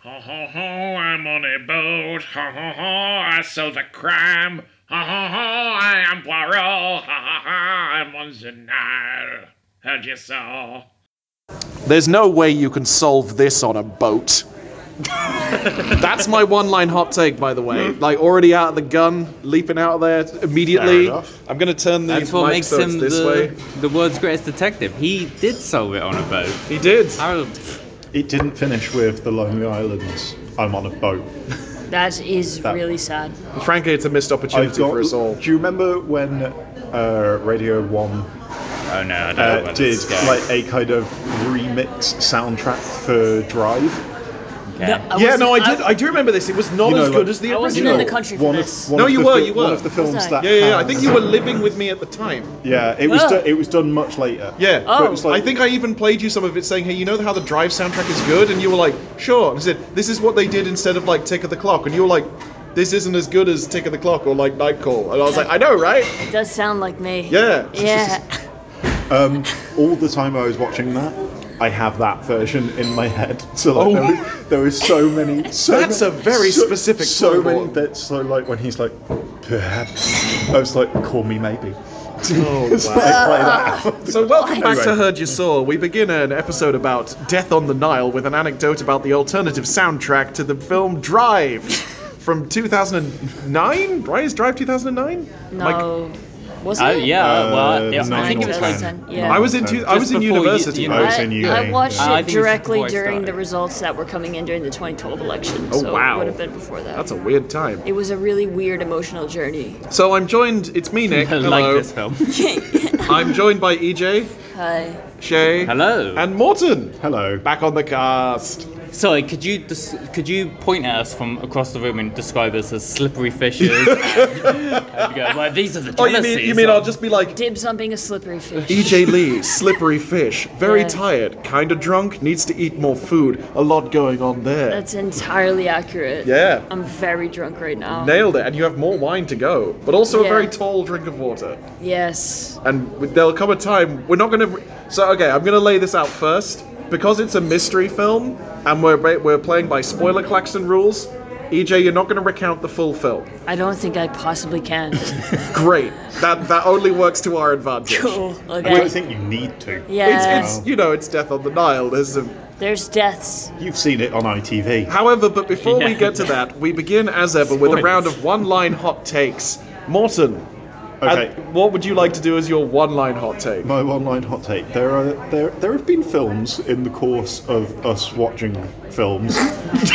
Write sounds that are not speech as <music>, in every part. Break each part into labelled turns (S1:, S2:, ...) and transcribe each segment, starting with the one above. S1: Ho ho ho, I'm on a boat. Ho ho ho, I solve a crime. Ho ho ho, I am Poirot. Ha ha ha, I'm on the Nile. Heard you so.
S2: There's no way you can solve this on a boat. <laughs> That's my one line hot take, by the way.
S3: Hmm.
S2: Like, already out of the gun, leaping out of there immediately.
S3: Fair enough.
S2: I'm going to turn these
S4: That's what
S2: mic
S4: makes
S2: so it's
S4: him
S2: this
S4: the,
S2: way.
S4: the world's greatest detective. He did solve it on a boat.
S2: He did.
S4: I,
S3: It didn't finish with the Lonely Islands. I'm on a boat.
S5: That is
S3: That-
S5: really sad.
S2: Frankly, it's a missed
S3: I've
S2: opportunity
S3: got-
S2: for us all.
S3: Do you remember when uh, Radio One
S4: oh no, I don't know
S3: uh,
S4: about
S3: did
S4: this guy.
S3: like a kind of remix soundtrack for Drive?
S4: Okay.
S5: No, oh, I
S2: yeah,
S5: wasn't-
S2: no, I did. I, do remember this. It was not
S3: You know,
S2: as good
S3: like-
S2: as the
S5: I
S2: original.
S5: wasn't in the country for
S3: One
S5: this.
S3: of, one
S2: No,
S3: of
S2: you
S3: the
S2: were,
S3: fil-
S2: you were.
S3: One of the films
S5: Was I?
S3: that
S2: yeah, yeah, yeah. I
S3: has-
S2: think you were living with me at the time.
S3: Yeah, it was.
S5: Whoa.
S3: Do- it was done much later.
S2: Yeah.
S5: Oh.
S3: But it was like-
S2: I think I even played you some of it saying, hey, you know how the Drive soundtrack is good? And you were like, sure. And I said, this is what they did instead of like Tick of the Clock. And you were like, this isn't as good as Tick of the Clock or like Night Call. And I was like, I know, right?
S5: It does sound like me.
S2: Yeah.
S5: Yeah.
S3: Um, all the time I was watching that, I have that version in my head. <laughs> So like,
S2: Oh.
S3: there, were, there were so many. So
S2: That's
S3: many-
S2: a very
S3: so-
S2: specific
S3: So
S2: song,
S3: many
S2: Lord.
S3: bits. So like when he's like, perhaps, I was like, call me maybe. <laughs> Oh wow.
S2: So welcome back to Heard You Saw. We begin an episode about Death on the Nile with an anecdote about the alternative soundtrack to the film Drive from 2009. Right? Is Drive 2009?
S5: <laughs> No. Was it?
S4: Oh yeah,
S2: Uh,
S4: well, yeah, I
S5: nine
S4: think it
S5: or
S4: was like
S5: ten. Yeah.
S2: I was in two, I
S4: Just
S2: was in
S4: before you-
S2: university.
S4: you
S3: I
S4: know-
S3: was in
S5: I,
S3: uni.
S5: I watched
S4: Uh, I
S5: it
S4: think it was
S5: directly
S4: before I
S5: during
S4: started.
S5: the results that were coming in during the 2012 election.
S2: Oh,
S5: so
S2: wow.
S5: It would have been before that.
S2: That's a weird time.
S5: it was a really weird emotional journey.
S2: So I'm joined. It's me, Nick.
S4: I
S2: Hello.
S4: <laughs> like this film.
S2: I'm joined by EJ,
S5: Hi.
S2: Shay,
S4: <laughs> Hello.
S2: and Morton.
S3: <laughs> Hello.
S2: Back on the cast.
S4: Sorry, could you dis- could you point at us from across the room and describe us as slippery
S2: <laughs>
S4: fishes? and, and go, well, these are the
S2: Oh, you mean you
S4: jealousies
S2: mean
S4: of-"
S2: I'll just be like
S5: Dibs on being a slippery fish.
S2: EJ Lee, slippery fish, very
S5: Yeah.
S2: tired, kind of drunk, needs to eat more food. A lot going on there.
S5: That's entirely accurate.
S2: Yeah.
S5: I'm very drunk right now.
S2: Nailed it, and you have more wine to go, but also a
S5: Yeah.
S2: very tall drink of water.
S5: yes.
S2: And w- there'll come a time we're not going to. So okay, I'm going to lay this out first because it's a mystery film, and we're ba- we're playing by spoiler klaxon rules. EJ, you're not going to recount the full film.
S5: I don't think I possibly can. <laughs>
S2: Great. That that only works to our advantage.
S5: cool.
S3: I don't
S5: Okay.
S3: think you need to.
S5: Yeah.
S2: It's, it's you know it's Death on the Nile. There's a,
S5: There's deaths.
S3: You've seen it on ITV.
S2: however, but before we get to that, we begin as ever with a
S4: Spoilers.
S2: round of one-line hot takes. Morton,
S3: Okay.
S2: uh, what would you like to do as your one-line hot take?
S3: My one-line hot take: There are there there have been films in the course of us watching films.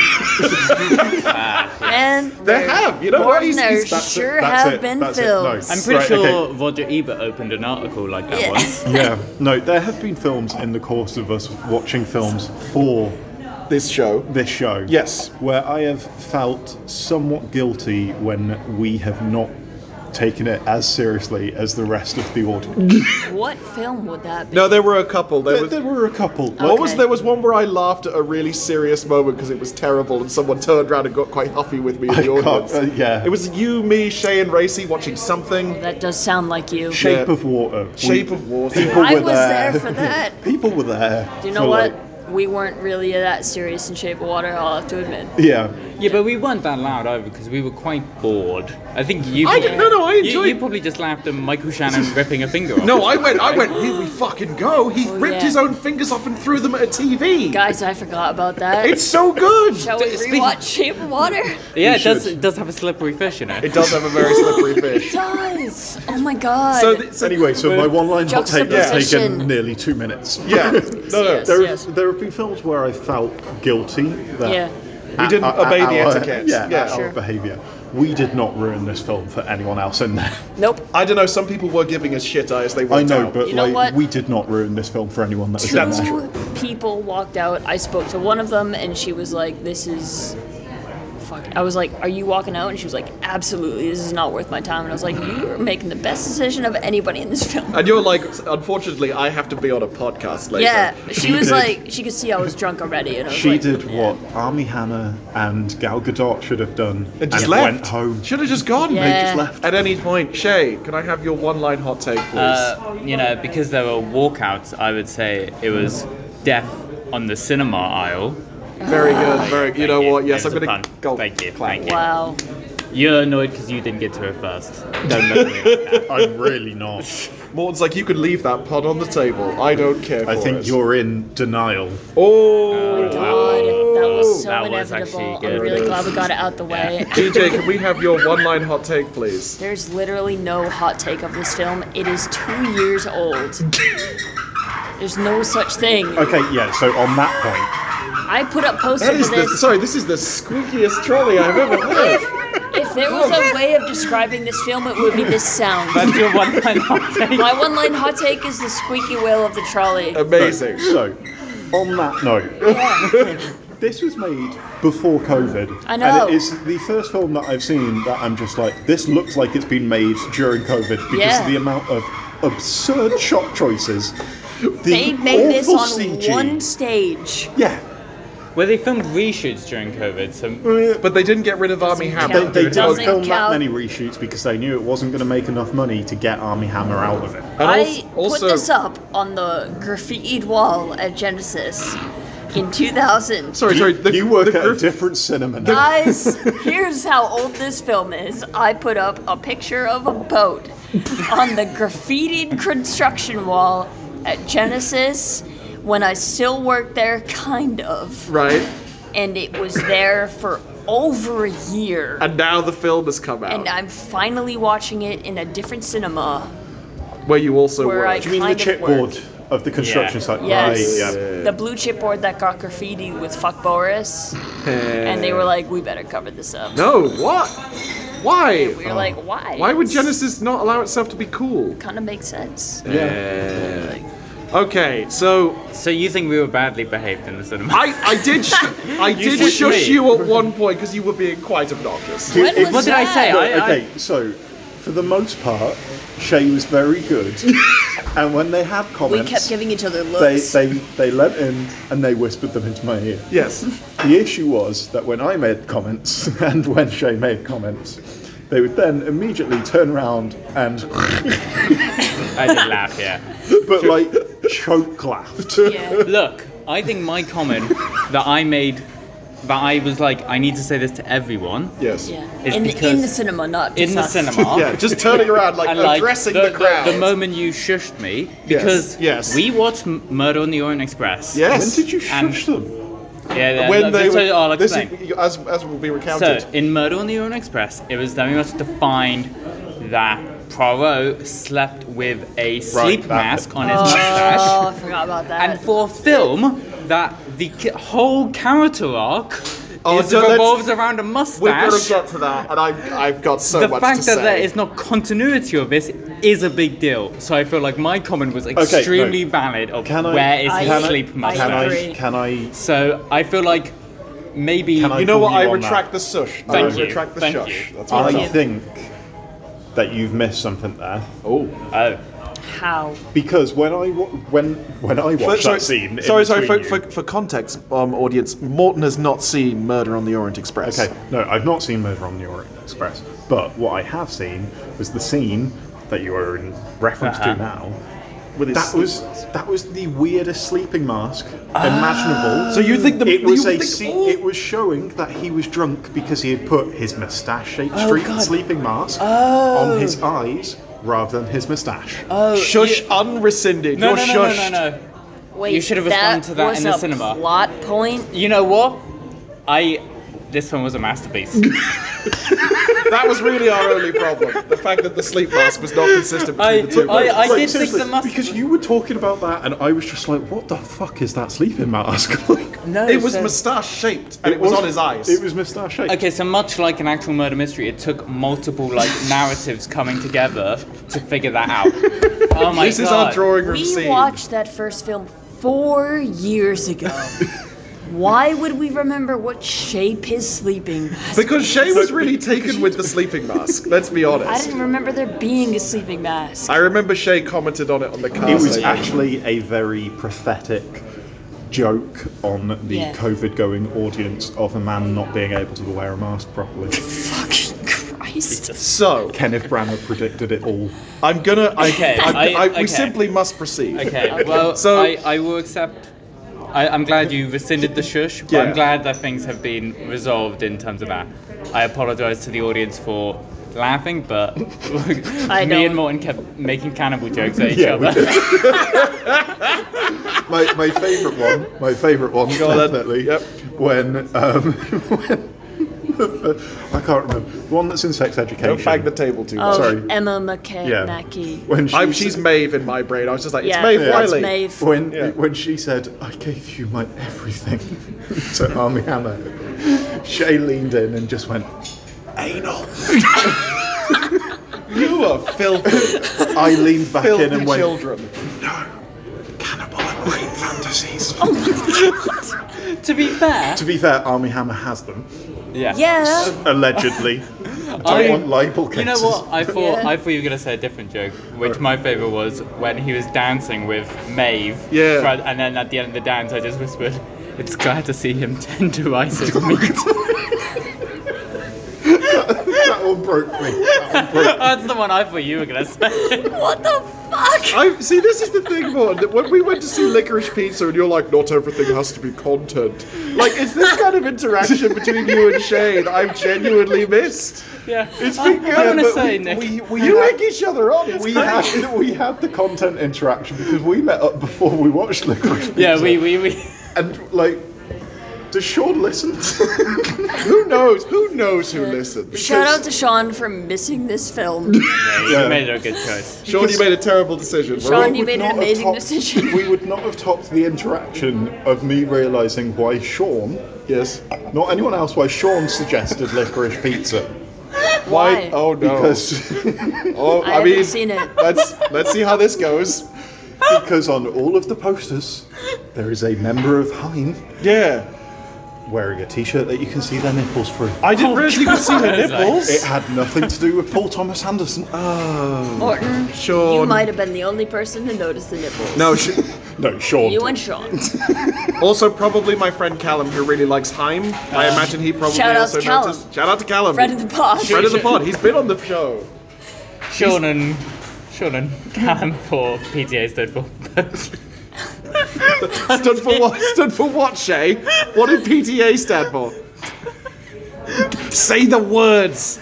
S2: <laughs>
S5: And
S2: There have, you know,
S5: More
S2: what?
S5: than
S2: He's-
S5: there
S2: he's- that's it,
S5: sure
S3: that's
S5: have
S3: it,
S5: been
S3: that's it, no.
S5: films.
S4: I'm pretty
S3: Right,
S4: sure Roger Ebert opened an article like that
S5: Yeah.
S4: once.
S3: yeah. No, there have been films in the course of us watching films for
S2: this show.
S3: this show.
S2: Yes.
S3: Where I have felt somewhat guilty when we have not taken it as seriously as the rest of the audience.
S5: <laughs> What film would that be?
S2: No, there were a couple. There
S3: there,
S2: was.
S3: there were a couple.
S2: What was
S5: Okay.
S2: there was one where I laughed at a really serious moment because it was terrible, and someone turned around and got quite huffy with me in
S3: I
S2: the
S3: can't-
S2: audience.
S3: uh, yeah.
S2: it was you, me, Shay, and Racy watching something.
S5: That does sound like you.
S3: Shape
S2: Yeah.
S3: of Water.
S2: Shape of Water.
S3: People
S5: I
S3: were
S5: was
S3: there. <laughs>
S5: there for that.
S3: people were there.
S5: Do you know
S3: for,
S5: what?
S3: like-
S5: we weren't really that serious in Shape of Water, I'll have to admit.
S3: yeah.
S4: Yeah, but we weren't that loud either because we were quite bored. I think you.
S2: I didn't- no, no, I
S4: you-
S2: enjoyed-
S4: You, probably just laughed at Michael
S2: <laughs>
S4: Shannon ripping a finger off.
S2: No, I went. I went. Here we fucking go. He
S5: Oh,
S2: ripped
S5: yeah.
S2: his own fingers off and threw them at a TV.
S5: Guys, I forgot about that.
S2: <laughs> It's so good. <laughs>
S5: Shall we
S4: Speaking-
S5: rewatch Shape of Water?
S4: Yeah,
S2: You
S4: it does.
S2: should.
S4: It does have a slippery fish in it.
S2: It does have a very
S5: <laughs>
S2: slippery
S5: It
S2: fish.
S5: does. Oh my god.
S2: So, th- so
S3: Anyway, so my one line hot take has taken
S5: Juxtaposition.
S3: nearly two minutes. <laughs>
S2: yeah, no, no.
S5: Yes.
S3: There, have, there have been films where I felt guilty that
S5: Yeah.
S2: We didn't obey the etiquette.
S3: Yeah,
S2: Yeah.
S3: at our
S2: Sure.
S3: behaviour. We did not ruin this film for anyone else in there.
S5: nope.
S2: I don't know. Some people were giving us shit eye as they
S3: <laughs> I
S2: went
S3: know,
S2: out.
S3: but
S5: You know
S3: like
S5: what?
S3: we did not ruin this film for anyone that was
S5: Two
S3: in
S2: That's
S3: there.
S2: true.
S5: people walked out. I spoke to one of them and she was like, This is fuck. I was like, Are you walking out? And she was like, Absolutely, this is not worth my time. And I was like, You are making the best decision of anybody in this film.
S2: and you're like, unfortunately, I have to be on a podcast later.
S5: Yeah, she
S3: uh, She
S5: was
S3: did.
S5: like, she could see I was drunk already, and I was
S3: She
S5: like,
S3: did what Army Hammer and Gal Gadot should have done
S2: And just left. <laughs>
S3: went home.
S2: Should have just gone.
S5: Yeah.
S3: They just left.
S2: At any point, Shay, can I have your one-line hot take, please?
S4: Uh, you know, because there were walkouts, I would say it was death on the cinema aisle.
S2: Very good. Very. You
S4: uh, Thank
S2: know
S4: you.
S2: what? Yes,
S4: It
S2: I'm
S4: was a
S2: gonna
S4: pun.
S2: go.
S4: Thank you,
S2: clap.
S4: thank you.
S5: Wow.
S4: You're annoyed because you didn't get to her first. Don't look at me
S3: <laughs>
S4: like that.
S3: I'm really not.
S2: Morton's like, you could leave that pod on the table. I don't care.
S3: I
S2: for
S3: think
S2: it."
S3: you're in denial.
S2: Oh.
S5: God, that was so
S4: That was
S5: inevitable.
S4: actually
S5: I'm
S4: good.
S5: really glad we got it out the way. <laughs>
S2: DJ, can we have your one-line hot take, please?
S5: There's literally no hot take of this film. It is two years old. There's no such thing.
S3: Okay, yeah. So on that
S5: I put up
S2: That
S5: posters
S2: is
S5: for
S2: the
S5: this.
S2: sorry. This is the squeakiest trolley I've ever heard.
S5: <laughs> If there was
S3: <laughs>
S5: a way of describing this film, it would be this sound.
S4: That's your one line hot take.
S5: My one line hot take is the squeaky wheel of the trolley.
S3: Uh,
S2: Amazing.
S3: point. So on that note, <laughs> this was made before COVID.
S5: I know.
S3: And it is the first film that I've seen that I'm just like, this looks like it's been made during COVID because
S5: Yeah.
S3: of the amount of absurd shot choices. The
S5: They made this
S3: awful
S5: on
S3: CG.
S5: one stage.
S3: Yeah.
S4: Well, they filmed reshoots during COVID, so
S2: But they didn't get rid of Army Hammer.
S3: They,
S5: count.
S3: they
S2: It
S3: didn't
S2: was-
S5: Doesn't
S3: film that
S5: count.
S3: many reshoots because they knew it wasn't going to make enough money to get Army Hammer out of it.
S2: and
S5: I
S2: al-
S5: put this up on the graffitied wall at Genesis in 2000.
S2: Sorry, sorry. The,
S3: you work
S2: the
S3: at
S2: group-
S3: a different cinema now.
S5: Guys,
S2: <laughs>
S5: here's how old this film is. I put up a picture of a boat on the graffitied construction wall at Genesis when I still worked there, kind of.
S2: right.
S5: And it was there for over a year.
S2: And now the film has come out,
S5: And I'm finally watching it in a different cinema.
S2: where you also
S5: Where
S2: work.
S5: I-
S3: Do you mean the
S5: kind of
S3: chipboard
S5: work.
S3: of the construction
S4: Yeah.
S3: site?
S5: Yes.
S3: Right, yeah.
S5: The blue chipboard that got graffitied with fuck Boris. And they were like, we better cover this up.
S2: No, what? Why?
S5: We were like, why?
S2: Why would Genesis not allow itself to be cool?
S5: Kind of makes sense.
S2: Okay, so
S4: so you think we were badly behaved in
S2: <laughs>
S4: the cinema?
S2: I I did sh- I
S4: You
S2: did
S4: pushed
S2: shush
S4: me.
S2: you at one point because you were being quite obnoxious.
S3: Dude,
S5: When
S3: it-
S5: was
S4: what did I
S5: that?
S4: say? I- I-
S3: okay, so for the most part, Shay was very <laughs> good. and when they had
S5: We
S3: comments,
S5: kept giving each other
S3: they,
S5: looks.
S3: they, they let in and they whispered them into my ear.
S2: Yes.
S3: The issue was that when I made comments <laughs> and when Shay made comments, they would then immediately turn around and,
S4: I did laugh, yeah.
S3: <laughs> but like, choke laughed.
S5: yeah.
S4: Look, I think my comment that I made, that I was like, I need to say this to everyone
S2: Yes.
S5: <laughs> yeah.
S4: It's
S5: In, the, in
S4: because-
S5: the cinema, not
S4: in
S5: just
S4: the
S5: us.
S2: <laughs>
S4: cinema.
S2: Yeah, just turning around like
S4: <laughs> And like
S2: addressing
S4: the,
S2: the, crowd.
S4: The, moment you shushed me,
S2: Yes,
S4: because
S2: yes.
S4: we watched M- Murder on the Orient Express.
S2: Yes.
S3: When did you
S4: And-
S3: shush them?
S4: Yeah, yeah.
S2: when they
S4: this
S2: were,
S4: is- I'll
S2: this
S4: explain.
S2: is- as as will be
S4: So,
S2: recounted.
S4: in Murder on the Orient Express, it was very much defined that Poirot slept with a sleep
S3: that-
S4: mask on his
S5: <laughs>
S4: mustache.
S5: Oh, I forgot about that.
S4: And for a film that the ki- whole character arc
S2: Oh,
S4: is,
S2: don't- let's-
S4: revolves around a
S2: We're gonna
S4: mustache,
S2: get to that, and I've I've got so
S4: the
S2: much
S4: fact
S2: to
S4: that
S2: say.
S4: there is not continuity of this is a big deal. So I feel like my comment was
S3: no.
S4: extremely valid of
S3: Can I?
S4: where is
S5: I-
S4: his
S5: can I-
S4: sleep
S5: I
S3: Can
S4: mustache.
S5: agree.
S3: I? Can I?
S4: So I feel like maybe
S3: Can I-
S2: you know what?
S3: You
S2: I
S3: on
S2: retract
S3: that.
S2: the sush. I
S4: Thank you.
S2: retract the
S4: Thank
S2: shush.
S4: you.
S2: That's
S3: I
S2: what
S3: think that you've missed something there
S2: Oh,
S4: Oh.
S5: How?
S3: because when I wa- when when I watched
S2: sorry,
S3: that scene, in
S2: sorry, sorry. For,
S3: between
S2: for,
S3: you-
S2: for context, um, audience, Morton has not seen Murder on the Orient Express.
S3: okay, no, I've not seen Murder on the Orient Express, but what I have seen was the scene that you are in reference
S4: Uh-huh.
S3: to now.
S2: With his
S3: That
S2: sleep
S3: was
S2: mask.
S3: that was the weirdest sleeping mask imaginable.
S2: Ah, So you think the
S3: it was
S2: you
S3: a
S2: think-
S3: se-
S2: oh.
S3: it was showing that he was drunk because he had put his moustache-shaped
S2: Oh,
S3: street
S4: God.
S3: sleeping mask on his eyes rather than his moustache.
S4: Oh,
S2: shush
S4: you-
S2: unrescinded.
S4: No,
S2: You're
S4: no, no,
S2: shushed.
S4: no, no, no.
S5: Wait,
S4: You should have responded to that
S5: was
S4: in the
S5: a
S4: cinema.
S5: Plot point.
S4: You know what? I. This one was a masterpiece.
S2: That was really our only problem. The fact that the sleep mask was not consistent between
S4: I-
S2: the two.
S4: I-
S2: versions.
S4: I-
S3: Like,
S4: did think
S3: seriously,
S4: the mask-
S3: because you were talking about that, and I was just like, "What the fuck is that sleeping mask?" like,
S4: no,
S2: it was
S4: so-
S2: moustache shaped, <laughs> and it, was, on his eyes.
S3: It was moustache shaped.
S4: Okay, so much like an actual murder mystery, it took multiple like narratives coming together to figure that out. Oh my
S2: this
S4: god!
S2: is our drawing room
S5: We
S2: scene.
S5: watched that first film four years ago.
S2: <laughs>
S5: Why would we remember what shape his sleeping mask?
S2: because Shay was really taken with the sleeping
S5: <laughs>
S2: mask. Let's be
S5: I
S2: honest.
S5: didn't remember there being a sleeping mask.
S2: I remember Shay commented on it on the cast.
S3: It was
S2: later.
S3: actually a very prophetic joke on the
S5: Yeah.
S3: COVID-going audience of a man not being able to wear a
S2: <laughs>
S3: mask properly.
S5: Fucking Christ.
S2: so.
S3: Kenneth Branagh predicted it all.
S2: I'm gonna. I,
S4: Okay,
S2: I,
S4: I-
S2: I- we
S4: okay.
S2: simply must proceed.
S4: Okay, well,
S2: So-
S4: I, I will accept I, I'm glad you rescinded the shush. But
S2: Yeah.
S4: I'm glad that things have been resolved in terms of that. I apologise to the audience for laughing, but <laughs> me
S5: I
S4: and
S5: don't.
S4: Morton kept making cannibal jokes at each
S3: Yeah,
S2: <laughs>
S3: we
S4: other.
S3: my, my favorite one, my favorite one, definitely.
S2: Yep.
S3: When, um, <laughs> when I can't remember the one that's in sex education.
S2: Don't bag the table too
S5: Oh,
S2: much.
S3: Sorry.
S5: Emma McKay
S3: Yeah.
S5: Mackey.
S3: When she
S2: I'm,
S3: said-
S2: she's Maeve in my brain. I was just like, it's
S5: Yeah,
S2: Maeve
S5: that's
S2: Wiley.
S5: Maeve.
S3: when
S2: Yeah.
S3: when she said, "I gave you my everything," <laughs> to Army Hammer, Shay leaned in and just went, "Anal."
S2: You
S5: <laughs>
S2: are filthy,
S3: I leaned back in
S2: filthy
S3: and went,
S2: children.
S3: "Cannibal and rape fantasies." <laughs>
S4: to be fair,
S3: to be fair, Army Hammer has them
S4: <laughs> yeah.
S5: Yeah.
S3: allegedly.
S4: <laughs> I-
S3: Don't want libel cases.
S4: You know what? I thought
S5: Yeah.
S4: I thought you were gonna say a different joke, which my favorite was when he was dancing with Maeve.
S2: Yeah.
S4: Fred- And then at the end of the dance, I just whispered, "It's glad to see him <laughs> tenderizing meat."
S3: that one broke me. That one broke me.
S4: <laughs> That's the one I thought you were gonna say. <laughs>
S5: What the fuck?
S2: I see. This is the thing, Morton. That when we went to see Licorice Pizza, and you're like, "Not everything has to be content." Like, it's this kind of interaction between you and Shane I've genuinely missed.
S4: yeah.
S2: It's
S4: I,
S2: been good.
S4: I wanna
S2: but
S4: say,
S2: we,
S4: Nick.
S2: We, we you egg each other on.
S3: We had, we had the content interaction because we met up before we watched Licorice Pizza.
S4: yeah, we we we.
S3: And, like, does Sean listen?
S2: Who knows? Who knows who listens?
S5: Shout out to Sean for missing this film.
S4: Yeah,
S3: Yeah.
S4: You <laughs> made a good choice.
S2: Sean, you made a terrible decision. We're
S5: Sean,
S2: all-
S5: you made an
S3: not have
S5: amazing
S3: topped-
S5: decision.
S3: We would not have topped the interaction of me realizing why Sean,
S2: yes.
S3: not anyone else, why Sean suggested licorice pizza.
S5: Why?
S2: Oh no.
S3: Because,
S2: oh,
S5: I
S2: I,
S5: haven't
S2: mean, <laughs>
S5: seen it.
S2: let's let's see how this goes.
S3: <laughs> because on all of the posters, there is a member of Hine
S2: Yeah.
S3: wearing a t-shirt that you can see their nipples through.
S2: I didn't realize you could see her
S4: It's like-
S2: nipples.
S3: It had nothing to do with Paul Thomas Anderson. Uh,
S5: Morton, you
S2: Sean.
S5: might have been the only person to notice the nipples.
S2: no, sh-
S3: no, Sean.
S5: You and Sean.
S2: also probably my friend Callum who really likes Heim. I
S4: Uh,
S2: imagine he probably
S5: Shout out
S2: also
S5: to Callum.
S2: noticed. Shout out to Callum.
S5: Friend of the pod.
S2: Friend of the pod. He's been on the
S4: <laughs>
S2: show.
S4: Sean and Sean and Callum for PTA stood for.
S2: Stood for what? Stood for what, Shay? What did PTA stand for? Say the words.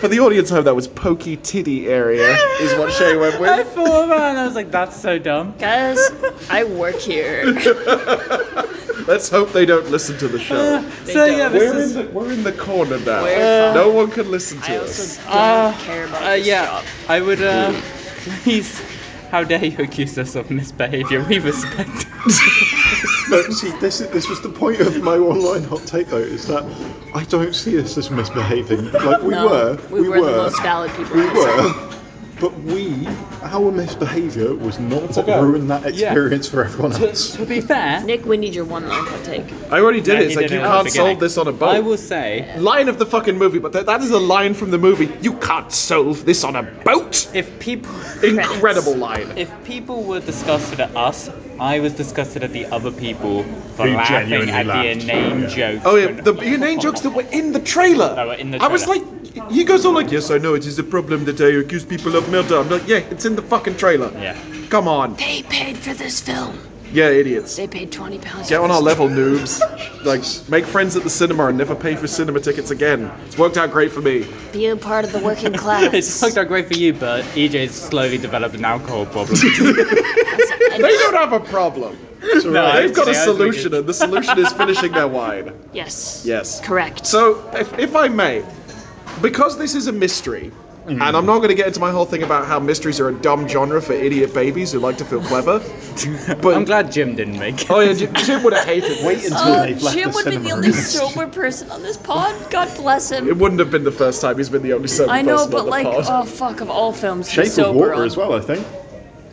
S2: For the audience at home, that was pokey titty area, is what Shay went
S4: I
S2: with.
S4: thought about it and I was like, that's so dumb.
S5: Guys, I work here.
S2: Let's hope they don't listen to the show.
S4: <laughs> so
S5: don't.
S4: yeah, this
S2: We're
S4: is
S2: in the, we're in the corner now.
S5: Uh, We're fine.
S2: no one can listen to
S5: I
S2: us.
S5: also don't
S4: Uh,
S5: care about
S4: Uh,
S5: this
S4: yeah,
S5: job.
S4: I would. Uh, please, how dare you accuse us of misbehaviour? We respect.
S3: No, see, this is- this was the point of my online hot take though, is that I don't see us as misbehaving. Like we
S5: No,
S3: were,
S5: we were the most valid people
S3: We
S5: on the
S3: were, but we, our misbehaviour was not to
S2: okay.
S3: ruin that
S4: Yeah.
S3: experience for everyone
S2: <laughs>
S3: else.
S4: to be fair,
S5: Nick, we need your one line hot take.
S2: I already did
S4: Yeah,
S2: it. It's
S4: he
S2: like
S4: did
S2: you
S4: it at the
S2: can't
S4: beginning.
S2: solve this on a boat.
S4: I will say,
S2: Line of the fucking movie, but that, that is a line from the movie. You can't solve this on a boat.
S4: if people,
S2: Incredible line.
S4: if people were disgusted at us, I was disgusted at the other people for
S3: Who
S4: laughing
S3: genuinely
S4: at
S3: laughed.
S4: the inane jokes.
S2: Oh yeah,
S4: when-
S2: the inane jokes that were in the trailer.
S4: That were in the
S2: I was like,
S4: trailer.
S2: he goes all like, yes, I know it is a problem that I accuse people of murder. I'm like, yeah, it's in the fucking trailer.
S4: Yeah.
S2: Come on.
S5: They paid for this film.
S2: Yeah, idiots.
S5: They paid twenty pounds.
S2: Get
S5: for
S2: on
S5: this
S2: our level, noobs. Like, make friends at the cinema and never pay for cinema tickets again. It's worked out great for me.
S5: film. Be a part of the
S3: <laughs>
S5: working class.
S4: <laughs> It's worked out great for you, but EJ's slowly developed an alcohol problem.
S2: They don't have a problem.
S4: <laughs> no,
S2: They've got a solution, and the solution is finishing their wine.
S5: Yes.
S2: Yes.
S5: Correct.
S2: So, if, if I may, because this is a mystery,
S4: Mm-hmm.
S2: and I'm not going to get into my whole thing about how mysteries are a dumb genre for idiot babies who like to feel
S4: <laughs>
S2: clever, <laughs> but
S4: I'm glad Jim didn't make it.
S2: Oh
S4: <laughs>
S2: yeah, <laughs> Jim- Jim would have hated. it.
S3: Wait until
S5: Oh,
S3: they've left
S5: Jim
S3: the
S5: would be
S3: cinema.
S5: the only sober person on this pod. God bless
S2: It
S5: him.
S2: wouldn't have been the first time he's been the only sober
S5: I know,
S2: person
S5: but
S2: on the
S5: like,
S2: pod.
S5: oh fuck, of all films, he's
S3: Shape of
S5: sober
S3: Water
S5: on.
S3: as well, I think.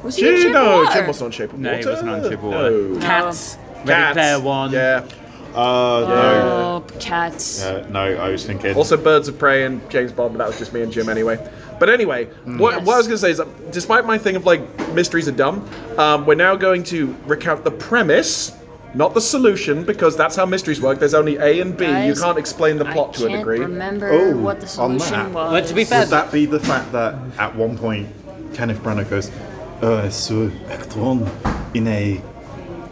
S5: Was he in
S2: Jim,
S5: Shape of
S2: no,
S5: Water?
S2: Jim wasn't on Shape of
S4: No,
S2: Water.
S4: he wasn't on Chip
S2: No.
S4: Cats,
S2: Cats.
S4: Ready Player One.
S2: Yeah.
S3: Uh, no.
S5: Oh, cats.
S3: Uh, no, I was thinking.
S2: Also, Birds of Prey and James Bond, but that was just me and Jim anyway. But anyway, what,
S5: Yes.
S2: what I was going to say is that despite my thing of like mysteries are dumb, um, we're now going to recount the premise, not the solution, because that's how mysteries work. There's only A and B. you
S5: Guys,
S2: can't explain the
S5: I
S2: plot to a
S5: can't
S2: degree.
S5: remember
S3: Oh,
S5: what the
S3: on
S5: solution
S3: that.
S5: was.
S4: But to be fair,
S3: Would that be the fact that at one point Kenneth Branagh goes, Uh, so Act One in a.
S2: Uh,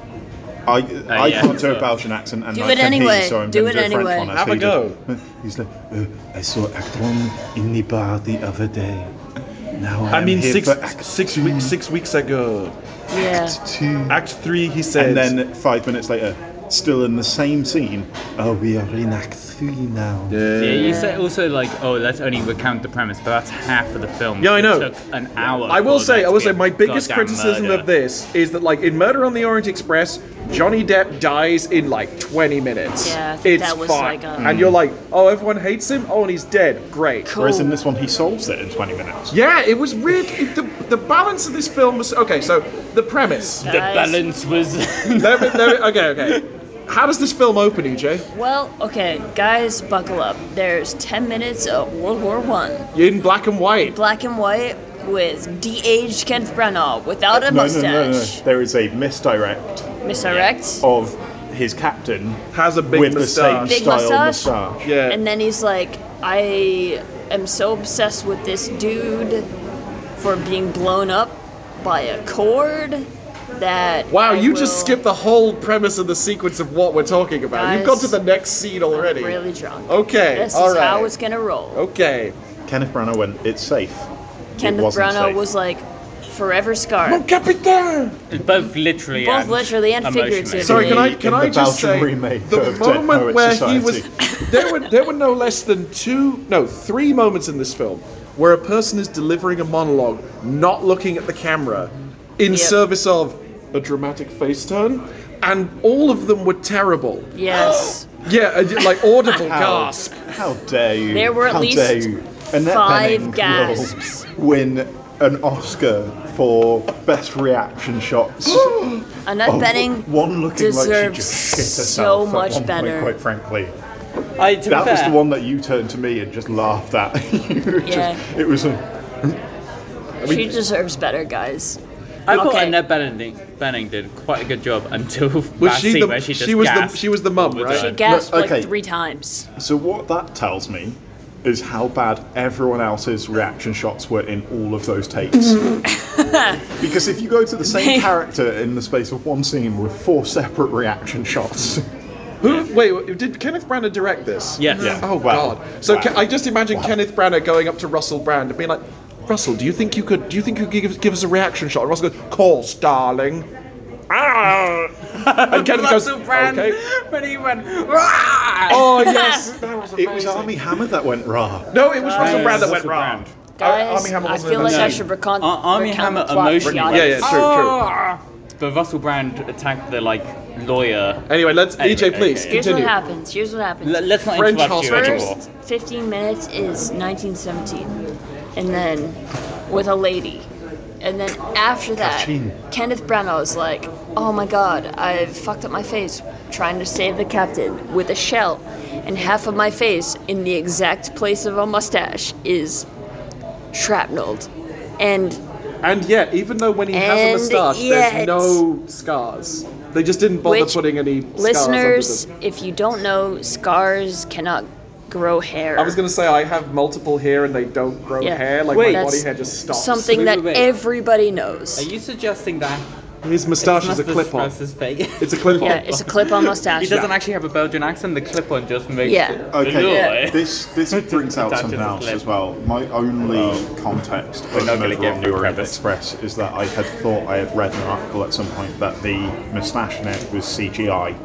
S3: I, I
S4: yeah,
S3: can't do
S4: so-
S3: a Belgian accent, and
S5: Do
S3: I
S5: it
S3: can
S5: anyway,
S3: He, so I'm
S5: do
S3: gonna
S5: it
S3: do a French
S5: anyway.
S3: one, I
S2: Have a
S3: think.
S2: go.
S3: <laughs> He's like, uh, I saw Act One in the bar the other day. Now
S2: I
S3: I'm
S2: mean,
S3: here
S2: six
S3: for Act
S2: six weeks six weeks ago,
S5: Yeah.
S3: Two.
S2: Act Three. He said.
S3: and then five minutes later, still in the same scene. Oh, we are in Act Three now.
S4: Yeah, you
S5: Yeah.
S4: said also like, oh, let's only recount the premise, but that's half of the film.
S2: Yeah, I
S4: It
S2: know.
S4: took an hour.
S2: I will
S4: for
S2: say,
S4: that
S2: I will
S4: to
S2: say,
S4: be a
S2: my biggest
S4: goddamn
S2: criticism
S4: murder.
S2: of this is that, like, in Murder on the Orient Express, Johnny Depp dies in like 20 minutes.
S5: Yeah, I think
S2: it's
S5: that was,
S2: fine.
S5: like, a-
S2: and you're like, oh, everyone hates him. Oh, and he's dead. Great.
S5: Cool.
S3: Whereas in this one, he solves it in 20 minutes.
S2: Yeah, it was weird. It- the, the balance of this film was okay. So the
S5: <laughs>
S2: premise.
S4: The
S5: Guys.
S4: balance was. <laughs>
S2: Let me- let me- okay, okay. How does this film open, E EJ?
S5: Well, okay, guys, buckle up. There's 10 minutes of World War One,
S2: In black and white.
S5: black and white, with de-aged Kenneth Branagh without a
S3: No, no, no, no.
S5: mustache.
S3: There is a misdirect
S5: Misdirect.
S2: Oh,
S3: of his captain
S2: Has a big
S3: with
S2: moustache.
S3: the
S5: Big
S3: same style
S5: moustache?
S3: moustache.
S2: Yeah.
S5: And then he's like, I am so obsessed with this dude for being blown up by a cord that.
S2: Wow,
S5: I
S2: you just
S5: will-
S2: skipped the whole premise of the sequence of what we're talking about. You've gone
S5: Guys,
S2: to the next scene already.
S5: I'm really drunk.
S2: Okay,
S5: This
S2: all
S5: is how
S2: right.
S5: it's gonna roll.
S2: Okay.
S3: Kenneth Branagh went, it's safe. it
S5: Kenneth
S3: wasn't
S5: Branagh
S3: safe.
S5: was like, forever scarred.
S2: Capitaine!
S4: both literally.
S5: Both
S4: and
S5: literally and
S4: emotionally.
S5: figuratively.
S2: Sorry, can I
S3: In
S2: can
S3: the
S2: I just
S3: Belgian
S2: say
S3: remake
S2: the
S3: of Dead
S2: moment
S3: Poets
S2: where he
S3: Society.
S2: was there were there were no less than two no three moments in this film where a person is delivering a monologue, not looking at the camera, in
S5: Yep.
S2: service of a dramatic face turn, and all of them were terrible. <gasps>
S5: Yes.
S2: Yeah, uh, like audible
S3: <laughs> How-
S2: gasp.
S3: How dare you?
S5: There were at
S3: How
S5: least
S3: dare you? Annette
S5: five
S3: Bening
S5: gasps.
S3: will win an Oscar for best reaction
S5: <gasps>
S3: shots.
S5: Annette
S3: of
S5: Benning
S3: Oh, one looking like she
S5: deserves
S3: just shit herself
S5: so
S3: at
S5: much
S3: one point,
S5: better.
S3: quite frankly.
S4: I, to be
S3: That was
S4: fair,
S3: the one that you turned to me and just laughed at. <laughs> You were just-
S5: Yeah.
S3: it was a,
S5: she deserves better, guys.
S4: I thought
S5: Okay.
S4: Annette Benning, Benning did quite a good job until
S2: Was
S4: that
S2: she
S4: scene
S2: the-
S4: where she just
S2: she was the-
S4: gasped
S2: she was the mum,
S4: all
S2: right?
S4: time.
S5: She gasped
S3: okay.
S5: like three times.
S3: so what that tells me is how bad everyone else's reaction shots were in all of those takes. because if you go to the same character in the space of one scene with four separate reaction shots,
S2: Who? Wait, did Kenneth Branagh direct this?
S4: Yes.
S3: Yeah.
S4: <laughs>
S2: Oh
S3: Wow.
S2: God. So
S3: Wow.
S2: Ke- I just imagine
S3: Wow.
S2: Kenneth Branagh going up to Russell Brand and being like, "Russell, do you think you could? Do you think you could give, give us a reaction shot?" And Russell goes, "Course, darling." Ah! <laughs> and Kenneth goes,
S4: Russell Brand,
S2: "Okay."
S4: but he went. "Rah!"
S5: <laughs>
S2: Oh yes, that was
S3: <laughs> it was
S2: amazing.
S3: Army Hammer that went rah.
S2: No, it was Russell
S4: Yes.
S2: Brand that went
S4: Russell
S2: wrong.
S4: Brand.
S5: Guys,
S2: Armie Hammer
S5: I
S2: wasn't
S5: feel
S2: in
S5: like
S2: the
S5: I
S2: name.
S5: should recon-
S4: Ar- Armie
S5: recount
S4: Hammer
S5: the plot for the
S4: emotionally-
S2: Yeah,
S5: audience.
S2: yeah, true,
S5: Ah!
S2: true.
S4: But Russell Brand attacked the like lawyer.
S2: Anyway, let's
S4: Anyway,
S2: EJ, please
S4: okay.
S5: Here's
S2: continue.
S5: what happens. Here's what happens.
S4: L- let's not
S2: French
S4: interrupt you
S2: hospital.
S4: anymore.
S5: First 15 minutes is 1917, and then with a lady. And then after that,
S3: Catching.
S5: Kenneth Branagh is like, oh my god, I fucked up my face trying to save the captain with a shell, and half of my face in the exact place of a mustache is shrapnelled. And
S2: And yet, even though when he
S5: And
S2: has a moustache,
S5: yet-
S2: there's no scars. They just didn't bother
S5: Which
S2: putting any
S5: listeners,
S2: Scars under them.
S5: if you don't know, scars cannot grow hair.
S2: I was gonna say I have multiple hair and they don't grow
S5: Yeah.
S2: hair. Like
S4: Wait.
S2: my body
S5: That's
S2: hair just stops.
S5: something
S4: Wait,
S5: that
S4: wait, wait.
S5: everybody knows.
S4: Are you suggesting that
S2: His moustache is a
S4: Must-
S2: clip-on.
S4: must is fake?
S2: It's a clip-on.
S5: yeah, it's a clip-on mustache.
S4: He doesn't actually have a Belgian accent. The clip-on just makes
S5: Yeah.
S4: it.
S3: Okay,
S4: Yeah.
S3: this
S2: <laughs>
S3: this brings out
S4: That
S3: something
S4: just
S3: else
S4: left.
S3: as well. My only
S2: Oh.
S3: context of
S4: not gonna
S3: Murder
S4: get
S3: on
S4: no
S3: the Orient
S4: credit.
S3: Express is that I had thought I had read an article at some point that the moustache in it was CGI.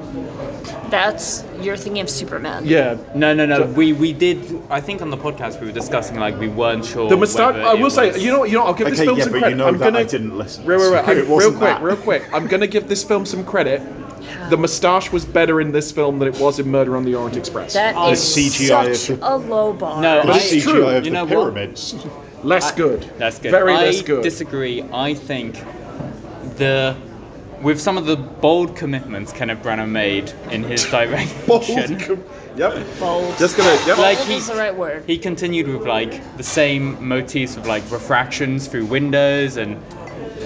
S5: That's you're thinking of Superman.
S2: Yeah.
S4: No, no, no. we we did. I think on the podcast we were discussing like we weren't sure.
S2: The moustache.
S4: whether
S2: I
S4: it
S2: will say,
S4: was-
S2: you know, what, you know, I'll give this
S3: Okay,
S2: film
S3: yeah,
S2: some
S3: but you
S2: credit.
S3: know
S2: I'm
S3: that
S2: gonna,
S3: I didn't listen,
S2: Real, real, real,
S3: so <laughs> it
S2: real
S3: wasn't
S2: quick,
S3: that.
S2: real quick. I'm gonna give this film some credit. The moustache was better in this film than it was in Murder on the Orient Express.
S5: That
S4: Oh,
S5: is
S3: the CGI
S5: such
S3: of the-
S5: a low bar.
S4: No,
S3: The
S4: I-
S3: CGI
S2: true.
S3: of
S4: You
S3: the
S4: know what?
S3: pyramids.
S2: less good.
S4: That's good.
S2: Very
S4: I
S2: less good.
S4: disagree. I think the with some of the bold commitments Kenneth Branagh made
S2: <laughs>
S4: in his <laughs> direction,
S3: Yep.
S5: bold.
S2: Just gonna. Yep.
S4: Like-
S5: bold
S4: he-
S5: is the right word.
S4: he continued with like the same motifs of like refractions through windows and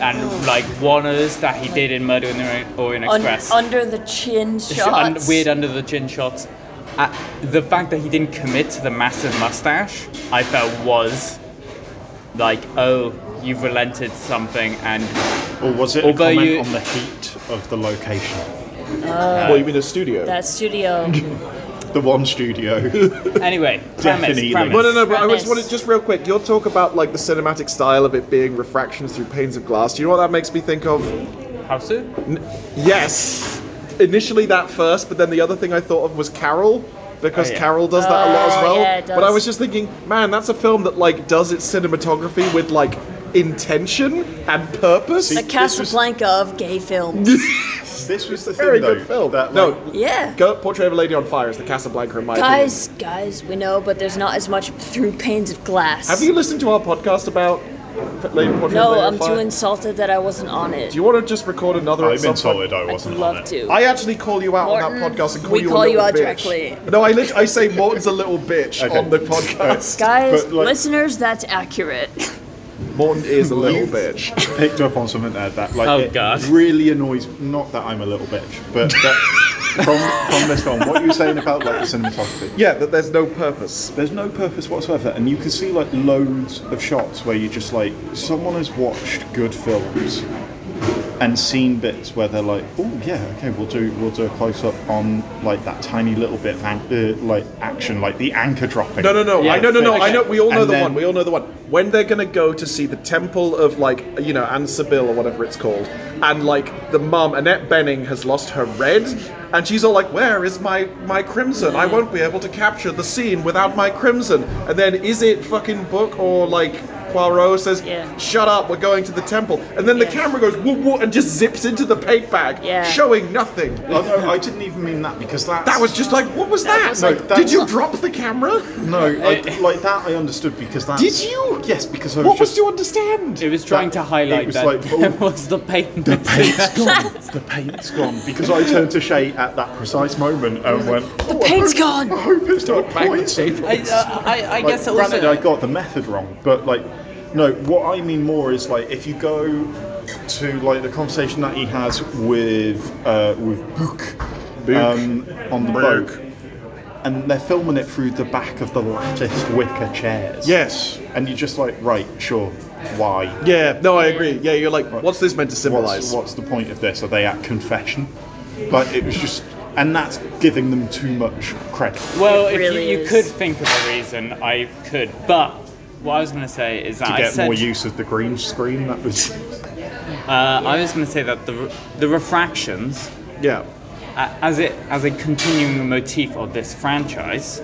S4: and like warners that he did in Murder in the Orient
S5: Un-
S4: Express.
S5: under the chin
S4: Un-
S5: shots.
S4: weird under the chin shots. Uh, the fact that he didn't commit to the massive mustache, I felt was like, oh, you've relented something and
S3: Or was it a
S4: Although
S3: comment
S4: you-
S3: on the heat of the location?
S2: well, you mean a studio? <laughs>
S5: That studio.
S3: The one studio.
S4: anyway, premise,
S3: Definitely.
S4: premise.
S2: Well, no, no, but I
S5: Premise.
S2: just wanted, just real quick, your talk about like the cinematic style of it being refractions through panes of glass. Do you know what that makes me think of?
S4: How soon?
S2: Yes. Initially that first, but then the other thing I thought of was Carol. Because
S4: Oh, yeah.
S2: Carol does that a lot as
S5: Oh,
S2: well.
S5: yeah, it
S2: But I
S5: does.
S2: was just thinking, man, that's a film that like does its cinematography with like intention and purpose.
S5: The
S3: See- This was-
S5: Casablanca of gay
S3: <laughs>
S5: films.
S2: <laughs>
S3: this was the thing,
S2: Very
S3: though.
S2: good film.
S3: That, like,
S2: no,
S5: Yeah.
S2: Go, Portrait of a Lady on Fire is the Casablanca in my opinion.
S5: Guys, guys, we know, but there's not as much through panes of glass.
S2: Have you listened to our podcast about Lady Portrait of a Lady
S5: No,
S2: on
S5: I'm
S2: Fire?
S5: too insulted that I wasn't on it.
S2: Do you want to just record another? at
S3: I've
S2: some
S3: been
S2: point?
S3: told I
S5: I'd
S3: wasn't on
S5: love
S3: it.
S5: to.
S2: I actually call you out on that
S5: Morton,
S2: podcast and call
S5: we
S2: you a
S5: call
S2: little
S5: you out
S2: bitch.
S5: directly.
S2: No, I lit- I say Morton's a little bitch
S3: Okay.
S2: on the podcast.
S5: guys,
S3: But, like-
S5: listeners, that's accurate. <laughs>
S2: Morton is a little bitch.
S3: Picked up on something there that like
S4: Oh,
S3: it
S4: God.
S3: really annoys. Not that I'm a little bitch, but that, from from this film, what you were saying about like the cinematography.
S2: Yeah, that there's no purpose.
S3: There's no purpose whatsoever, and you can see like loads of shots where you just like someone has watched good films and seen bits where they're like, oh yeah, okay, we'll do we'll do a close up on like that tiny little bit of an- uh, like action, like the anchor dropping.
S2: No, no, no.
S4: Yeah,
S2: I know, no, no.
S4: okay.
S2: I know. We all know
S3: And
S2: the
S3: then-
S2: one. We all know the one. When they're gonna go to see the temple of like you know Ansabil or whatever it's called, and like the mum Annette Benning has lost her red, and she's all like, "Where is my my crimson? I won't be able to capture the scene without my crimson." And then is it fucking book or like Poirot says,
S5: Yeah.
S2: "Shut up, we're going to the temple," and then the
S5: Yeah.
S2: camera goes woo woo and just zips into the paint bag,
S5: Yeah.
S2: showing nothing.
S3: Oh, no, I didn't even mean that because that
S2: That was just like, what was
S5: That
S2: that?
S5: was
S3: No,
S2: Like,
S3: like-
S2: did you
S3: that's-
S2: drop the camera?
S3: no I, like that. I understood because that
S2: Did you?
S3: Yes, because I was
S2: What was
S3: <laughs> just
S2: to understand?
S4: It was trying
S3: That-
S4: to highlight
S3: it was
S4: that <laughs>
S3: like, oh.
S4: there was the pain.
S3: The paint's gone. The paint's gone. Because I turned to Shay at that precise moment and went, "Oh,
S5: The paint's gone.
S3: I hope it's not poison.
S4: <laughs> I, uh, I, I, I
S3: Like,
S4: guess it
S3: granted,
S4: also.
S3: I got the method wrong, but like, no. What I mean more is like, if you go to like the conversation that he has with uh, with Book, Um, on the boat, and they're filming it through the back of the latticed wicker chairs.
S2: Yes.
S3: and you're just like, right, sure, why?
S2: Yeah, no, I agree. Yeah, you're like, what's this meant to symbolize?
S3: What's, what's the point of this? Are they at confession? Like it was just, and that's giving them too much credit.
S4: well,
S5: It
S4: if
S5: really
S4: you, you
S5: is.
S4: could think of a reason, I could. But what I was going to say is that
S3: To
S4: I
S3: get
S4: said
S3: more use of the green screen, that was
S4: Uh, I was going to say that the re- the refractions,
S2: yeah.
S4: uh, as it as a continuing motif of this franchise,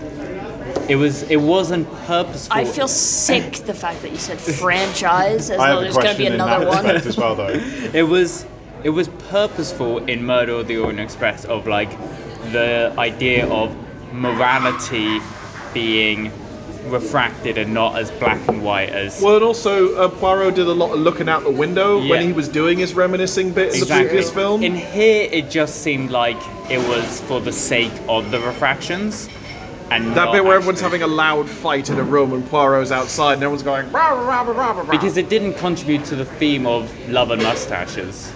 S4: it was it wasn't purposeful.
S5: I feel sick the fact that you said franchise as
S3: <laughs> I
S5: though
S3: have a
S5: there's going to
S3: question
S5: be
S3: in that
S5: another one.
S3: respect as well,
S5: <laughs>
S3: though.
S4: it was it was purposeful in Murder of the Orient Express of like the idea of morality being refracted and not as black and white as
S2: Well, and also, uh, Poirot did a lot of looking out the window
S4: Yeah.
S2: when he was doing his reminiscing bit in the previous film.
S4: In here, it just seemed like it was for the sake of the refractions, and
S2: that
S4: not
S2: bit where
S4: actually-
S2: everyone's having a loud fight in a room and Poirot's outside and everyone's going, rah, rah, rah, rah, rah, rah.
S4: Because it didn't contribute to the theme of love and mustaches.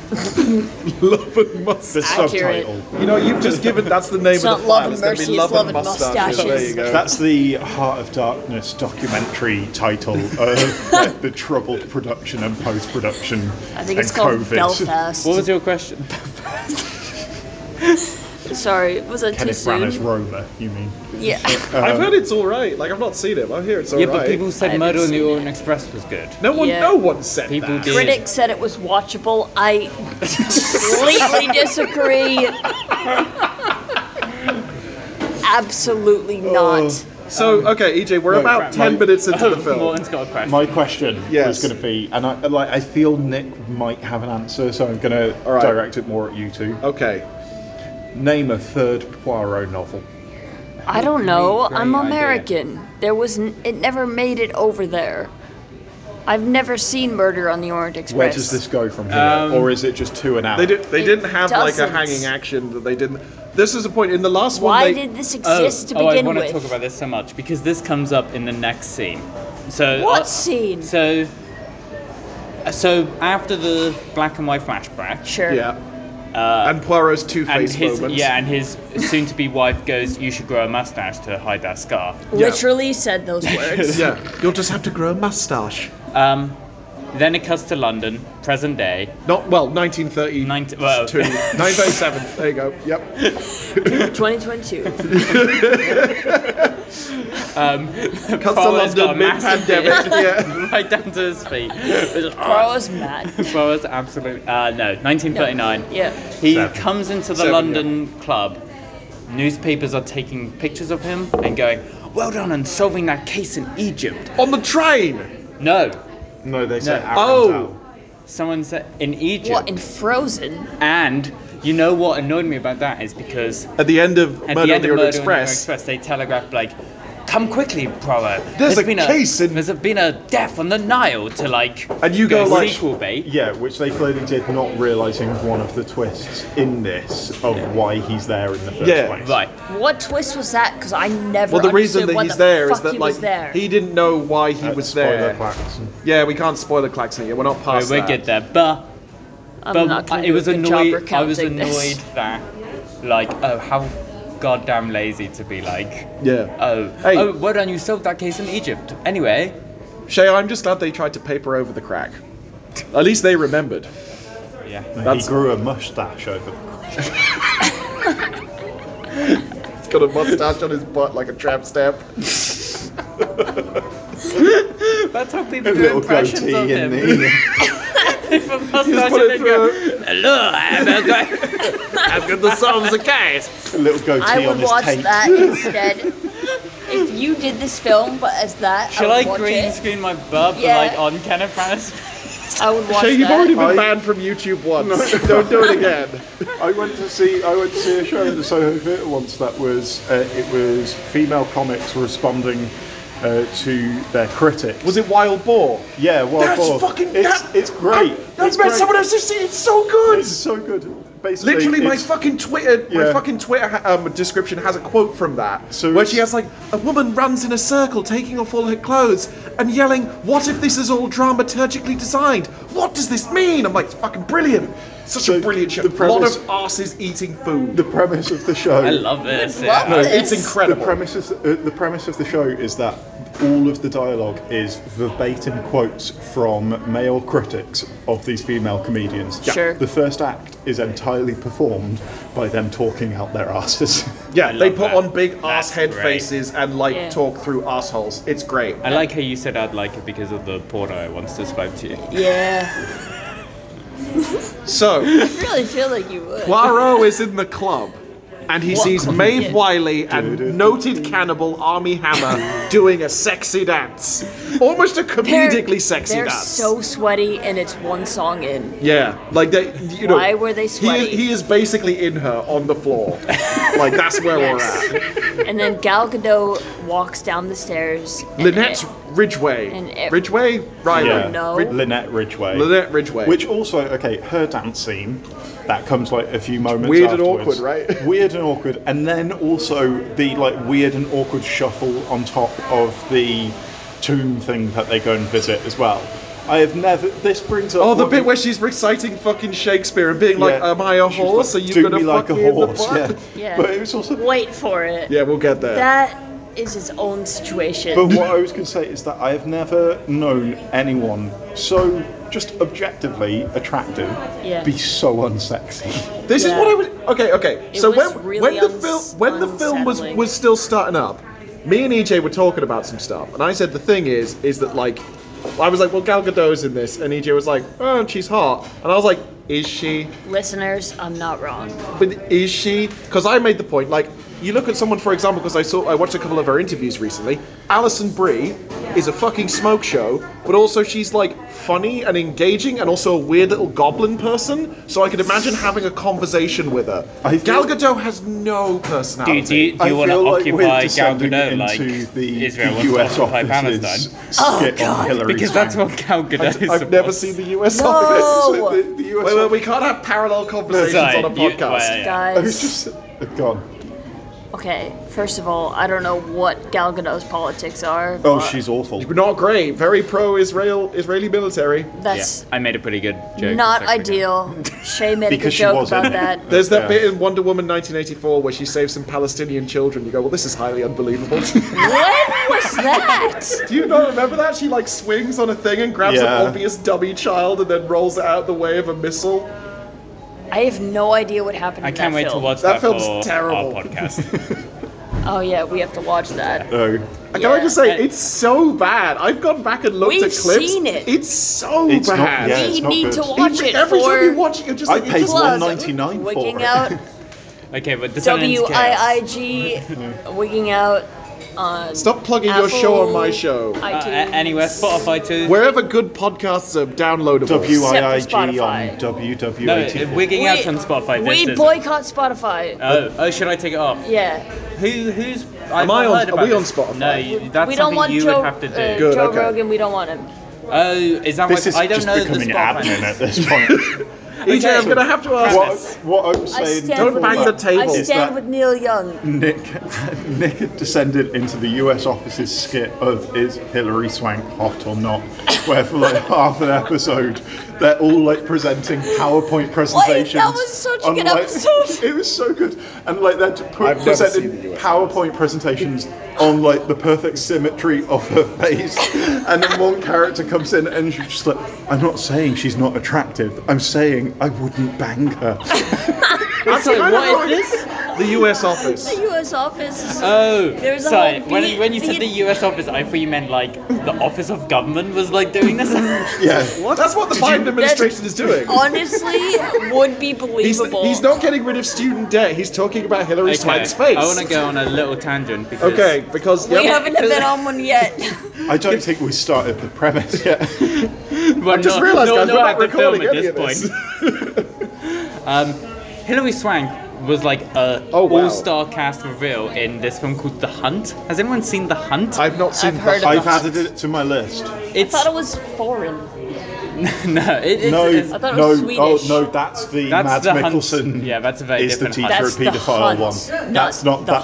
S2: love and
S3: The
S2: mustache.
S5: Accurate.
S3: subtitle.
S2: You know, you've just given that's the name
S5: It's
S2: of
S5: not
S2: the
S5: love
S2: file.
S5: and
S2: It's going to
S5: mercy,
S2: be
S5: it's
S2: love,
S5: love
S2: and
S5: and
S2: mustaches. There
S5: mustaches.
S2: you go.
S3: That's the Heart of Darkness documentary title
S5: <laughs>
S3: of like, the troubled production and post production.
S5: I think it's called Belfast.
S4: What was your question?
S2: <laughs>
S5: Sorry, was that
S3: <laughs>
S5: too
S3: Kenneth Branagh's
S5: soon?
S3: Roma, you mean? Um,
S5: Yeah.
S2: I've heard it's all right. Like I've not seen it. but I hear it's all
S4: yeah,
S2: right.
S4: but people
S5: I
S4: said
S5: haven't
S4: Murder on the
S5: seen it.
S4: Orient Express was good.
S2: No one,
S5: Yeah.
S2: no one said
S4: People
S2: that.
S4: did.
S5: Critics said it was watchable. I completely disagree. Absolutely not.
S2: So okay, EJ, we're
S3: No,
S2: about
S3: crap,
S2: ten
S3: my-
S2: minutes into
S4: Oh,
S2: the film.
S4: Morton's got a question.
S3: My question
S2: Yes.
S3: was going to be, and I like I feel Nick might have an answer, so I'm going to
S2: All right. Oh.
S3: direct it more at you two.
S2: Okay.
S3: Name a third Poirot novel.
S5: I don't know.
S4: Great
S5: I'm
S4: idea.
S5: American. There was n- it never made it over there. I've never seen Murder on the Orient Express.
S3: Where does this go from here,
S4: Um,
S3: or is it just two an hour?
S2: They did. They
S5: It
S2: didn't have like a
S5: doesn't.
S2: hanging action that they didn't. This is a point in the last one.
S5: Why
S2: they,
S5: did this
S4: oh,
S5: exist
S4: oh,
S5: to begin
S4: I want
S5: with?
S4: to talk about this so much because this comes up in the next scene. So
S5: What
S4: uh,
S5: scene?
S4: So, uh, so after the black and white flashback,
S5: sure.
S2: Yeah. and Poirot's two
S4: Uh, and
S2: face
S4: his
S2: moment. <laughs>
S4: yeah, and his soon-to-be wife goes, "You should grow a mustache to hide that scar."
S2: <laughs>
S5: Literally said those words.
S2: Yeah. You'll just have to grow a mustache.
S4: Um, Then it cuts to London, present day. <laughs>
S2: Not well, 1932.
S4: Nineteen-
S2: <laughs>
S4: well.
S2: 937. There you go. Yep.
S4: <laughs>
S5: 2022.
S4: Um,
S2: Cuts
S4: Poirot's
S2: to
S4: got a
S2: London
S4: massive <laughs>
S2: mid-pandemic. Yeah.
S4: beard right down to his
S5: <laughs>
S4: feet. oh, <laughs>
S5: Poirot's mad.
S4: Poirot's absolutely. Uh, no, 1939.
S5: Yeah.
S4: He
S3: Seven.
S4: comes into the
S2: Seven,
S4: London club. Newspapers are taking pictures of him and going, "Well done on solving that case in Egypt."
S2: On the train.
S4: No,
S3: No, they said
S4: No.
S3: Arendt
S2: Oh.
S4: someone said in Egypt.
S5: What in Frozen?
S4: and you know what annoyed me about that is because
S2: At the end of Murder
S4: at the
S2: on
S4: end
S2: the Orient
S4: of Murder on the Orient
S2: Express.
S4: Express, they telegraphed like, "Come quickly, Poirot.
S2: There's a case in-
S4: There's been a death on the Nile to like."
S2: And you go
S4: get a
S2: like-
S4: sequel bait.
S3: Yeah, which they clearly did not realizing one of the twists in this of why he's there in the first
S2: Yeah.
S3: place.
S4: Right.
S5: What twist was that? Because I never.
S2: Well, the reason
S5: understood
S2: that
S5: why
S2: he's
S5: the
S2: there is
S5: fuck
S2: that
S5: he
S2: like
S5: was there.
S2: he didn't know why he
S3: Uh,
S2: was
S3: spoiler
S2: there.
S3: clacks.
S2: Yeah, we can't spoil the klaxon yet. We're not
S4: We
S2: past
S4: will
S2: that.
S4: get there, but
S5: I'm
S4: but
S5: not gonna
S4: I- it
S5: do
S4: was
S5: a good job
S4: annoyed. I was
S5: recounting
S4: annoyed
S5: this. <laughs>
S4: that like, oh, how goddamn lazy to be like.
S2: Yeah.
S4: Oh,
S2: Hey.
S4: oh, well done, you solved that case in Egypt. Anyway,
S2: Shay, I'm just glad they tried to paper over the crack. At least they remembered.
S4: yeah.
S2: That's-
S3: He grew a mustache over the
S2: He's got a mustache on his butt like a tramp <laughs> stamp.
S4: <laughs> That's how people
S3: a
S4: do
S3: little
S4: impressions
S3: goatee in
S4: of him. <laughs>
S3: the
S4: If a mustache
S2: put
S4: and
S2: it
S4: then go, hello, I'm
S3: <laughs>
S4: a guy.
S2: I've got the solves the case.
S3: <laughs> a little goatee
S5: I
S3: on
S5: would
S3: his
S5: watch
S3: tape.
S4: <laughs>
S5: that instead. if you did this film, but as that,
S4: Shall
S5: I
S4: I
S5: would watch
S4: green
S5: it.
S4: screen my bub
S5: Yeah.
S4: like on Kenneth Branagh's
S3: <laughs>
S5: I would watch
S2: Shay,
S5: that.
S2: you've already been
S3: I-
S2: banned from YouTube once. <laughs> Don't do it again.
S3: <laughs> I went to see I went to see a show at the Soho Theatre once that was uh, it was female comics responding uh, to their critics.
S2: Was it Wild Boar?
S3: Yeah, well,
S2: That's
S3: well,
S2: fucking-
S3: It's,
S2: that-
S3: it's great.
S2: That's
S3: it's
S2: meant
S3: great.
S2: someone else to see. It's so good.
S3: It's so good. Basically,
S2: Literally, my
S3: it's-
S2: fucking Twitter, my
S3: Yeah.
S2: fucking Twitter ha- um, description has a quote from that,
S3: So
S2: where
S3: it's-
S2: she has like a woman runs in a circle, taking off all her clothes and yelling, "What if this is all dramaturgically designed? What does this mean?" I'm like, it's fucking brilliant. Such a
S3: So
S2: brilliant show.
S3: the
S2: a lot
S3: premise-
S2: of asses eating food.
S3: the premise of the show.
S4: I love this.
S5: Good luck.
S2: No,
S4: Yeah.
S2: it's
S5: Yes.
S2: incredible.
S3: The premise, is, uh, the premise of the show is that all of the dialogue is verbatim quotes from male critics of these female comedians.
S5: Yeah. Sure.
S3: The first act is entirely performed by them talking out their asses.
S2: yeah, they
S4: love
S2: put
S4: that.
S2: on big
S4: That's
S2: ass head
S4: great.
S2: faces and like
S5: Yeah.
S2: talk through assholes. It's great.
S4: I like how you said I'd like it because of the porno I once described to you.
S5: Yeah,
S2: So.
S5: I really feel like you would.
S2: Poirot is in the club, and he sees Maeve
S5: Yeah.
S2: Wiley and noted cannibal Army
S5: <laughs>
S2: Hammer doing a sexy dance, almost a
S5: They're-
S2: comedically sexy
S5: They're
S2: dance.
S5: so sweaty, and it's one song in.
S2: yeah, like they, you know.
S5: Why were they
S2: He,
S5: sweaty?
S2: he is basically in her on the
S5: <laughs>
S2: floor, like that's where
S5: Yes.
S2: we're at.
S5: And then Gal Gadot walks down the stairs. and
S2: Lynette
S5: it-
S2: Ridgway,
S5: and it-
S2: Ridgway, Riley,
S5: Yeah. know.
S2: Rid-
S3: Lynette Ridgway.
S2: Lynette Ridgway.
S3: Which also, okay, her dance scene that comes like a few moments.
S2: Weird and
S3: afterwards.
S2: awkward, right? <laughs>
S3: Weird and awkward, and then also the like weird and awkward shuffle on top of the tomb thing that they go and visit as well. I have never. This brings up.
S2: Oh, the
S3: one-
S2: bit where she's reciting fucking Shakespeare and being like,
S3: Yeah.
S2: "Am I a
S3: She was
S2: horse?
S3: like,
S2: Are
S3: "Do
S2: you gonna
S3: me
S2: fuck
S3: like a
S2: me in the
S3: horse?"
S2: butt?"
S3: Yeah.
S5: Yeah.
S3: But it was also.
S5: Wait for it.
S2: Yeah, we'll get there.
S5: That is its own situation.
S3: But what I was going to say is that I have never known anyone so just objectively attractive
S5: Yeah.
S3: be so unsexy. <laughs>
S2: This
S5: Yeah.
S2: is what I would. Okay, okay.
S5: It
S2: so
S5: was
S2: when
S5: really
S2: when the
S5: uns-
S2: film when the film was
S5: unsettling.
S2: was still starting up, me and EJ were talking about some stuff, and I said the thing is is that like, I was like, well, Gal Gadot's in this, and EJ was like, oh, she's hot, and I was like, is she?
S5: Listeners, I'm not wrong.
S2: But is she? Because I made the point like. You look at someone, for example, because I saw I watched a couple of her interviews recently. Alison Brie is a fucking smoke show, but also she's like funny and engaging, and also a weird little goblin person. So I could imagine having a conversation with her.
S3: I
S2: Gal
S3: feel-
S2: Gadot has no
S4: Do,
S2: personality.
S4: do, you- do
S3: I
S4: you want to
S3: feel like we're
S4: occupy Gal
S3: descending
S4: Gadot like
S3: into the,
S4: Israel
S3: the
S4: wants to
S3: US
S4: occupy
S3: offices
S4: Palestine?
S5: Oh,
S3: skit on Hillary
S4: Because that's
S3: Swank.
S4: what Gal Gadot is.
S2: I've
S4: supposed-
S2: never seen the US
S5: No!
S2: office.
S5: Oh!
S3: The- the US
S2: Wait, wait, we can't have parallel conversations on
S4: Sorry,
S2: a
S4: you- well,
S2: podcast.
S4: yeah.
S3: I was
S5: Guys,
S3: just gone.
S5: Okay, first of all, I don't know what Gal Gadot's politics are.
S3: Oh,
S5: but
S3: she's awful.
S2: Not great. Very pro-Israel Israeli military.
S5: That's
S4: I made a pretty good joke. a
S5: not
S4: second ago.
S5: ideal. Shay made a good
S3: Because she
S5: joke
S3: was in
S5: about
S3: it.
S5: that.
S2: There's that
S3: Yeah.
S2: bit in Wonder Woman 1984 where she saves some Palestinian children. You go, well, this is highly unbelievable. <laughs> Do
S5: What was that?
S2: you not remember that? She like swings on a thing and grabs
S3: Yeah.
S2: an obvious dummy child and then rolls it out the way of a missile.
S5: I have no idea what happened.
S4: I
S5: in
S4: can't
S5: that
S4: wait
S5: film.
S4: to watch
S2: That
S4: that,
S2: film's
S4: for
S2: terrible. <laughs>
S4: our podcast.
S5: Oh yeah, we have to watch that.
S3: Oh.
S2: Can I
S5: Yeah.
S2: just say
S4: And-
S2: it's so bad? I've gone back and looked
S5: We've
S2: at clips.
S5: seen it.
S2: It's so
S3: It's not-
S2: bad.
S3: yeah.
S5: we
S3: it's not
S5: need
S3: good.
S5: to
S2: You-
S5: watch it
S2: every
S5: for
S2: time you watch it, you're just
S3: I
S2: like, it
S3: paid
S2: just-
S5: Plus,
S3: $1.99 for
S5: wigging
S3: it.
S5: out
S4: okay, but the
S5: W
S4: Sundance
S5: I I
S4: Chaos.
S5: G, wigging out on
S2: stop plugging your show on my
S5: Apple,
S2: show.
S4: Uh,
S5: iTunes.
S4: a- anywhere, Spotify too.
S2: Wherever good podcasts are downloadable.
S3: WIIG on
S5: Spotify.
S4: no,
S3: WW84.
S4: uh, wigging
S5: We-
S4: out on Spotify. This
S5: We
S4: isn't.
S5: boycott Spotify.
S4: Oh, oh, should I take it off?
S5: yeah,
S4: Who, who's?
S2: Am
S4: I've
S2: I
S4: not
S2: on-
S4: heard
S2: are
S4: about
S2: we on
S4: this.
S2: Spotify?
S4: No, you- that's
S5: we don't
S4: something
S5: want
S4: you
S5: Joe,
S4: would have to
S5: uh,
S4: do.
S2: Good,
S5: Joe
S2: okay.
S5: Rogan. We don't want him.
S4: oh, is that
S3: This
S4: what?
S3: is
S4: I don't
S3: just
S4: know the
S3: becoming
S4: Spotify.
S3: admin at this
S4: <laughs>
S3: point.
S2: EJ, I'm
S4: Okay.
S2: gonna have to ask.
S3: what,
S4: Yes.
S3: what I'm
S5: I
S3: saying.
S5: stand
S2: Don't
S5: with
S2: bang
S5: Neil-
S2: the table. Mm.
S5: I
S3: Is that-
S5: stand with Neil Young.
S3: Nick, <laughs> Nick had descended into the U.S. office's skit of "Is Hillary Swank hot or not?" where for like <laughs> half an episode, they're all like presenting PowerPoint presentations.
S5: was such a
S3: on,
S5: good
S3: like-
S5: episode.
S3: <laughs> It was so good, and like they're pre-
S2: I've never seen the
S3: presenting
S2: US
S3: PowerPoint presentations on like the perfect symmetry of her <laughs> face, and then one character comes in and she's just like, "I'm not saying she's not attractive. I'm saying I wouldn't bang her." <laughs>
S4: It's like, what is this?
S2: The U.S. office.
S5: The U.S. office is
S2: Uh,
S4: Oh,
S5: There's a
S4: sorry.
S5: whole
S4: when,
S5: beat-
S4: you- when you said the
S5: beat-
S4: U.S. office, I thought you meant like the office of government was like doing this.
S3: Yeah.
S2: What? That's what the Biden administration is doing. <laughs>
S5: honestly would be
S2: He's,
S5: believable.
S2: he's not getting rid of student debt. He's talking about Hillary
S4: <laughs>
S2: Swank's face.
S4: I want to go on a little tangent because
S2: Okay, because
S5: We
S2: yep,
S5: haven't been on
S2: <laughs>
S5: one yet.
S3: I don't think we started the premise yet. <laughs>
S4: <laughs> Well,
S2: I just
S4: not-
S2: realised,
S4: no,
S2: guys, we're
S4: not
S2: not
S4: at the film
S2: recording
S4: at
S2: any of
S4: this
S2: this. <laughs>
S4: Um, Hilary Swank was like a
S2: Oh, wow.
S4: all-star cast reveal in this film called The Hunt. Has anyone seen The Hunt?
S2: I've not seen.
S5: I've heard
S2: that.
S3: I've
S5: of-
S3: added it to my list.
S5: I
S4: it's
S5: thought it was foreign.
S4: <laughs> no, it, it's,
S3: No,
S4: it's-
S5: I thought it
S3: no,
S5: was
S3: oh
S5: Swedish.
S3: no, that's the
S4: That's
S3: Mads
S4: the Hunt.
S3: Mikkelsen.
S4: Yeah, that's a very
S3: is the
S4: different
S3: teacher
S4: Hunt.
S5: That's
S3: of
S5: the
S3: paedophile
S5: hunt.
S3: one.
S5: Not
S3: That's not
S5: the
S3: that.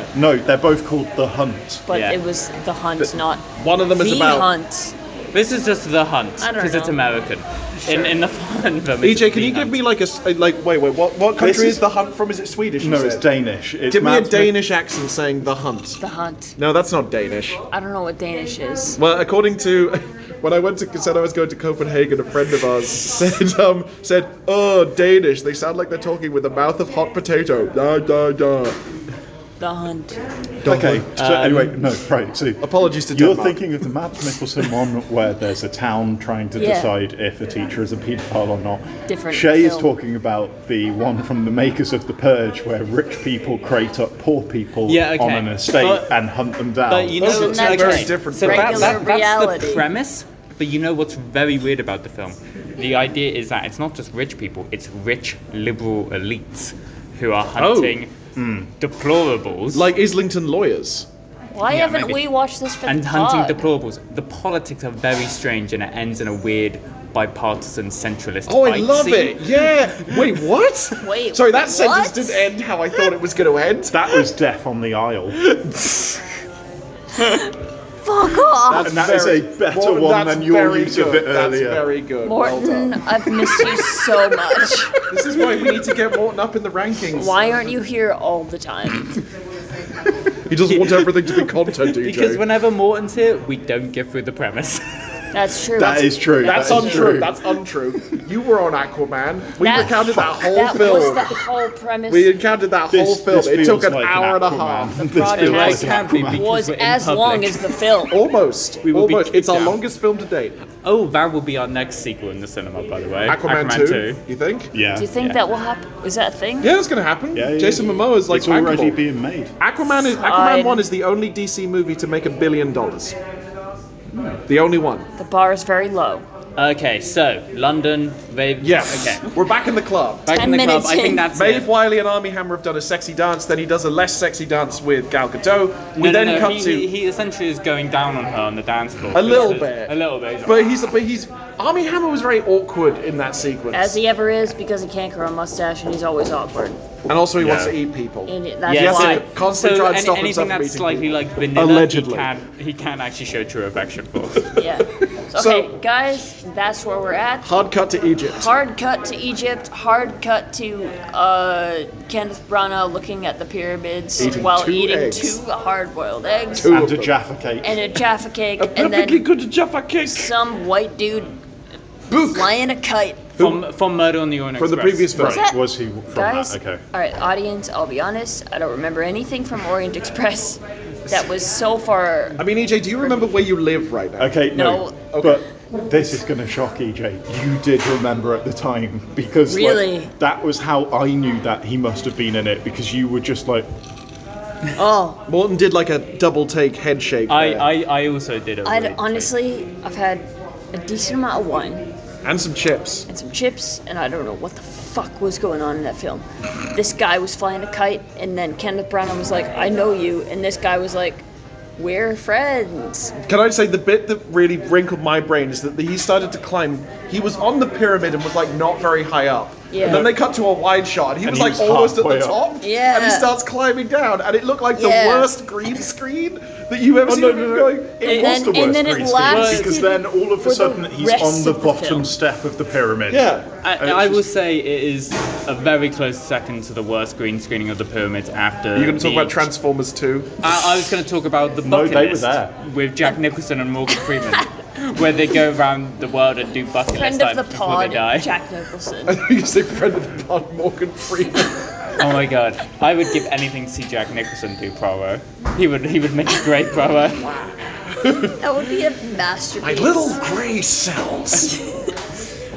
S5: hunt,
S3: No, they're both called the Hunt.
S5: but
S4: Yeah.
S5: it was the hunt, not
S2: One of them is
S5: the
S2: about.
S5: hunt.
S4: this is just The Hunt
S5: I don't
S4: because it's
S5: know.
S4: American. In in the Hunt film, it's
S2: EJ, E can you
S4: The
S2: give
S4: Hunt.
S2: me like a s- uh, like? Wait, wait. What what country is
S3: is-
S2: the hunt from? Is it Swedish? you
S3: No, it's
S2: said?
S3: Danish. It's
S2: Give me a
S3: Mads Mik-
S2: Danish accent saying the hunt.
S5: The hunt.
S2: No, that's not Danish.
S5: I don't know what Danish is.
S2: Well, according to <laughs> when I went to said I was going to Copenhagen, a friend of ours <laughs> said um said oh Danish. They sound like they're talking with the mouth of hot potato. Da da da.
S5: The hunt.
S2: Da.
S3: Okay. So anyway,
S4: Um,
S3: no, right. So
S2: Apologies to
S3: you're
S2: Denmark.
S3: thinking of the Mads Mikkelsen one where there's a town trying to
S5: Yeah.
S3: decide if a teacher is a paedophile or not.
S5: Different
S3: Shay is
S5: film.
S3: talking about the one from the makers of The Purge, where rich people crate up poor people
S4: Yeah, okay.
S3: on an estate
S4: But-
S3: and hunt them down.
S4: But you know,
S2: Those are two
S4: okay,
S2: Oh, very different
S4: So that,
S5: films.
S4: that, that's
S5: Reality.
S4: the premise. But you know what's very weird about the film? The idea is that it's not just rich people; it's rich liberal elites who
S2: Oh.
S4: are hunting hmm, deplorables,
S2: Like Islington lawyers.
S5: Why haven't
S4: maybe.
S5: we watched this for
S4: and
S5: the
S4: hunting
S5: pod?
S4: deplorables. The politics are very strange, and it ends in a weird bipartisan centralist.
S2: Oh, I
S4: fight
S2: love
S4: scene.
S2: it. Yeah. Wait, what?
S5: <laughs> Wait,
S2: Sorry, that
S5: what?
S2: sentence didn't end how I thought it was going to end.
S3: that was Death on the Isle.
S5: Fuck off,
S3: And that is
S2: Very-
S3: a better
S2: Morton,
S3: one
S2: that's
S3: than your
S2: very
S3: use of
S2: good.
S3: it
S2: That's
S3: earlier.
S2: very good. Well
S5: Morton.
S2: done.
S5: I've missed you so much.
S2: this is why we need to get Morton up in the rankings.
S5: Why aren't you here all the time?
S2: He doesn't want everything to be content, DJ.
S4: Because whenever Morton's here, we don't get through the premise. <laughs>
S5: That's true.
S3: That is true.
S2: That's
S3: that is
S2: untrue. That's untrue. You were on Aquaman. We
S5: That-
S2: recounted that whole
S5: That was
S2: film.
S5: the whole premise.
S2: We encountered that
S3: This-
S2: whole film.
S3: this
S2: It
S3: feels
S2: took an
S3: like
S2: hour and a
S3: Aquaman.
S2: half.
S3: This
S5: project
S3: feels like
S5: It
S4: can't
S3: Aquaman.
S4: be
S5: was
S4: we're in
S5: as
S4: public.
S5: long as the
S2: <laughs>
S5: film.
S2: Almost.
S4: will be
S2: Almost. It's our
S4: kicked out.
S2: longest film to date.
S4: oh, that will be our next sequel in the cinema, by the way.
S2: Aquaman, 2, You think?
S3: Yeah.
S5: Do you think
S4: Yeah.
S5: that will happen? Is that a thing?
S2: Yeah, it's gonna happen.
S3: Yeah, yeah,
S2: Jason
S3: yeah.
S2: Momoa is like
S3: It's already
S2: bankable.
S3: being made.
S2: Aquaman is Aquaman
S5: Fine.
S2: One is the only DC movie to make a billion dollars. The only one.
S5: The bar is very low.
S4: Okay, so London, they
S2: Yes.
S4: Okay.
S2: We're back in the club.
S4: Back
S5: Ten
S4: in the club.
S5: minutes
S4: I
S5: in.
S4: think that's
S2: Maeve
S4: it.
S2: Wiley and Army Hammer have done a sexy dance. Then he does a less sexy dance with Gal Gadot. We
S4: no,
S2: then
S4: no, no.
S2: come
S4: he,
S2: to
S4: he- he essentially is going down on her on the dance floor.
S2: a little
S4: This is-
S2: bit.
S4: A little bit. he's
S2: But he's but he's Army Hammer was very awkward in that sequence.
S5: As he ever is, because he can't grow a mustache and he's always awkward.
S2: and also he wants
S3: Yeah.
S2: to eat people.
S5: And it- that's
S4: Yeah,
S2: Yes,
S5: why.
S2: it- constantly try and
S4: any-
S2: stop
S4: anything
S2: himself from
S4: that's
S2: eating
S4: slightly
S2: people.
S4: like vanilla,
S2: Allegedly.
S4: he can he can actually show true affection for.
S5: Yeah. So,
S2: So-
S5: okay, guys, that's where we're at.
S2: Hard cut to Egypt.
S5: Hard cut to Egypt. Hard cut to uh, Kenneth Branagh looking at the pyramids
S2: Eating
S5: while
S2: two
S5: eating
S2: eggs.
S5: two hard-boiled eggs
S2: Two
S3: and
S2: of
S3: a
S2: them.
S3: Jaffa cake.
S5: and a Jaffa cake,
S2: a
S5: and
S2: perfectly
S5: then
S2: good Jaffa cake.
S5: some white dude
S2: Book.
S5: flying a kite.
S4: from from Murder on the Orient
S2: From the
S4: Express.
S2: previous film.
S3: right, was he from
S5: Guys,
S3: that? Okay.
S5: all right, audience. I'll be honest. I don't remember anything from Orient Express. That was so far.
S2: I mean, EJ, do you remember where you live right now?
S3: Okay, no.
S5: No.
S2: Okay.
S3: But this is going to shock EJ. You did remember at the time because like,
S5: Really?
S3: that was how I knew that he must have been in it because you were just like,
S5: Oh,
S2: Morton did like a double take head shake.
S4: I,
S2: there.
S4: I, I also did a
S5: I
S4: really-
S5: honestly, I've had a decent amount of wine
S2: and some chips.
S5: and some chips, and I don't know what the fuck was going on in that film. This guy was flying a kite, and then Kenneth Branagh was like, "I know you," and this guy was like, "We're friends."
S2: Can I say the bit that really wrinkled my brain is that he started to climb. He was on the pyramid and was like not very high up.
S5: Yeah.
S2: And then they cut to a wide shot. He was
S3: he
S2: like
S3: was
S2: almost at the
S3: halfway up.
S2: top.
S5: Yeah.
S2: And he starts climbing down, and it looked like
S5: Yeah.
S2: the worst green screen that you've ever
S3: Oh,
S2: seen.
S3: no,
S2: I'm
S3: no,
S2: just
S3: no.
S2: going,
S3: it
S5: And
S3: was
S5: then-
S3: the worst
S5: and then it
S3: green screen because
S5: lasted
S3: then all of
S5: for
S3: a
S5: the
S3: sudden he's
S5: rest
S3: on the
S5: of the
S3: bottom
S5: film.
S3: step of the pyramid.
S2: Yeah.
S4: I,
S3: And it's
S4: I will
S3: just-
S4: say it is a very close second to the worst green screening of the pyramids after.
S2: You're going to talk
S4: the-
S2: about Transformers <laughs> 2?
S4: I, I was going to talk about the
S3: No,
S4: bucket
S3: they were
S4: list
S3: there.
S4: with Jack Nicholson and Morgan
S5: <laughs>
S4: Freeman, where they go around the world and do bucket list
S5: Friend of
S4: times
S5: the
S4: before they
S5: pod,
S4: die.
S5: Jack Nicholson.
S2: you say friend of the pod, Morgan Freeman.
S4: Oh my god, I would give anything to see Jack Nicholson do Proro. He would he would make a great Proro.
S5: That would be a masterpiece.
S2: My little grey cells.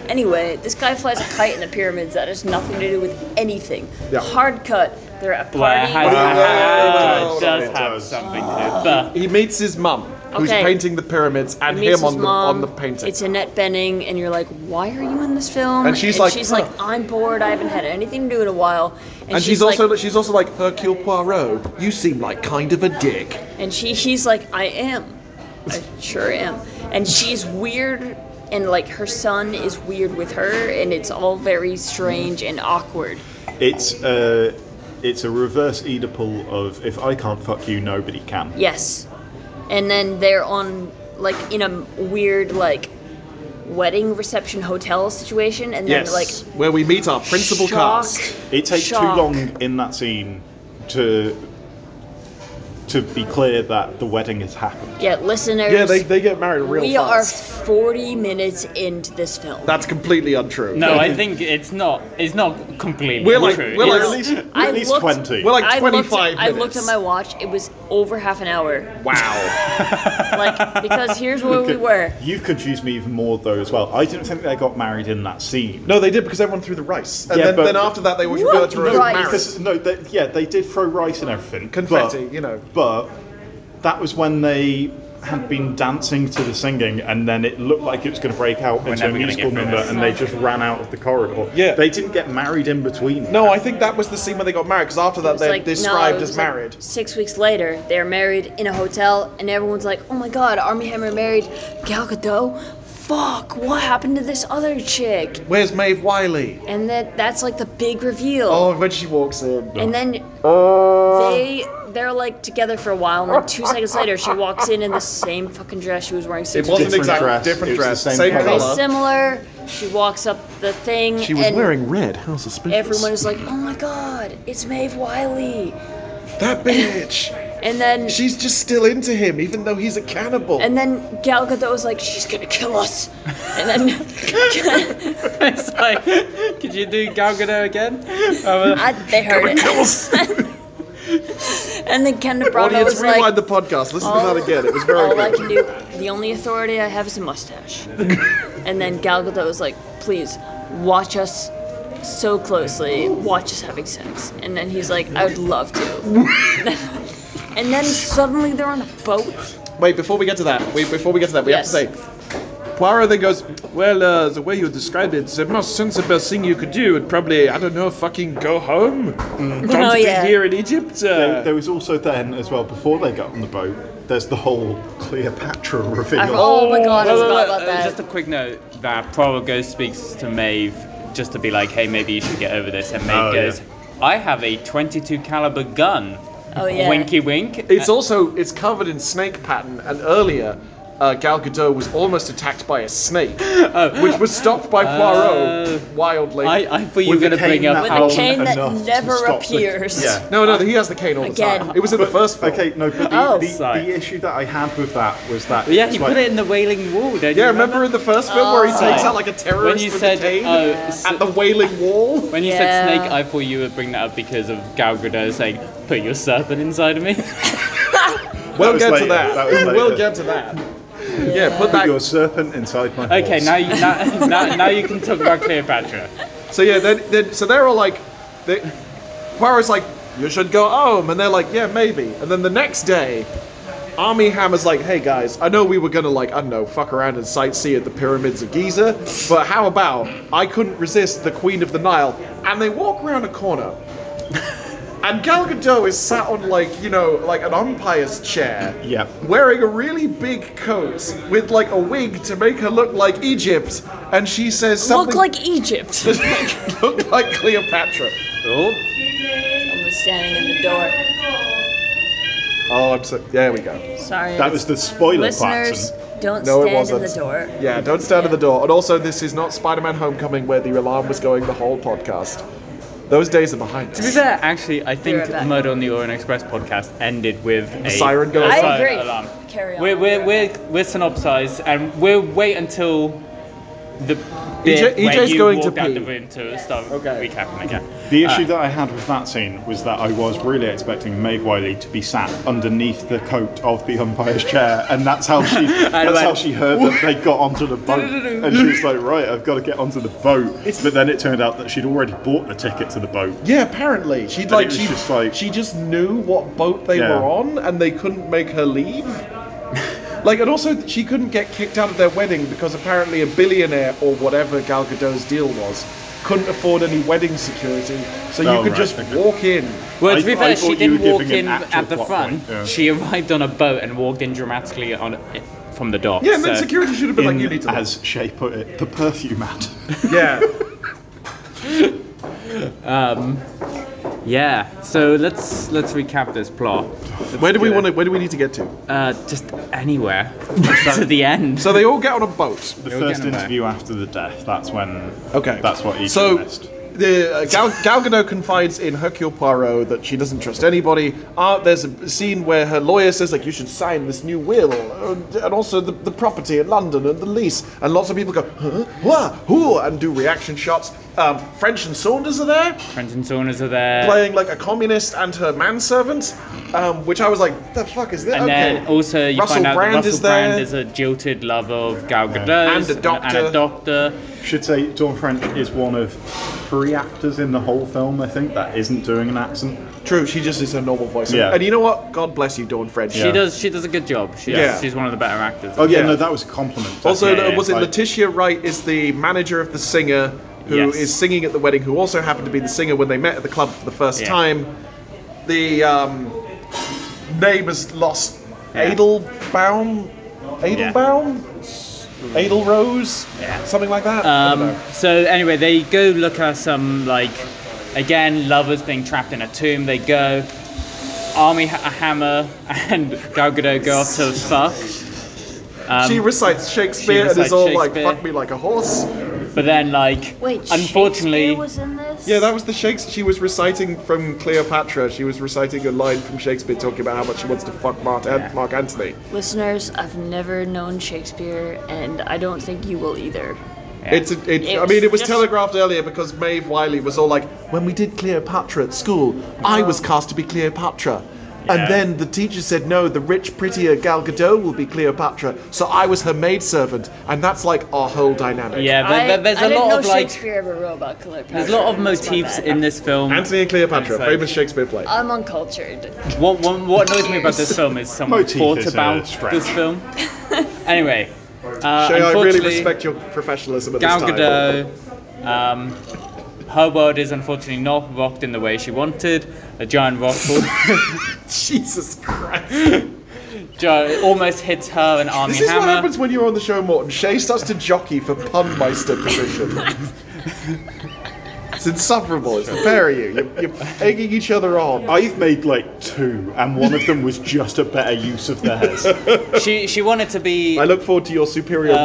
S5: Anyway, this guy flies a kite in the pyramids. That has nothing to do with anything.
S2: Yeah.
S5: Hard cut. They're at a
S4: Well, it
S5: party.
S2: Wow.
S4: has, it
S2: Wow.
S4: does
S2: It
S4: have
S3: does.
S4: something to do, but
S2: he meets his mum, who's
S5: Okay.
S2: painting the pyramids, and
S5: meets
S2: him on
S5: his
S2: the,
S5: mom,
S2: on the painting.
S5: It's Annette Benning, and you're like, why are you in this film?
S2: And she's like,
S5: she's
S2: huh.
S5: like, I'm bored. I haven't had anything to do in a while. And,
S2: and she's,
S5: like-
S2: also she's also like Hercule Poirot. You seem like kind of a dick.
S5: and she he's like, I am, I sure am. And she's weird, and like her son is weird with her, and it's all very strange and awkward.
S3: It's a, it's a reverse Oedipal of if I can't fuck you, nobody can.
S5: Yes. And then they're on like in a weird like wedding reception hotel situation and then
S2: Yes,
S5: like
S2: where we meet our principal
S5: shock,
S2: cast.
S3: It takes
S5: shock.
S3: too long in that scene to to be clear that the wedding has happened.
S5: Yeah, listeners.
S2: Yeah, they, they get married real
S5: we
S2: fast.
S5: are 40 minutes into this film.
S2: That's completely untrue.
S4: no, I think it's not it's not completely
S2: We're like-
S4: true.
S2: we're like-
S3: At
S4: It's-
S3: least,
S5: I
S3: at least
S5: looked-
S3: 20.
S2: We're like
S5: I looked,
S2: 25
S5: at, I looked at
S2: minutes.
S5: my watch. It was over half an hour.
S2: Wow.
S5: <laughs> Like because here's where we
S3: Okay.
S5: were.
S3: You've confused me even more though as well. I didn't think they got married in that scene.
S2: no, they did because everyone threw the rice. And
S3: Yeah,
S2: then,
S3: but-
S2: then after that, they were
S5: What
S2: referred to her as
S5: rice?
S2: married.
S3: because no, they, yeah, they did throw rice and everything.
S2: Confetti,
S3: but,
S2: you know.
S3: But that was when they had been dancing to the singing, and then it looked like it was going to break out into
S4: never
S3: a
S4: gonna
S3: musical
S4: get through
S3: number,
S4: this.
S3: and they just ran out of the corridor.
S2: Yeah.
S3: they didn't get married in between.
S2: No, I think that was the scene where they got married because after that,
S5: It's
S2: they're
S5: like, no,
S2: described
S5: it
S2: as
S5: was like
S2: married.
S5: six weeks later, they're married in a hotel, and everyone's like, "Oh my God, Army Hammer married Gal Gadot? Fuck! What happened to this other chick?"
S2: Where's Maeve Wiley?
S5: And that that's like the big reveal.
S2: Oh, when she walks in.
S5: And then they they're like together for a while, and then two seconds later, she walks in in the same fucking dress she was wearing
S2: It
S5: six weeks.
S2: wasn't
S3: Different
S2: exactly
S3: dress.
S2: different
S3: It was the
S2: dress,
S3: same
S2: same,
S3: colour.
S5: Very
S2: color.
S5: similar. She walks up the thing.
S2: She was
S5: and
S2: wearing red. How suspicious.
S5: Everyone is like, "Oh my God, it's Maeve Wiley!"
S2: that bitch.
S5: And then
S2: She's just still into him, even though he's a cannibal.
S5: And then Gal Gadot was like, "She's gonna kill us," and
S2: <laughs>
S4: <laughs>
S5: then <laughs>
S4: it's like, could you do Gal Gadot again?
S2: <laughs>
S4: Um,
S5: I, they heard it. <laughs> and then Ken Branagh
S2: Audience,
S5: was
S2: rewind
S5: like, "Oh."
S2: the podcast. Listen
S5: all-
S2: to that again. It was
S5: <laughs>
S2: very
S5: "All I
S2: good.
S5: can do, the only authority I have is
S2: <laughs>
S5: a mustache." and then Gal Gadot was like, "Please, watch us." So closely, watch us having sex, and then he's like, "I would love
S2: <laughs>
S5: to," and then suddenly they're on a boat.
S2: Wait, before we get to that, we, before we get to that, we
S5: Yes.
S2: have to say Poirot then goes, Well, uh, the way you described it, the most sensible thing you could do would probably, I don't know, fucking go home. Don't
S5: <laughs> Oh,
S2: be
S5: yeah.
S2: here in Egypt. Uh,
S3: There, there was also then, as well, before they got on the boat, there's the whole Cleopatra reveal.
S5: I oh, my god, I
S4: Well,
S5: forgot
S4: well,
S5: about
S4: uh,
S5: that.
S4: Just a quick note that Prova goes speaks to Maeve just to be like, hey, maybe you should get over this. And Maeve
S3: Oh, yeah.
S4: goes, I have a 22 caliber gun.
S5: Oh, yeah.
S4: Winky wink.
S2: It's also it's covered in snake pattern, and earlier uh, Gal Gadot was almost attacked by a snake, which was stopped by Poirot wildly.
S4: I, I thought you were
S3: With
S4: going
S3: the
S4: to bring
S3: cane
S4: up
S3: that
S5: With a
S4: how.
S3: held
S5: cane that
S3: enough to
S5: never
S3: stop the-
S5: appears.
S3: yeah.
S2: no, no, he has the cane all the
S5: Again.
S2: time. It was in the first. Film.
S3: Okay, no, but the,
S5: Oh.
S3: the, the issue that I had with that was that.
S4: Yeah,
S3: it's
S4: you
S3: like-
S4: put it in the Wailing Wall, don't you?
S2: Yeah, remember in the first film where he takes out like a terrorist
S4: Oh. When you
S2: with
S4: said,
S2: a cane
S4: oh, s-
S2: at the Wailing Wall?
S4: When you
S5: Yeah.
S4: said snake, I thought you would bring that up because of Gal Gadot saying, "Put your serpent inside of me." <laughs>
S2: We'll
S3: was
S2: get to
S3: later,
S2: that.
S3: that was
S2: We'll
S3: later.
S2: get to that. Yeah, put
S3: Put
S2: that.
S3: your serpent inside my.
S4: okay,
S3: horse.
S4: now you now, <laughs> now, now you can talk about
S5: <laughs>
S4: Cleopatra.
S2: So yeah, then, then so they're all like, they, Poirot's like, you should go home, and they're like, yeah, maybe. And then the next day, Army Hammer's like, hey guys, I know we were gonna like, I don't know, fuck around and sightsee at the pyramids of Giza, but how about I couldn't resist the Queen of the Nile, and they walk around a corner. And Gal Gadot is sat on like you know like an umpire's chair,
S3: Yep.
S2: wearing a really big coat with like a wig to make her look like Egypt, and she says something
S5: Look like
S2: <laughs>
S5: Egypt.
S2: look like Cleopatra.
S4: Oh,
S5: Someone's standing in the door.
S2: Oh, I'm so. There we go.
S5: Sorry.
S3: That was the spoiler
S5: Listeners,
S3: pattern.
S5: don't
S2: No, it
S5: stand in
S2: wasn't.
S5: the door.
S2: Yeah, don't stand at the door. And also, this is not Spider-Man: Homecoming, where the alarm was going the whole podcast. Those days are behind
S4: to be
S2: us.
S4: fair, actually, I think
S5: right back.
S4: Murder on the Orient Express podcast ended with a
S2: siren goes
S4: a
S2: off.
S5: I agree.
S4: Alarm.
S5: Carry on.
S4: We're we're we're, we're synopsized, and we'll wait until the
S3: E
S4: bit where
S2: EJ's
S4: you
S2: going to
S4: walk out
S2: pee.
S4: the room to start
S2: Okay.
S4: recapping again.
S3: The
S2: Uh,
S3: issue that I had with that scene was that I was really expecting Maeve Wiley to be sat underneath the coat of the umpire's chair, and that's
S2: <laughs>
S3: how she that's
S4: went,
S3: how she heard that they got onto the boat, and she was like, "Right, I've got to get onto the boat." But then it turned out that she'd already bought the ticket to the boat.
S2: Yeah, apparently she
S3: But it
S2: like
S3: was
S2: she
S3: just like-
S2: she just knew what boat they
S3: Yeah.
S2: were on, and they couldn't make her
S3: <laughs>
S2: leave. Like, and also she couldn't get kicked out of their wedding because apparently a billionaire or whatever Gal Gadot's deal was couldn't afford any wedding security, so you
S3: Oh,
S2: could
S3: right,
S2: just
S3: okay.
S2: walk in.
S4: Well,
S3: I-
S4: to be
S3: I
S4: fair,
S3: thought
S4: she
S3: you
S4: didn't
S3: were
S4: walk
S3: giving
S4: in
S3: an actual
S4: at the
S3: plot
S4: front.
S3: point, yeah.
S4: She arrived on a boat and walked in dramatically on from the dock.
S2: Yeah, and then
S4: so-
S2: security should have been like, you need to.
S3: In,
S2: leave."
S3: as Shay put it, the
S2: <laughs>
S3: perfume ad.
S2: Yeah.
S4: Yeah. So let's let's recap this plot.
S2: Where do we want to? Where do we need to get to?
S4: Uh, just
S2: <laughs>
S4: anywhere to the end.
S2: So they all get on a boat.
S3: The
S4: You'll
S3: first
S4: get 'em back.
S3: interview after the death. That's when.
S2: Okay.
S3: That's what each
S2: So
S3: missed.
S2: the uh, Gal, Gal Gadot confides in Hercule Poirot that she doesn't trust anybody. Uh, there's a scene where her lawyer says like you should sign this new will, and, and also the, the property in London and the lease, and lots of people go huh, wha, who, and do reaction shots. Um, French and Saunders are there.
S4: French and saunas
S3: Eh.
S4: are there.
S2: Playing like a communist and her manservant, um, which I was like, the fuck is this?
S4: And
S2: okay.
S4: then also you
S2: Russell
S4: find out
S2: Brand
S4: that Russell
S2: is there.
S4: Brand is a jilted lover of Gal Gadot
S2: And a doctor.
S4: And a doctor.
S3: Should say Dawn French is one of three actors in the whole film. I think that isn't doing an accent.
S2: True, she just is her normal voice.
S3: Yeah.
S2: And you know what? God bless you, Dawn French.
S4: She
S3: Yeah.
S4: does. She does a good job. She,
S2: Yeah.
S4: She's one of the better actors.
S3: Oh yeah,
S2: Yeah.
S3: no, that was a compliment.
S2: Also, uh,
S3: Yeah, yeah,
S2: was it
S3: like-
S2: Letitia Wright is the manager of the singer who is
S4: Yes.
S2: singing at the wedding, who also happened to be the singer when they met at the club for the first
S4: Yeah.
S2: time. The um, name is lost. Adelbaum? Adelbaum? Adelrose?
S4: Yeah.
S2: Something like that? I don't
S4: Um,
S2: know.
S4: so anyway, they go look at some like again lovers being trapped in a tomb. They go. Army ha- Hammer and Gal Gadot go off to fuck. Um,
S2: she recites Shakespeare and is
S4: recites
S2: all like,
S4: Shakespeare.
S2: fuck me like a horse.
S4: but then like
S5: Wait,
S4: unfortunately
S5: Shakespeare was in this?
S2: Yeah, that was the Shakespeare. She was reciting from Cleopatra. She was reciting a line from Shakespeare talking about how much she wants to fuck Mark, An- Mark Antony.
S5: Listeners, I've never known Shakespeare, and I don't think you will either.
S2: It's a, it,
S5: It
S2: I mean, it was
S5: was just-
S2: telegraphed earlier because Maeve Wiley was all like, "When we did Cleopatra at school, I was cast to be Cleopatra." And
S4: Oh. Yeah.
S2: then the teacher said, "No, the rich, prettier Gal Gadot will be Cleopatra." So I was her maidservant, and that's like our whole dynamic.
S4: yeah, there-
S5: I,
S4: there- there's
S5: I
S4: a
S5: didn't
S4: lot
S5: know
S4: of like
S5: Shakespeare ever wrote about Cleopatra.
S4: there's a lot of
S5: That's my
S4: motifs
S5: bad.
S4: in this film.
S2: Antony and Cleopatra,
S4: It's like- Uh,
S2: famous Shakespeare play.
S5: I'm uncultured.
S4: <laughs> What, what, what annoys me about this film is someone
S3: Motif
S4: thought
S3: is a
S4: about
S3: stretch.
S4: this film. <laughs> Anyway, Uh,
S2: Shay, I really
S4: unfortunately,
S2: respect your professionalism at
S4: Gal
S2: this time.
S4: Gadot. Um, her world is unfortunately not rocked in the way she wanted. Uh, A giant
S2: <laughs>
S4: rock fall-
S2: <laughs> Jesus Christ.
S4: gi- almost hits her and Army
S2: This is what
S4: Hammer.
S2: happens when you're on the show, Morton. Shay starts to jockey for punmeister position. it's insufferable. It's the pair of you. You're, you're egging each other on.
S3: I've made like two, and one of them was just a better use
S2: <laughs>
S3: of theirs.
S4: She she wanted to be.
S2: I look forward to your superior
S4: uh,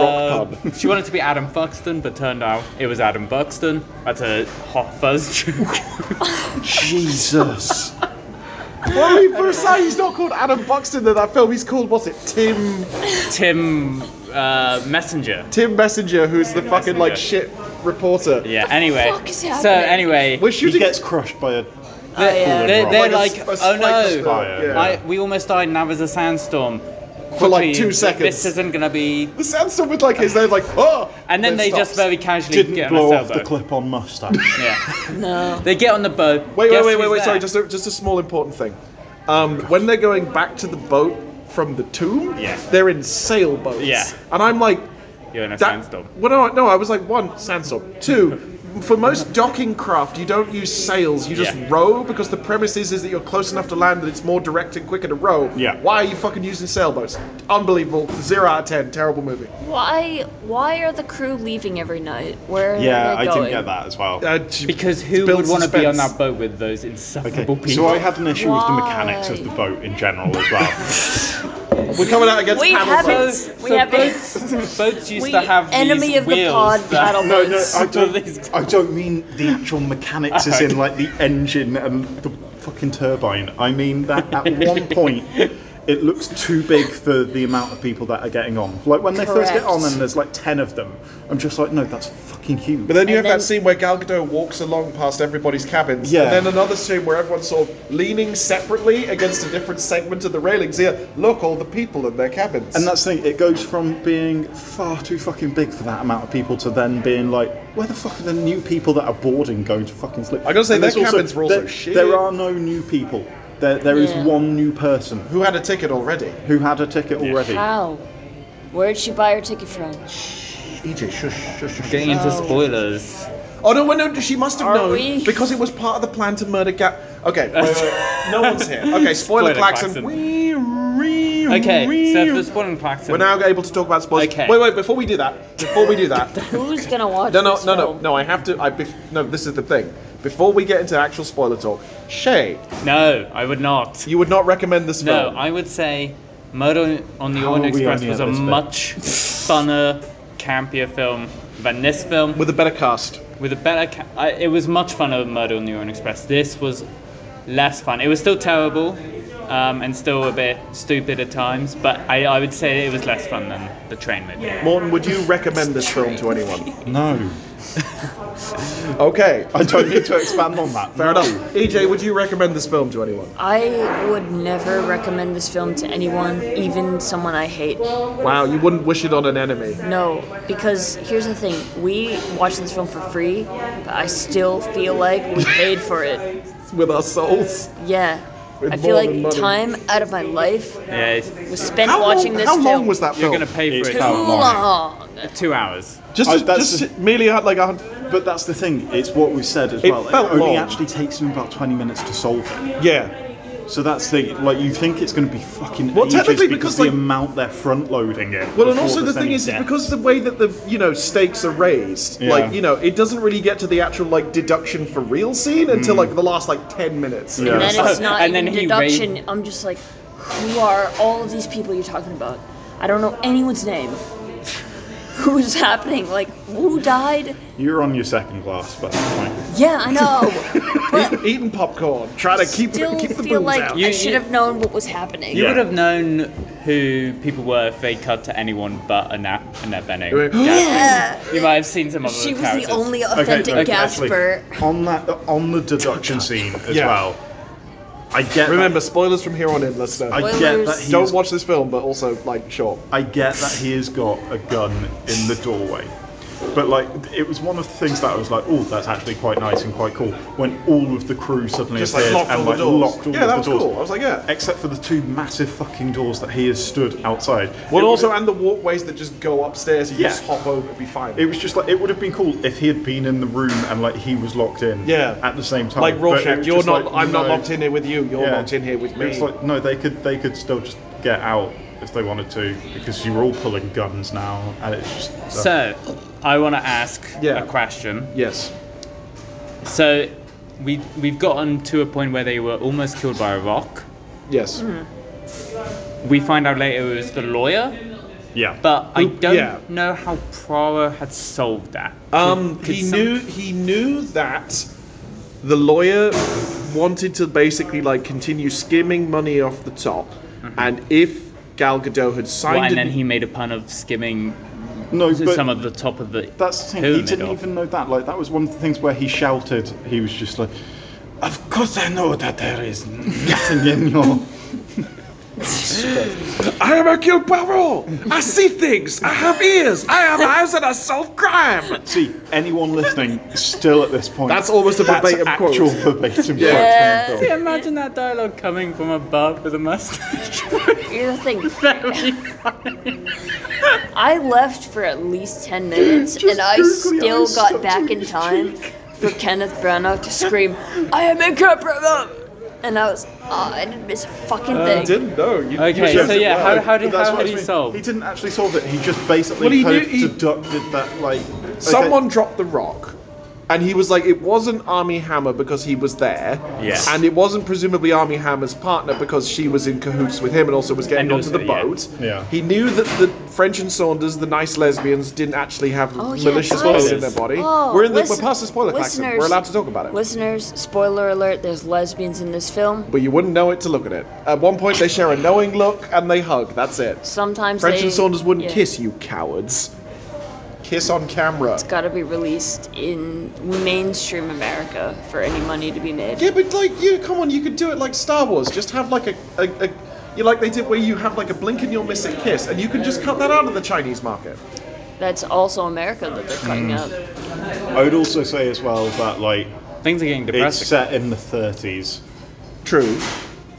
S2: rock pun.
S4: she wanted to be Adam Buxton, but turned out it was Adam Buxton. That's a hot fuzz
S2: <laughs>
S4: joke.
S3: Jesus.
S2: <laughs> well, I mean, for a sign, he's not called Adam Buxton in that film. He's called, what's it, Tim
S4: Tim uh, Messenger.
S2: Tim Messenger, who's the fucking, like, shit reporter.
S4: Yeah. Anyway.
S5: fuck is
S4: so
S5: happening?
S4: anyway,
S2: We're
S3: He
S2: shooting...
S3: gets crushed by a.
S5: Oh, yeah.
S4: they're,
S3: rock.
S4: uh, they're
S2: Like
S4: like,
S2: a s- a
S4: oh
S2: spike
S4: no,
S2: fire,
S3: yeah.
S4: I, we almost died, and that was a sandstorm.
S2: For, like,
S4: Quickly,
S2: two
S4: th-
S2: seconds.
S4: This isn't gonna be.
S2: the sandstorm with, like, his name, like, oh!
S4: And then they just
S2: stops.
S4: very casually
S3: Didn't
S4: get on a
S3: blow off
S4: sailboat.
S3: the clip
S2: <laughs>
S3: on mustache.
S4: Yeah.
S5: No.
S4: they get on the boat.
S2: Wait, wait,
S4: Guess
S2: wait, wait,
S4: who's
S2: wait. Sorry,
S4: there?
S2: just a, just a small important thing. Um, when they're going back to the boat from the tomb,
S4: Yeah.
S2: they're in sailboats.
S4: Yeah.
S2: and I'm like,
S4: You're in a
S2: that.
S4: sandstorm.
S2: Well, no, no, I was like, one sandstorm, two. For most docking craft, you don't use sails; you just
S4: Yeah.
S2: row because the premise is, is that you're close enough to land that it's more direct and quicker to row.
S3: Yeah.
S2: Why are you fucking using sailboats? Unbelievable. Zero out of ten. Terrible movie.
S5: Why? Why are the crew leaving every night? Where are
S3: Yeah,
S5: they
S3: I
S5: going?
S3: didn't get that as well.
S2: Uh, t-
S4: Because who
S2: build
S4: would want to be on
S2: suspense.
S4: that boat with those insufferable
S3: Okay, so
S4: people?
S3: I had an issue with the mechanics of the
S5: Why?
S3: boat in general as
S5: <laughs>
S3: well.
S2: We're coming out against
S5: We
S2: Hamilton.
S5: haven't-
S4: so,
S5: We
S4: so
S5: have
S4: boats, boats used
S5: We-
S4: to have
S5: enemy
S4: these
S5: of the
S4: wheels
S5: pod
S4: that-
S5: paddle
S3: No, no,
S5: boats.
S3: I
S4: These-
S3: don't. I don't mean the actual mechanics,
S2: <laughs>
S3: as in like the engine and the fucking turbine. I mean that at
S2: <laughs>
S3: one point it looks too big for the amount of people that are getting on. Like when they first get on
S5: Correct.
S3: and there's like ten of them, I'm just like, no, that's fucking huge.
S2: But then you
S5: And
S2: have that
S5: then-
S2: scene where Gal Gadot walks along past everybody's cabins,
S3: Yeah.
S2: and then another scene where everyone's sort of leaning separately against a different segment of the railings. Here, look, all the people in their cabins.
S3: and that's the thing. It goes from being far too fucking big for that amount of people to then being like, where the fuck are the new people that are boarding going to fucking sleep?
S2: I gotta say,
S3: And
S2: their
S3: there's
S2: cabins were also
S3: there,
S2: shit.
S3: There are no new people. There, there is
S5: Yeah.
S3: one new person
S2: who had a ticket already?
S3: who had a ticket already.
S5: How? Where'd she buy her ticket from?
S3: E
S2: EJ, shush, shush, shush.
S4: Getting into
S5: No.
S4: spoilers.
S2: Oh no, well, no, she must have
S5: Are
S2: known
S5: we?
S2: because it was part of the plan to murder Gal. Okay, wait, wait,
S5: <laughs>
S2: wait. no one's here. Okay, spoiler,
S4: Spoiler
S2: klaxon.
S4: klaxon.
S2: Wee, wee,
S4: Okay,
S2: wee.
S4: so for spoiling Claxton,
S2: We're now able to talk about spoilers.
S4: Okay.
S2: Wait, wait, before we do that, before we do
S5: <laughs>
S2: that,
S3: <laughs>
S5: Who's gonna watch?
S2: No, no,
S5: this
S2: no, no,
S5: film?
S2: no. I have to. I bef- no. This is the thing. Before we get into actual spoiler talk, Shay,
S4: no, I would not.
S2: you would not recommend this
S4: No,
S2: film.
S4: I would say Murder on the
S3: How
S4: Orient
S3: are we
S4: Express
S3: only
S4: was
S3: at
S4: a
S3: this bit?
S4: much funner, campier film than this film. With,
S2: with a better cast.
S4: a better, ca- I, it was much funner than Murder on the Orient Express. This was less fun. It was still terrible, um, and still a bit stupid at times. But I, I would say it was less fun than the train movie.
S2: Morton, would you recommend this film to anyone?
S3: No.
S2: Okay,
S3: I don't need to expand on that.
S2: <laughs> fair enough. EJ, would you recommend this film to anyone?
S5: I would never recommend this film to anyone, even someone I hate.
S2: Wow, you wouldn't wish it on an enemy.
S5: No, because here's the thing: we watched this film for free, but I still feel
S2: <laughs>
S5: like we paid for it.
S2: With our souls.
S5: Yeah,
S2: With
S5: I feel
S2: more than
S5: like
S2: money.
S5: time out of my life
S4: Yeah, it's,
S5: was spent
S2: How
S5: watching
S2: long,
S5: this
S2: how
S5: film.
S2: long was that
S4: you're
S2: film?
S4: gonna pay
S3: It's
S4: for
S5: Too
S4: it.
S3: How long?
S5: long.
S4: Two hours.
S2: Just,
S3: I- that's
S2: just
S3: the-
S2: merely had like a hun-
S3: But that's the thing. It's what we said as
S2: It
S3: well.
S2: felt
S3: it only
S2: long.
S3: actually takes them about 20 minutes to solve it.
S2: yeah.
S3: So that's the like you think it's going to be fucking
S2: Well,
S3: ages
S2: technically, because,
S3: because, the
S2: like-
S3: amount they're front loading it.
S2: Well, and
S3: before
S2: also the
S3: there's
S2: thing
S3: any
S2: is, it's
S3: death.
S2: because the way that the you know stakes are raised,
S3: Yeah.
S2: like you know, it doesn't really get to the actual like deduction for real scene until like the last like ten minutes.
S3: Yeah.
S5: And then it's
S4: Oh,
S5: not
S4: and
S5: even
S4: then he
S5: deduction. I'm just like, who are all of these people you're talking about? I don't know anyone's name. <laughs> Who's happening? Like, who died?
S3: you're on your second glass, but fine.
S5: Yeah,
S2: <laughs>
S5: I know.
S2: <laughs>
S5: but
S2: eating popcorn, trying to keep
S5: still
S2: keep the
S5: feel
S2: booze
S5: like
S2: out.
S4: You-
S5: I
S4: you-
S5: should have known what was happening.
S4: You
S3: Yeah.
S4: would have known who people were if they cut to anyone but Annette, Annette Bening.
S2: Wait.
S5: <gasps> Yeah.
S4: You might have seen some other
S5: She was
S4: characters.
S5: the only authentic
S3: no,
S5: Gasper.
S3: actually, on that on the deduction scene as
S2: Yeah.
S3: well. I get.
S2: Remember, spoilers from here on in, listener.
S3: that, I get that
S5: Spoilers.
S3: he's,
S2: Don't watch this film, but also like, sure.
S3: I get that he has got a gun in the doorway. But like, it was one of the things that I was like, oh, that's actually quite nice and quite cool. When all of the crew suddenly
S2: Just, like,
S3: appeared
S2: locked
S3: and
S2: all the
S3: like
S2: doors.
S3: locked all
S2: Yeah,
S3: of
S2: that
S3: the
S2: was
S3: doors.
S2: cool. I was like, yeah.
S3: Except for the two massive fucking doors that he has stood outside.
S2: Well,
S3: It-
S2: also, and the walkways that just go upstairs, you
S3: Yeah.
S2: just hop over, it'd be fine.
S3: It was just like it would have been cool if he had been in the room and like he was locked in.
S2: Yeah.
S3: At the same time.
S2: like
S3: But it was
S2: Rorschach,
S3: just
S2: you're not.
S3: like,
S2: I'm not
S3: no.
S2: locked in here with you. You're
S3: Yeah.
S2: locked in here with me.
S3: It's like no, they could they could still just get out if they wanted to because you were all pulling guns now and it's just uh,
S4: So, I want to ask
S2: Yeah.
S4: a question.
S2: yes.
S4: So, we we've gotten to a point where they were almost killed by a rock.
S2: Yes.
S4: We find out later it was the lawyer,
S3: yeah.
S4: but I
S2: Who-
S4: don't
S2: yeah.
S4: know how Prara had solved that.
S2: Um,
S4: Could- could
S2: he
S4: some-
S2: knew he knew that the lawyer wanted to basically like continue skimming money off the top, and if Gal Gadot had signed,
S4: Well, and
S2: an-
S4: then he made a pun of skimming
S3: no, but
S4: some of the top of the
S3: that's the thing. He
S4: pyramid
S3: didn't
S4: off.
S3: even know that. Like that was one of the things where he shouted. He was just like, "Of course I know that there is nothing in your."
S2: I am Hercule Poirot. I see things. I have ears. I have eyes, and I solve crime.
S3: See, anyone listening still at this point.
S2: That's almost a
S3: that's
S2: verbatim quote.
S3: actual verbatim quote.
S5: Yeah.
S3: from the film.
S4: Can you <laughs> imagine that dialogue coming from above with a mustache? <laughs>
S5: Here's the thing.
S2: <laughs>
S4: that would be funny.
S5: <laughs> I left for at least 10 minutes and I
S3: googly
S5: still
S3: eyes
S5: got
S3: stuck
S5: back
S3: to
S5: in
S3: his
S5: time for Kenneth Branagh to scream, I am incomparable! And I was, oh, I didn't miss a fucking
S2: I
S5: thing.
S2: Uh, didn't know. You,
S4: Okay,
S2: you
S4: so yeah,
S2: wow.
S4: how, how did
S3: But that's
S4: how
S3: what
S4: had
S3: I
S4: he
S3: mean.
S4: solved?
S3: He didn't actually solve it. He just basically
S2: Well, he
S3: kind
S2: knew-
S3: of
S2: he-
S3: deducted that like. okay,
S2: Someone dropped the rock, and he was like, it wasn't Army Hammer because he was there.
S4: Yes.
S2: And it wasn't presumably Army Hammer's partner because she was in cahoots with him and also was getting
S4: And
S2: onto
S4: also,
S2: the
S4: yeah.
S2: boat.
S3: Yeah.
S2: He knew that the French and Saunders, the nice lesbians, didn't actually have
S5: Oh, yeah,
S2: malicious
S5: guys.
S2: food in their body.
S5: Oh,
S2: we're in the,
S5: listen-
S2: we're past the spoiler klaxon.
S5: listeners-
S2: We're allowed to talk about it.
S5: Listeners, spoiler alert, there's lesbians in this film.
S2: but you wouldn't know it to look at it. At one point, they share a knowing look and they hug. That's it.
S5: Sometimes
S2: French
S5: they,
S2: and Saunders wouldn't
S5: yeah.
S2: kiss, you cowards. Kiss on camera.
S5: It's gotta be released in mainstream America for any money to be made.
S2: Yeah, but like, you come on, you could do it like Star Wars. Just have like a, a, a you like they did where you have like a blink and you'll miss a kiss, and you can just cut that out of the Chinese market.
S5: That's also America that they're cutting out.
S3: I would also say as well that like
S4: Things are getting
S3: it's
S4: depressing.
S3: set in the 30s,
S2: True.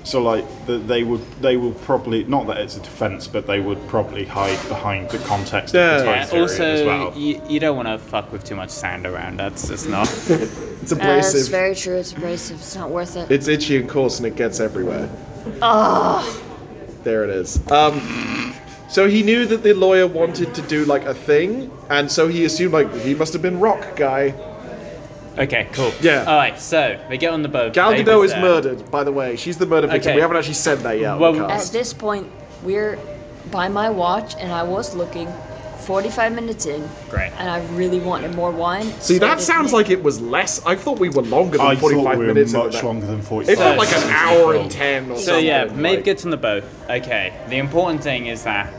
S3: so like the, they would they will probably not that it's a defense, but they would probably hide behind the context of the
S2: Yeah.
S3: time
S4: Yeah,
S3: period
S4: also,
S3: as well.
S4: you, you don't want to fuck with too much sand around. That's just not.
S2: It's
S5: Uh, it's
S2: abrasive.
S5: very true, it's abrasive, it's not worth it.
S2: it's itchy and coarse, and it gets everywhere.
S5: Ah,
S2: There it is. Um, so he knew that the lawyer wanted to do like a thing, and so he assumed like he must have been rock guy.
S4: okay, cool.
S2: Yeah.
S4: All right, so they get on the boat.
S2: Gal
S4: Dave
S2: Gadot is
S4: there.
S2: murdered, by the way. She's the murder victim.
S4: Okay.
S2: We haven't actually said that yet. on
S4: Well,
S2: the
S5: At
S2: cast.
S5: this point, we're by my watch, and I was looking 45 minutes in.
S4: Great.
S5: And I really wanted more wine.
S2: See,
S5: so I
S2: that
S5: didn't
S2: sounds
S5: make-
S2: like it was less. I thought we were longer than
S3: I thought
S2: 45
S3: we were
S2: minutes. into
S3: much
S2: that.
S3: longer than 45.
S2: It felt like
S3: minutes
S2: an
S3: into the
S2: hour
S3: film.
S2: and ten or
S4: So
S2: something.
S4: yeah, Maeve
S2: like-
S4: gets on the boat. Okay, the important thing is that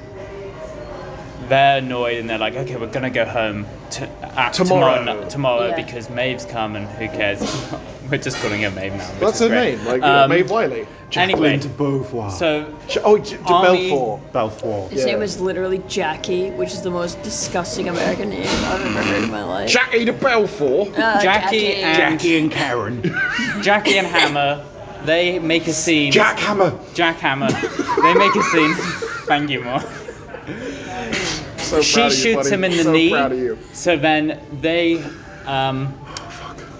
S4: they're annoyed and they're like, okay, we're gonna go home to, uh,
S2: Tomorrow.
S4: Tomorrow, tomorrow
S5: Yeah.
S4: because Maeve's come and who cares? <laughs> we're just calling her Maeve now. which
S2: That's
S4: is
S2: her
S4: great.
S2: name, like uh,
S4: Um,
S2: Maeve Wiley.
S4: Anyway,
S3: Jacqueline de Beauvoir.
S4: so
S2: J- Oh, J- J-
S4: Army-
S2: Belfort.
S3: Belfort.
S5: His
S2: Yeah.
S5: name is literally Jackie, which is the most disgusting American name I've ever heard in my life.
S2: Jackie de Belfort.
S5: Uh,
S4: Jackie and- Jackie
S3: and Karen.
S4: Jackie and Hammer, they make a scene.
S3: Jack Hammer.
S4: Jack Hammer, they make a scene. Thank you, more.
S2: So
S4: She
S2: proud of you,
S4: shoots
S2: buddy.
S4: him in the
S2: so
S4: knee.
S2: Proud of you.
S4: So then they, um,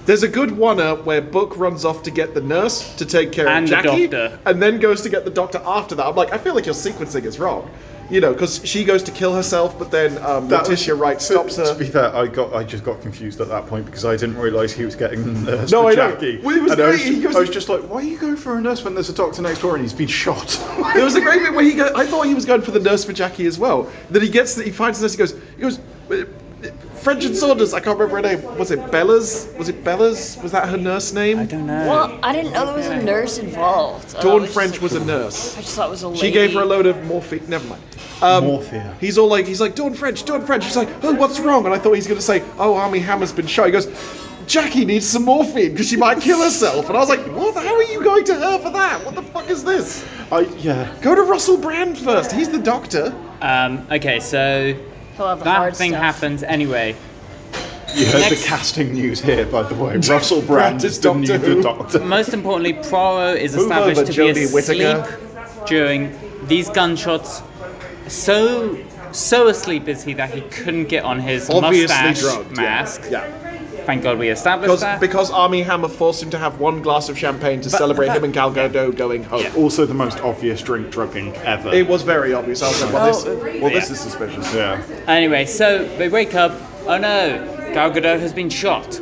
S2: There's a good one uh, where Book runs off to get the nurse to take care
S4: And
S2: of
S4: the
S2: Jackie,
S4: doctor.
S2: and then goes to get the doctor after that. I'm like, I feel like your sequencing is wrong. You know, because she goes to kill herself, but then um, Letitia Wright stops
S3: <laughs> To be
S2: her.
S3: fair, I got I just got confused at that point because I didn't realise he was getting the nurse
S2: Hmm. No,
S3: for
S2: I know.
S3: Jackie.
S2: Well, it was
S3: And I, was,
S2: great. He goes-
S3: I was just like, why are you going for a nurse when there's a doctor next door and he's been shot? <laughs>
S2: There was a great bit where he go I thought he was going for the nurse for Jackie as well. Then he gets, the, he finds the nurse. He goes, he goes, "Uh, uh, French and Saunders. I can't remember her name. Was it Bella's? Was it Bella's? Was that her nurse name?
S4: I don't know.
S5: Well, I didn't know there was a nurse involved. I
S2: Dawn
S5: was just
S2: French
S5: like-
S2: was a nurse.
S5: I just thought it was a lady.
S2: She gave her a load of morphine. Never mind. Um,
S3: Morphia.
S2: He's all like, he's like, Dawn French, Dawn French. He's like, oh, what's wrong? And I thought he's going to say, oh, Army Hammer's been shot. He goes, Jackie needs some morphine because she might kill herself. And I was like, what? How are you going to her for that? What the fuck is this?
S3: I yeah.
S2: Go to Russell Brand first. He's the doctor.
S4: um, okay, so
S5: He'll have the
S4: that
S5: hard
S4: thing
S5: stuff.
S4: happens anyway.
S3: You heard
S4: Next-
S3: the casting news here, by the
S2: <laughs>
S3: way. Russell Brand is the new
S2: Doctor Who.
S3: The Doctor.
S4: Most importantly, Proro is
S2: Move
S4: established
S2: over,
S4: to be
S2: Jodie
S4: asleep
S2: Whittaker.
S4: during these gunshots. So so asleep is he that he couldn't get on his
S2: Obviously
S4: mustache
S2: drugged, yeah.
S4: mask.
S2: Yeah.
S4: Thank God we established
S2: Because,
S4: that.
S2: because Army Hammer forced him to have one glass of champagne to
S4: But-
S2: celebrate
S4: but-
S2: him and Gal Gadot going home.
S3: Also, the most obvious drink drugging ever.
S2: It was very obvious. I was like, well, this, well, this
S4: Yeah.
S2: is suspicious.
S3: yeah.
S4: Anyway, so they wake up. Oh no, Gal Gadot has been shot.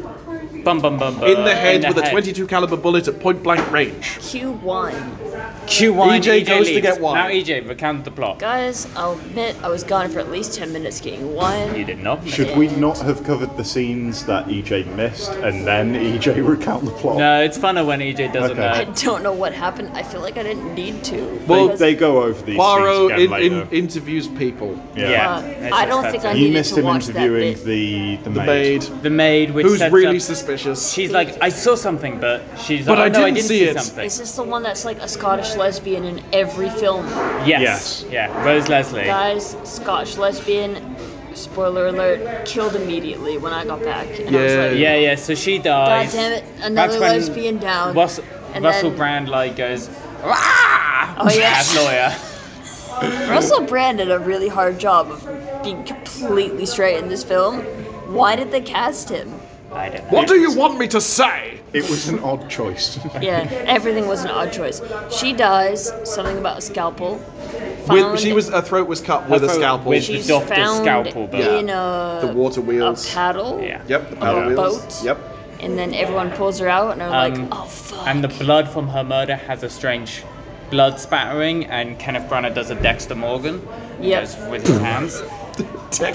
S4: Bum bum bum bum.
S2: In the head with a 22 caliber bullet at point blank range.
S5: Q1.
S4: Q wine.
S2: EJ E goes to
S4: leaves.
S2: get wine.
S4: Now EJ recount the plot.
S5: Guys, I'll admit I was gone for at least 10 minutes getting
S4: You
S5: one.
S4: did not.
S3: Should we not have covered the scenes that EJ missed and then EJ <laughs> recount the plot?
S4: No, it's funner when EJ doesn't
S3: Okay.
S5: I
S4: know.
S5: don't know what happened. I feel like I didn't need to.
S2: Well,
S5: because,
S3: They go over these
S2: Poirot
S3: scenes
S2: in,
S3: again
S2: in,
S3: later.
S2: interviews people.
S4: yeah,
S5: uh,
S4: that's
S5: I
S4: what's
S5: don't think I
S4: happening.
S5: needed
S3: you missed
S5: to
S3: him
S5: watch
S3: interviewing
S5: that bit.
S3: the, the
S2: The
S3: maid.
S2: maid,
S4: The maid, which
S2: who's
S4: sets
S2: really
S4: up,
S2: suspicious.
S4: she's like, I saw something, but she's
S2: But
S4: like,
S2: I
S4: oh, no, I
S2: didn't
S4: didn't
S2: see
S4: see,
S2: it."
S4: something.
S5: Is this the one that's like a Scottish lesbian in every film?
S3: Yes.
S4: Yes. Yeah, Rose Leslie.
S5: Guys, Scottish lesbian, spoiler alert, killed immediately when I got back. And I was
S2: Yeah.
S5: like,
S4: Yeah, yeah. So she
S5: God
S4: dies.
S5: damn it, another
S4: That's when
S5: lesbian down.
S4: Russell,
S5: And
S4: Russell
S5: then-
S4: Brand like goes, ah!
S5: Oh, yeah.
S4: As
S5: <laughs>
S4: lawyer.
S5: Russell Brand did a really hard job of being completely straight in this film. Why did they cast him?
S4: I don't know.
S2: what do you want me to say?
S3: It was an odd choice.
S5: <laughs> Yeah,
S3: <laughs>
S5: everything was an odd choice. She dies, something about a scalpel.
S2: With,
S5: Found-
S2: she was her throat was cut with a
S4: throat
S2: scalpel.
S4: with-
S5: she's
S4: The doctor's
S5: found
S4: scalpel, but-
S5: in a,
S2: The water
S5: a
S2: wheels.
S5: paddle.
S4: Yeah.
S2: Yep, the
S5: Of
S2: paddle
S5: a
S2: wheels.
S5: boat.
S2: Yep.
S5: And then everyone pulls her out, and I'm
S4: Um,
S5: like, oh fuck.
S4: And the blood from her murder has a strange blood spattering, and Kenneth Branagh does a Dexter Morgan. He
S5: Yep.
S4: goes With his hands.
S5: at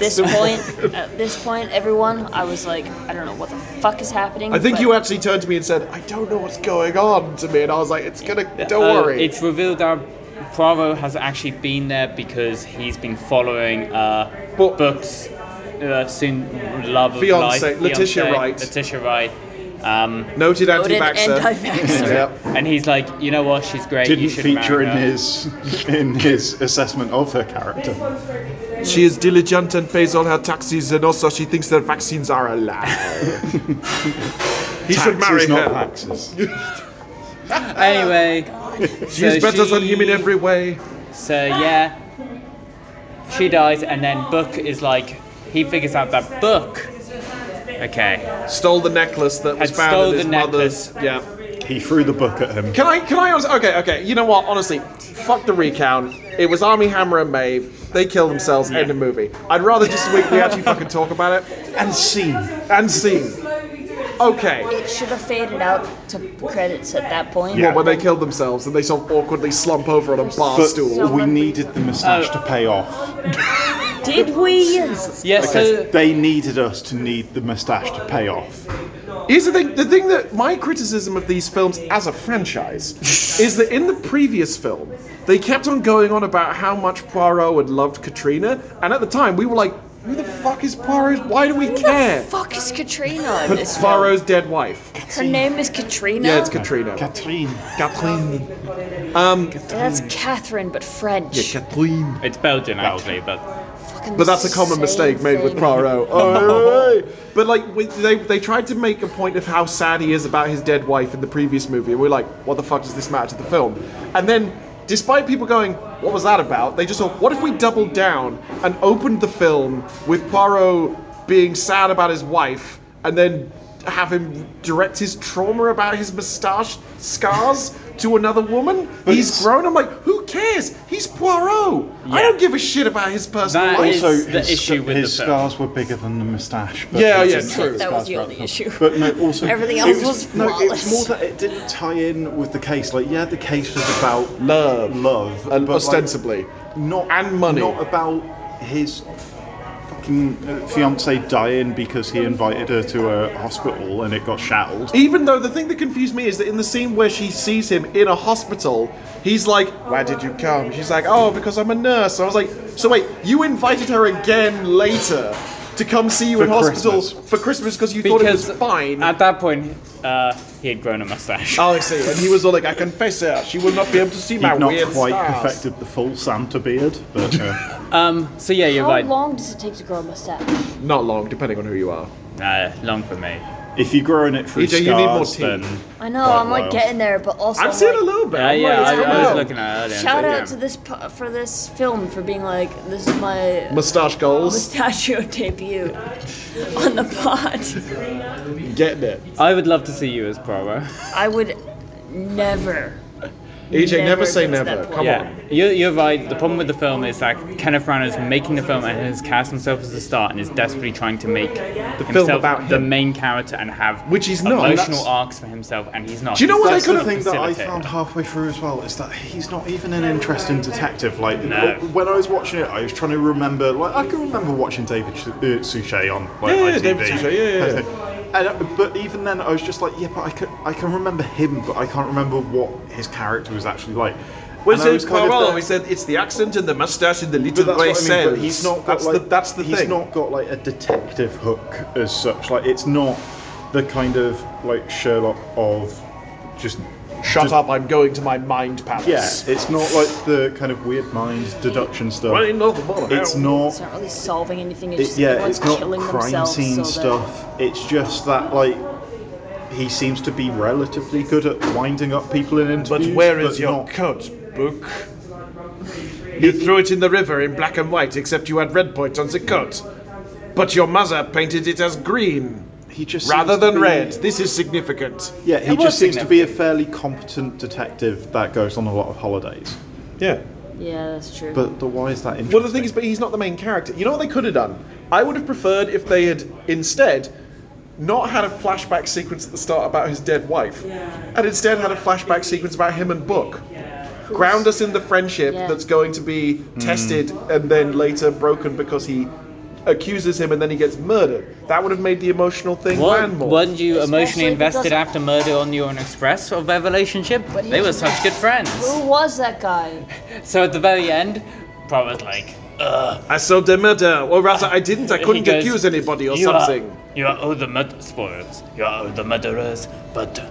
S4: <laughs>
S5: this point, at this point, everyone, I was like, I don't know what the fuck is happening.
S2: <laughs> I think
S5: but
S2: you actually turned to me and said, I don't know what's going on to me. And I was like, it's gonna, don't
S4: Oh,
S2: worry.
S4: It's revealed that Pravo has actually been there because he's been following uh,
S2: But-
S4: books, uh, soon love of
S2: Fiancé,
S4: life,
S2: Letitia
S4: fiancé,
S2: Wright.
S4: Letitia Wright. Um,
S2: Noted
S5: voted
S2: anti-vaxxer. <laughs>
S5: anti-vax.
S2: Yep.
S4: and he's like, you know what? She's great. you
S3: Didn't
S4: should
S3: feature
S4: marry
S3: in
S4: her."
S3: his in his assessment of her character.
S2: She is diligent and pays all her taxes, and also she thinks that vaccines are a
S3: <laughs>
S2: lie. he should marry
S3: Taxes,
S2: her.
S3: not taxes.
S4: Anyway,
S2: Ah. <laughs> She is
S4: so
S2: better than him in
S4: she-
S2: every way.
S4: So yeah, she dies, and then Book is like, he figures out that Book. Okay.
S2: Stole the necklace that was
S4: Had
S2: found
S4: stole
S2: in his
S4: the
S2: mother's. Yeah.
S3: He threw the book at him.
S2: Can I? Can I? honest- Okay, okay. You know what? Honestly, fuck the recount. It was Army Hammer and Maeve. They kill themselves. End of movie. I'd rather just we, we actually fucking talk about it
S3: And scene.
S2: and scene. Okay.
S5: It should have faded out to credits at that point.
S3: Yeah.
S2: Well, when they killed themselves and they sort of awkwardly slump over on a bar
S3: But
S2: stool.
S3: we needed the moustache
S5: Oh.
S3: to pay off.
S5: Did we?
S4: Yeah. So
S3: They needed us to need the moustache to pay off.
S2: Here's the thing the thing that my criticism of these films as a franchise is that in the previous film, they kept on going on about how much Poirot had loved Katrina, and at the time we were like, who the fuck is Poirot? Why do we
S5: Who
S2: care?
S5: the fuck is Katrina in this film?
S2: Poirot's dead wife.
S5: Her name is Katrina?
S2: Yeah, it's Katrina.
S3: Katrine.
S2: Kathleen.
S5: That's Catherine, but French.
S2: Kathleen.
S4: it's Belgian actually, but
S5: Fucking
S2: But that's a common
S5: same
S2: mistake made with
S5: thing.
S2: Poirot. Oh, but like we- they, they tried to make a point of how sad he is about his dead wife in the previous movie, and we're like, what the fuck does this matter to the film? And then, despite people going, what was that about? They just thought, what if we doubled down and opened the film with Poirot being sad about his wife, and then have him direct his trauma about his moustache scars to another woman? He's
S3: it's-
S2: grown. I'm like, who cares? He's Poirot. I don't give a shit about his personal
S4: That
S2: life.
S4: is-
S3: Also,
S4: the
S3: his,
S4: issue with
S3: his
S4: the film.
S3: scars were bigger than the moustache. but
S2: Yeah,
S3: it's
S2: yeah,
S3: in
S2: true.
S3: the
S5: That was the
S3: scars
S5: only
S3: throughout
S5: issue.
S3: film. But no, also
S5: Everything
S3: it
S5: else was
S3: no. It was
S5: flawless.
S3: more that it didn't tie in with the case. Like, yeah, the case was about
S2: Love.
S3: love,
S2: And
S3: but, like,
S2: ostensibly.
S3: not
S2: And money.
S3: not about his fucking uh, fiance dying because he invited her to a hospital and it got shackled.
S2: Even though the thing that confused me is that in the scene where she sees him in a hospital, he's like, Why did you come? She's like, Oh, because I'm a nurse. I was like, So wait, you invited her again later to come see you
S3: For
S2: in hospital
S3: Christmas.
S2: for Christmas because you thought it
S4: because
S2: was fine.
S4: at that point, uh, he had grown a mustache.
S2: Oh, I see. And he was all like, I confess her, she will not be able to see my
S3: He'd not
S2: weird
S3: quite
S2: stars."
S3: perfected the full Santa beard, but uh,
S4: Um. So yeah, you're
S5: How
S4: right.
S5: long does it take to grow a mustache?
S2: Not long, depending on who you are.
S4: Nah, Uh, long for me.
S3: If you're growing it through
S2: EJ, E you need more
S3: scars,
S2: tea.
S3: then
S5: I know,
S3: Quite
S5: I'm like
S3: well.
S5: getting there, but also.
S2: I've
S5: I'm
S2: seen
S5: like,
S2: a little bit.
S4: Uh, Yeah,
S2: I'm
S4: yeah,
S2: like,
S4: I,
S2: it's
S4: I
S2: not-
S4: was looking at it.
S5: Shout
S2: Yeah.
S5: out to this pu- for this film for being like this is my
S2: Mustache goals.
S5: mustachio debut on the pod.
S2: Getting it.
S4: I would love to see you as <laughs> Prora.
S5: I would never.
S2: EJ, E never,
S5: Never
S2: say
S5: gets that
S2: never.
S5: point.
S2: Come
S4: yeah,
S2: on.
S4: you're, you're right. The problem with the film is that Kenneth Branagh is making the film and has cast himself as the star and is desperately trying to make the
S2: film about
S4: the
S2: him.
S4: main character and have
S2: Which he's not, and
S4: emotional
S2: that's-
S4: arcs for himself, and he's not.
S2: Do you know
S4: He's
S2: what I
S3: That's
S4: just
S3: the
S4: a
S2: could've-
S3: thing that I
S4: facilitator.
S3: found halfway through as well is that he's not even an interesting detective. Like
S4: No.
S3: when I was watching it, I was trying to remember. Like I can remember watching David Su- uh, Suchet on like
S2: Yeah, yeah,
S3: ITV.
S2: David Suchet, yeah, yeah, yeah.
S3: And, uh, but even then, I was just like, yeah, but I can I can remember him, but I can't remember what his character was actually like.
S2: Was
S3: And I
S2: it
S3: was kind of
S2: Poirot?
S3: there-
S2: We said it's the accent and the mustache and the
S3: but
S2: little
S3: that's
S2: grey
S3: what I mean.
S2: cells.
S3: But he's not got
S2: that's
S3: like
S2: the that's the
S3: he's
S2: thing.
S3: not got like a detective hook as such. Like it's not the kind of like Sherlock of just
S2: Shut
S3: just-
S2: up! I'm going to my mind palace.
S3: Yeah, it's not like the kind of weird mind deduction stuff.
S2: Right in Northern Border.
S3: It's not.
S5: It's not really solving anything. It's
S3: It,
S5: just
S3: yeah,
S5: everyone's
S3: it's not
S5: killing
S3: crime
S5: themselves.
S3: scene
S5: so that-
S3: stuff. It's just that like he seems to be relatively good at winding up people in
S2: But
S3: interviews.
S2: where is your
S3: not-
S2: coat, book? You threw it in the river in black and white, except you had red points on the coat. But your mother painted it as green
S3: He just
S2: rather
S3: seems to
S2: than
S3: be-
S2: red. This is significant.
S3: Yeah, he
S4: It was
S3: just seems to be a fairly competent detective that goes on a lot of holidays.
S2: Yeah.
S5: Yeah, that's true.
S3: But the why is that interesting?
S2: Well, the thing is, but he's not the main character. You know what they could have done? I would have preferred if they had instead not had a flashback sequence at the start about his dead wife, and instead had a flashback sequence about him and Book. Ground us in the friendship
S5: Yeah.
S2: that's going to be
S4: Mm.
S2: tested and then later broken because he accuses him and then he gets murdered. That would have made the emotional thing
S4: What,
S2: land more.
S4: weren't you
S5: Especially
S4: emotionally
S5: if it
S4: invested
S5: doesn't-
S4: after murder on the Orient Express of their relationship? They were such good friends.
S5: Who was that guy?
S4: So at the very end, Prora was like, ugh.
S2: I saw the murder, or rather, I didn't. I
S4: <laughs> He
S2: couldn't
S4: goes,
S2: accuse anybody or
S4: "You are-
S2: something.
S4: you are all the murder spoils. You are all the murderers, but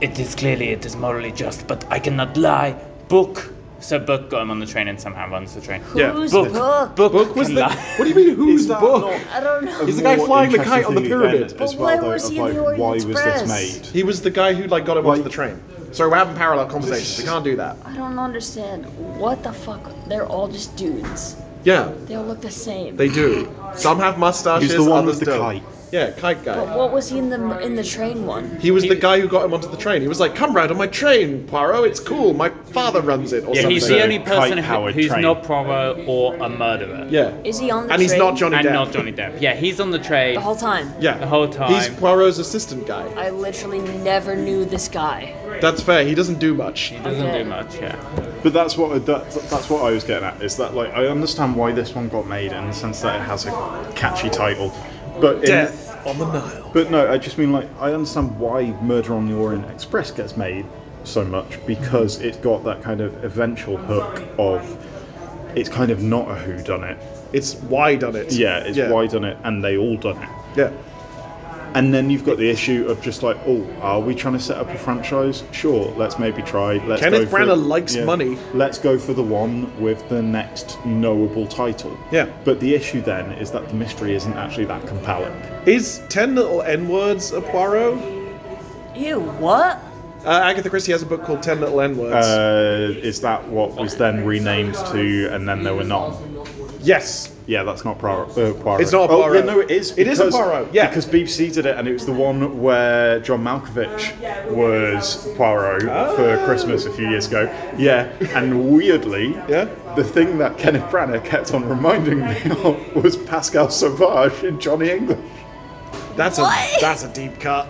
S4: it is clearly it is morally just. But I cannot lie. Book. So Book got him on the train and somehow runs the train.
S2: Yeah.
S5: Who's
S4: Book.
S5: Book?
S4: Book,
S2: Book was
S4: can
S2: the.
S4: lie.
S2: What do you mean? Who's
S3: that
S2: Book?
S3: not-
S5: I don't know.
S2: He's the guy
S3: more
S2: flying the kite
S3: interesting
S2: on the
S3: thing again
S2: pyramid.
S3: as
S5: But
S3: well,
S5: why
S3: though,
S5: was
S3: of,
S5: he in
S3: like,
S5: the Orient
S3: why was
S5: Express?
S3: this made?
S2: He was the guy who like got him onto the
S3: Like-
S2: train. Sorry, we're having parallel conversations. We can't do that.
S5: I don't understand. What the fuck? They're all just dudes.
S2: Yeah,
S5: They all look the same.
S2: they do. Some have mustaches.
S3: He's the one
S2: others
S3: with the
S2: don't.
S3: kite.
S2: Yeah, kite
S5: But
S2: guy.
S5: what was he in the in the train one?
S2: He was the guy who got him onto the train. He was like, "Come ride on my train, Poirot. It's cool. My father runs it." Or
S4: <laughs> Yeah,
S2: something.
S4: he's the only
S3: Kite
S4: person who,
S3: powered
S4: who's
S3: train.
S4: not Prora or a murderer.
S2: Yeah,
S5: Is he on the
S2: and he's
S5: train
S2: not Johnny
S4: And
S2: Depp.
S4: not Johnny Depp. Yeah, he's on the train.
S5: the whole time?
S2: yeah,
S4: the whole time.
S2: He's Poirot's assistant guy.
S5: I literally never knew this guy.
S2: That's fair. He doesn't do much.
S4: He doesn't
S5: Okay.
S4: do much, yeah.
S3: But that's what that, that's what I was getting at is that like I understand why this one got made in the sense that it has a catchy title, but in,
S2: Death on the Nile.
S3: But no, I just mean like I understand why Murder on the Orient Express gets made so much because it got that kind of eventual hook of it's kind of not a who done it.
S2: It's why done it.
S3: Yeah, it's
S2: yeah.
S3: why done it, and they all done it.
S2: Yeah.
S3: And then you've got the issue of just like, oh, are we trying to set up a franchise? Sure, let's maybe try. Let's
S2: Kenneth
S3: go for-
S2: Branagh likes money.
S3: Let's go for the one with the next knowable title.
S2: Yeah.
S3: But the issue then is that the mystery isn't actually that compelling.
S2: Is ten little N words a Poirot?
S5: Ew, what?
S2: Uh, Agatha Christie has a book called Ten Little N Words.
S3: Uh, is that what was then renamed to, and then there were none?
S2: yes.
S3: Yeah, that's not Poirot. Uh, Poirot.
S2: It's not a
S3: Oh,
S2: Poirot.
S3: yeah, no, it is.
S2: It is a
S3: because-
S2: Poirot, yeah.
S3: Because BBC did it, and it was the one where John Malkovich was Poirot for
S2: Ah.
S3: Christmas a few years ago. Yeah, and weirdly,
S2: Yeah?
S3: the thing that Kenneth Branagh kept on reminding me of was Pascal Sauvage in Johnny English.
S2: That's a
S5: What?
S2: that's a deep cut.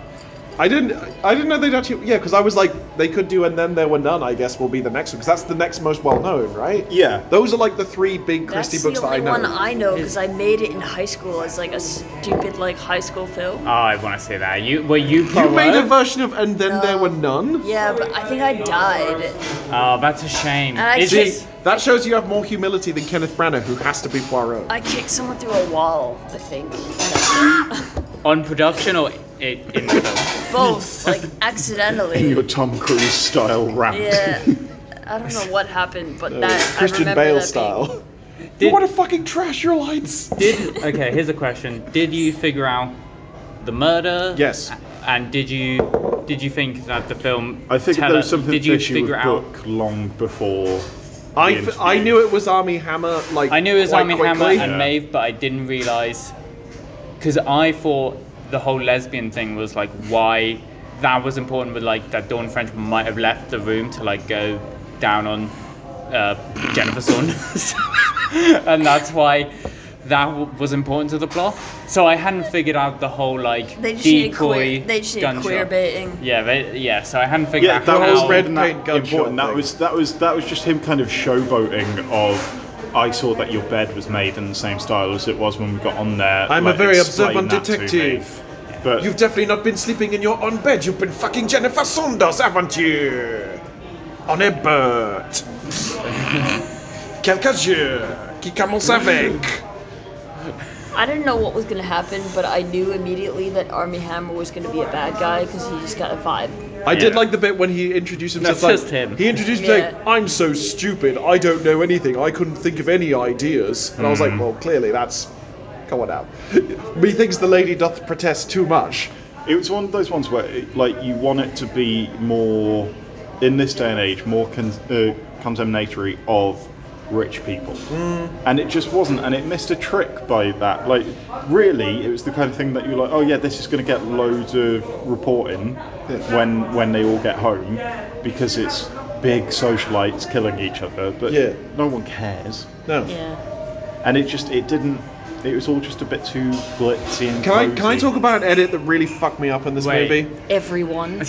S2: I didn't I didn't know they'd actually yeah because I was like they could do and then there were none I guess will be the next one because that's the next most well known right
S3: Yeah.
S2: those are like the three big Christie
S5: That's
S2: books
S5: the
S2: that I
S5: only
S2: know
S5: one I know because I made it in high school as like a stupid like high school film.
S4: Oh, I want to see that. You were you Prora?
S2: you made a version of and then there were none
S5: Yeah, but I think I died.
S4: Oh, that's a shame.
S5: And I
S4: Is
S5: see-
S4: this
S2: that shows you have more humility than Kenneth Branagh who has to be Poirot
S5: I kicked someone through a wall. I think <laughs>
S4: on production or i in the film?
S5: both like
S2: <laughs>
S5: accidentally.
S3: Your Tom Cruise style rant. <laughs>
S5: Yeah, I don't know what happened, but
S3: Uh,
S5: that
S2: Christian
S5: I remember
S2: Bale
S5: that being- <laughs>
S2: style
S4: Did- <laughs>
S2: what a fucking trash your lines
S4: Did okay? Here's a question. Did you figure out the murder?
S2: Yes.
S4: A- And did you did you think that the film?
S3: I think
S4: teller,
S3: there was something
S4: Did you
S3: that she
S4: figure
S3: would
S4: out?
S3: book long before.
S2: I,
S3: the
S2: f- I
S3: interview.
S2: knew it was Army Hammer. Like
S4: I knew it was
S2: quite
S4: Army Hammer
S2: quickly.
S4: and
S3: Yeah.
S4: Maeve, but I didn't realize because I thought the whole lesbian thing was like why that was important. With like that Dawn French might have left the room to like go down on uh, Jennifer Saunders, <laughs> and that's why that w- was important to the plot. So I hadn't figured out the whole like
S5: They just need
S4: decoy
S5: queer, they just need
S4: gunshot.
S5: queer baiting.
S4: Yeah, they, yeah. So I hadn't figured
S3: Yeah,
S4: out
S3: that
S4: how
S3: was
S2: whole
S3: red
S2: red
S3: paint
S2: paint gunshot
S3: important. That
S2: thing.
S3: was that was that was just him kind of showboating of. I saw that your bed was made in the same style as it was when we got on there.
S2: I'm a
S3: Like,
S2: very
S3: explain
S2: observant
S3: that to me."
S2: detective.
S3: But
S2: You've definitely not been sleeping in your own bed. You've been fucking Jennifer Saunders, haven't you? On a
S4: <laughs>
S2: bird. Quelques jours qui commence avec.
S5: I didn't know what was gonna happen, but I knew immediately that Army Hammer was gonna be a bad guy because he just got a vibe.
S2: I did
S3: Yeah.
S2: like the bit when he introduced himself.
S4: That's
S2: like,
S4: just him.
S2: He introduced
S5: Yeah.
S2: like, "I'm so stupid. I don't know anything. I couldn't think of any ideas." And I was like,
S4: Mm.
S2: "Well, clearly that's come on now." <laughs> Methinks the lady doth protest too much.
S3: It was one of those ones where, it, like, you want it to be more, in this day and age, more con- uh, condemnatory of rich people,
S2: Mm.
S3: and it just wasn't, and it missed a trick by that. Like, really, it was the kind of thing that you're like, oh yeah, this is going to get loads of reporting when when they all get home, because it's big socialites killing each other, but
S2: Yeah.
S3: no one cares,
S2: No.
S5: Yeah.
S3: and it just it didn't. It was all just a bit too glitzy and
S2: Can I can I
S3: cosy.
S2: talk about an edit that really fucked me up in this
S4: Wait.
S2: movie?
S5: Everyone.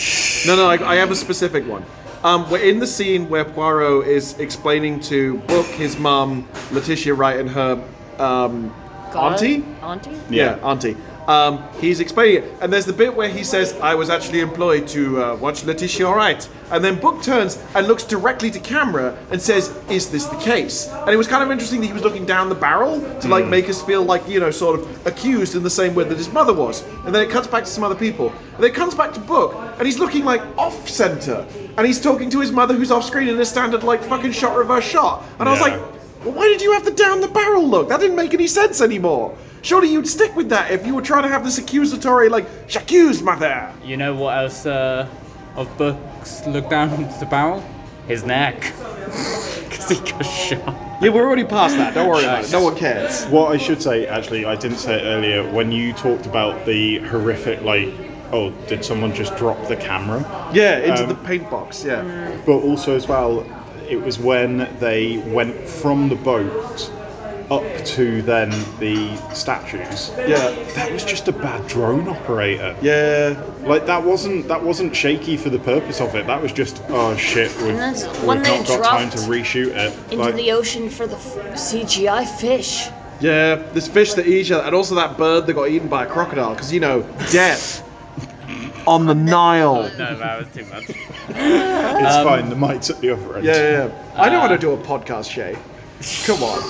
S2: No, no, I, I have a specific one. Um, we're in the scene where Poirot is explaining to Book, his mum, Letitia Wright, and her um,
S5: God.
S2: auntie.
S5: Auntie?
S2: Yeah, auntie. Um, he's explaining it, and there's the bit where he says, "I was actually employed to uh, watch Letitia Wright," and then Book turns and looks directly to camera and says, "Is this the case?" And it was kind of interesting that he was looking down the barrel to like make us feel like you know, sort of accused in the same way that his mother was. And then it cuts back to some other people, and then it comes back to Book, and he's looking like off center, and he's talking to his mother who's off screen in a standard like fucking shot reverse shot, and I was
S3: Yeah.
S2: like. Well, why did you have the down the barrel look? That didn't make any sense anymore. Surely you'd stick with that if you were trying to have this accusatory, like, j'accuse, mother.
S4: You know what else uh, of books look down into the barrel? His neck. <laughs> Because he got shot.
S2: Yeah, we're already past that. Don't worry about it. No one cares.
S3: What I should say, actually, I didn't say it earlier, when you talked about the horrific, like, oh, did someone just drop the camera?
S2: Yeah, into
S3: Um,
S2: the paint box, yeah.
S3: But also, as well, it was when they went from the boat up to then the statues.
S2: Yeah.
S3: That was just a bad drone operator.
S2: Yeah.
S3: Like that wasn't that wasn't shaky for the purpose of it. That was just oh shit, we've,
S5: that's
S3: we've
S5: when
S3: not
S5: they
S3: got time
S5: dropped
S3: to reshoot it.
S5: Into
S3: Like,
S5: the ocean for the f- CGI fish.
S2: Yeah, this fish that eats you, and also that bird that got eaten by a crocodile, because, you know, death on the Nile.
S4: No, that was too much.
S3: it's fine. The mic's at the other end.
S2: Yeah, yeah, yeah. I know how to do a podcast, Shay. Come on.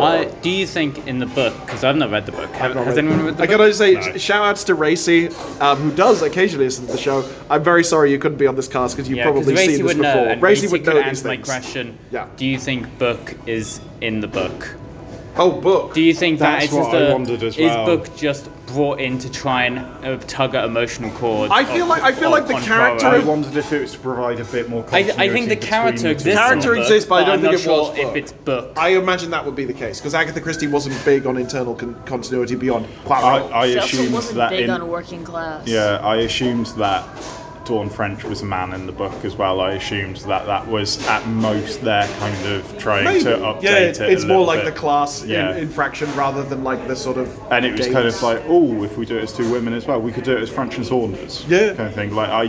S4: I, do you think in the book, because I've not read the book, have, has anyone read the
S2: I
S4: book?
S2: gotta say,
S3: No.
S2: shout outs to Racy, um, who does occasionally listen to the show. I'm very sorry you couldn't be on this cast because you've
S4: Yeah, 'cause
S2: probably
S4: Racy
S2: seen this
S4: would
S2: before.
S4: know, and
S2: Racy
S4: Racy
S2: would
S4: could
S2: know these
S4: answer my
S2: things.
S4: question.
S2: Yeah.
S4: Do you think book is in the book?
S2: Oh, book.
S4: Do you think that
S3: That's
S4: it's
S3: what
S4: just
S3: I
S4: a-
S3: wondered as
S4: is
S3: well.
S4: book just brought in to try and uh, tug at emotional cords?
S2: I feel
S4: of-
S2: like- I feel
S4: of-
S2: like the
S4: on
S2: character
S3: I
S4: Poirot?
S3: wondered if it was to provide a bit more.
S4: I, I think
S3: continuity
S4: the
S3: between
S4: character
S3: the two.
S4: exists. in
S2: Character
S4: the book,
S2: exists, but I don't
S4: I'm
S2: think
S4: not
S2: it was
S4: sure if
S2: book.
S4: it's book.
S2: I imagine that would be the case because Agatha Christie wasn't big on internal con- continuity beyond
S3: I,
S2: Poirot.
S3: I
S5: She
S3: assumed
S5: also wasn't
S3: that
S5: big
S3: in
S5: on working class.
S3: yeah, I assumed that Dawn French was a man in the book as well. I assumed that that was at most their kind of trying
S2: Maybe.
S3: to update
S2: yeah, it-
S3: it. a
S2: it's more
S3: little
S2: like
S3: bit.
S2: the class
S3: Yeah.
S2: in, infraction rather than like the sort of.
S3: And it was kind
S2: games.
S3: of like, oh, if we do it as two women as well, we could do it as French and Saunders.
S2: Yeah.
S3: kind of thing. Like I,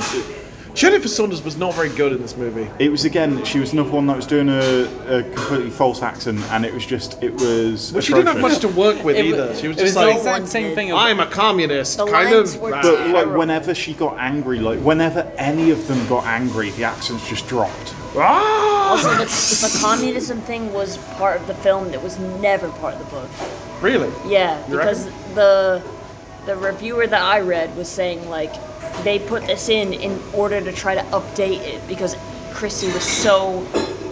S2: Jennifer Saunders was not very good in this movie.
S3: it was again. She was another one that was doing a, a completely false accent, and it was just, it was.
S2: But she didn't have
S3: atrocious.
S2: much to work with either. she was
S4: it
S2: just
S4: the
S2: like,
S4: exact same thing. of-
S2: I'm a communist,
S5: The
S2: kind
S5: lines
S2: of.
S5: were
S2: ah.
S5: <laughs>
S3: But like
S5: Terrible.
S3: whenever she got angry, like whenever any of them got angry, the accents just dropped.
S5: Also,
S2: Ah!
S5: the, the communism thing was part of the film that was never part of the book.
S2: Really?
S5: Yeah,
S2: You
S5: because the the reviewer that I read was saying like they put this in in order to try to update it because Christie was so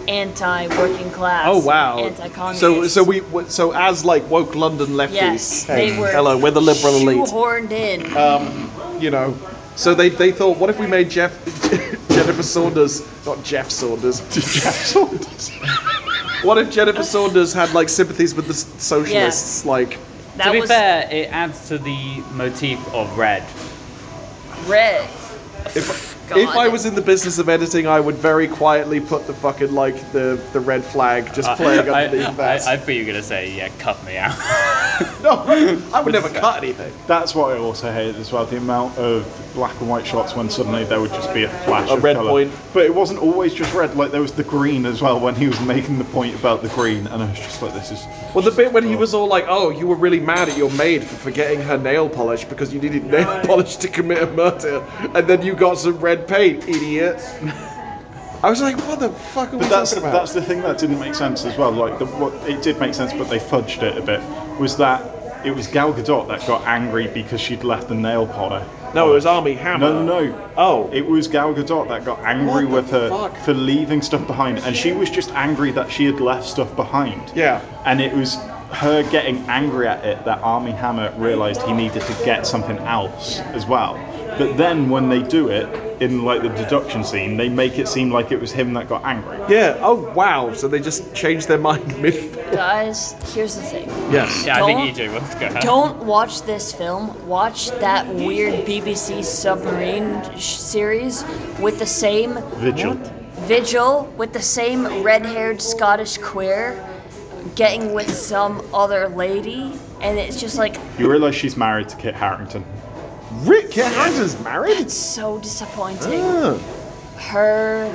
S5: anti working class.
S2: Oh wow!
S5: Anti communist.
S2: So so we so as like woke London lefties.
S5: Yes,
S2: hey, Uh,
S5: they were.
S2: hello, we're the liberal elite.
S5: shoehorned in.
S2: you know. So they, they thought, what if we made Jeff <laughs> Jennifer Saunders not Jeff Saunders? <laughs> Jeff Saunders. what if Jennifer Saunders had like sympathies with the s- socialists? Like,
S5: that
S4: to be
S5: was
S4: fair, it adds to the motif of red.
S5: red.
S2: if
S5: God.
S2: if I was in the business of editing, I would very quietly put the fucking like the, the red flag just playing
S4: Uh, <laughs> I,
S2: underneath
S4: I,
S2: that.
S4: I thought you were gonna say, yeah, cut me out. <laughs>
S2: no, I would never cut anything.
S3: That's what I also hated as well. The amount of black and white shots when suddenly there would just be a flash
S2: A
S3: of
S2: red
S3: colour.
S2: point.
S3: But it wasn't always just red. Like there was the green as well when he was making the point about the green, and I was just like, this is.
S2: Well, the bit when he was all like, "Oh, you were really mad at your maid for forgetting her nail polish because you needed nail polish to commit a murder, and then you got some red paint, idiot." I was like, "What the fuck are we
S3: But that's
S2: talking about?"
S3: that's the thing that didn't make sense as well. Like the, what it did make sense, but they fudged it a bit. Was that it was Gal Gadot that got angry because she'd left the nail polish?
S2: no, it was Army Hammer.
S3: No, no, no.
S2: Oh.
S3: It was Gal Gadot that got angry
S2: What
S3: with
S2: the
S3: her
S2: fuck?
S3: for leaving stuff behind. And she was just angry that she had left stuff behind.
S2: Yeah.
S3: And it was her getting angry at it that Army Hammer realised he needed to get something else as well. But then when they do it, in like the deduction scene, they make it seem like it was him that got angry.
S2: Yeah. Oh wow. So they just changed their mind <laughs> mid.
S5: Guys, here's the thing.
S2: Yes.
S4: Yeah, I think
S5: Don't-
S4: EJ wants to go.
S5: Don't watch this film. Watch that weird BBC submarine sh- series with the same
S3: Vigil.
S5: vigil, with the same red haired Scottish queer getting with some other lady. And it's just like
S3: You realise she's married to Kit Harrington.
S2: Rick Harrington's married.
S5: so disappointing.
S2: Ah,
S5: Her,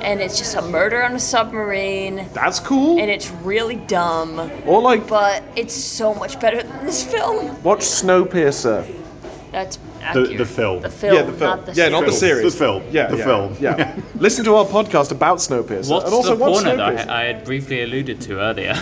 S5: and it's just a murder on a submarine,
S2: that's cool.
S5: and it's really dumb,
S2: Or like,
S5: but it's so much better than this film.
S2: watch Snowpiercer.
S5: That's
S3: The,
S5: accurate.
S3: the film.
S5: The film,
S2: yeah, the film.
S5: not the
S2: yeah, not the
S5: series.
S2: series.
S3: The film.
S2: Yeah,
S3: The
S2: yeah,
S3: film. <laughs>
S2: Yeah. Listen to our podcast about Snowpiercer,
S4: What's
S2: and also
S4: the
S2: watch
S4: porno
S2: Snowpiercer.
S4: that I, I had briefly alluded to <laughs> earlier?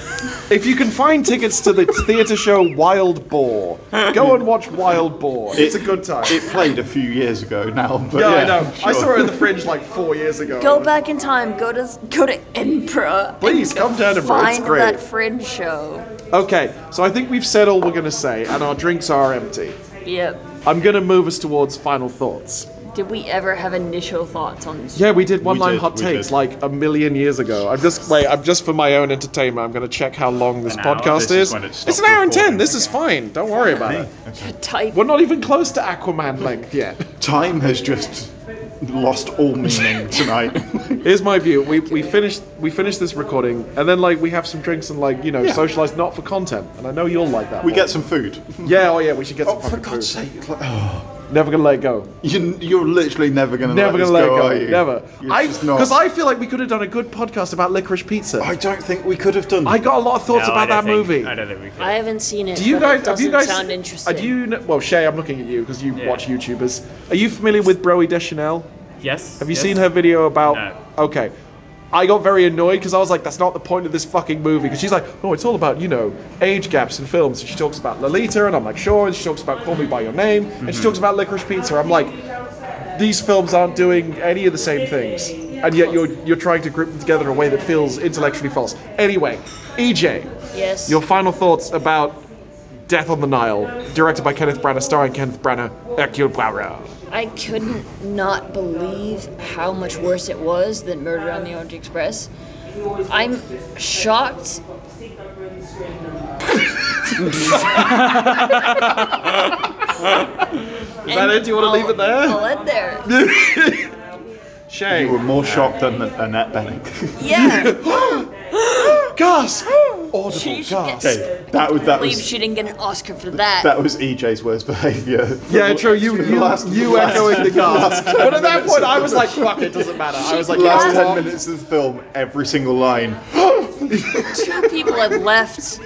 S2: If you can find tickets to the theatre show Wild Boar, go and watch Wild Boar. It's a good time.
S3: It played a few years ago now, but
S2: yeah, I
S3: yeah,
S2: know. I saw
S3: sure.
S2: it in the fringe like four years ago.
S5: Go back in time. Go to go to Edinburgh.
S2: Please come down to Edinburgh, it's
S5: Find
S2: great.
S5: that fringe show.
S2: Okay, so I think we've said all we're gonna say, and our drinks are empty.
S5: Yep.
S2: I'm gonna move us towards final thoughts.
S5: Did we ever have initial thoughts on this?
S2: Yeah, we did one
S3: We
S2: line
S3: did,
S2: hot
S3: we
S2: takes
S3: did.
S2: like a million years ago. I'm just wait. I'm just for my own entertainment. I'm gonna check how long this
S3: An hour.
S2: podcast
S3: This is
S2: is.
S3: when it stopped
S2: it's an hour and ten.
S3: recording.
S2: This is fine. Don't worry about it.
S5: Type.
S2: We're not even close to Aquaman length yet.
S3: Time has just lost all meaning tonight.
S2: <laughs> Here's my view. We we finished we finished this recording, and then like we have some drinks and like you know
S3: Yeah.
S2: socialize not for content. And I know you'll like that.
S3: we
S2: Paul.
S3: get some food.
S2: yeah oh yeah we should get some
S3: Oh, for
S2: fucking
S3: God's
S2: food.
S3: sake! Like, <sighs> oh.
S2: Never gonna let it go.
S3: you, you're literally never gonna
S2: Never
S3: let
S2: gonna let
S3: this go, are
S2: it
S3: you?
S2: go. Never.
S3: You're
S2: I
S3: just not-
S2: because I feel like we could have done a good podcast about licorice pizza.
S3: I
S2: I,
S3: don't think we could have done.
S2: got a lot of thoughts
S4: No, I
S2: about that
S4: don't
S2: movie.
S4: think- I don't think we could.
S5: I haven't seen it.
S2: Do you
S5: but
S2: guys?
S5: It
S2: Have
S5: doesn't
S2: you guys?
S5: sound
S2: Are
S5: interesting.
S2: you? kn- Well, Shay, I'm looking at you because you
S4: Yeah.
S2: watch YouTubers. Are you familiar with Broe Deschanel?
S4: yes.
S2: Have you
S4: yes.
S2: seen her video about?
S4: No.
S2: Okay. I got very annoyed because I was like, that's not the point of this fucking movie. Because she's like, oh, it's all about, you know, age gaps in films. And she talks about Lolita, and I'm like, sure. And she talks about Call Me By Your Name, and
S4: Mm-hmm.
S2: she talks about Licorice Pizza. I'm like, these films aren't doing any of the same things. And yet you're, you're trying to group them together in a way that feels intellectually false. Anyway, E EJ,
S5: Yes.
S2: your final thoughts about Death on the Nile, directed by Kenneth Branagh, starring Kenneth Branagh, Hercule <laughs> Poirot.
S5: I couldn't not believe how much worse it was than Murder on the Orange Express. I'm shocked. Is
S2: that it? Do you wanna leave it there?
S5: I'll end there.
S2: Shay,
S3: You were more shocked than Annette <laughs> Bening.
S5: Yeah.
S2: <gasps> gasp! Audible
S5: She should
S2: gasp.
S5: get-
S3: okay, that was that
S5: believe
S3: was
S5: she didn't get an Oscar for that.
S3: that was EJ's worst behaviour.
S2: Yeah, true. You
S3: <laughs> The
S2: you,
S3: last-
S2: you
S3: the <laughs> last-
S2: echoing the gasp.
S3: last
S2: But at that
S3: minutes
S2: point,
S3: of
S2: I
S3: the-
S2: was like, "Fuck, it doesn't matter." I was like,
S5: She
S3: last
S2: "You know
S3: ten
S2: what?
S3: minutes of the film, every single line.
S5: Two people had left.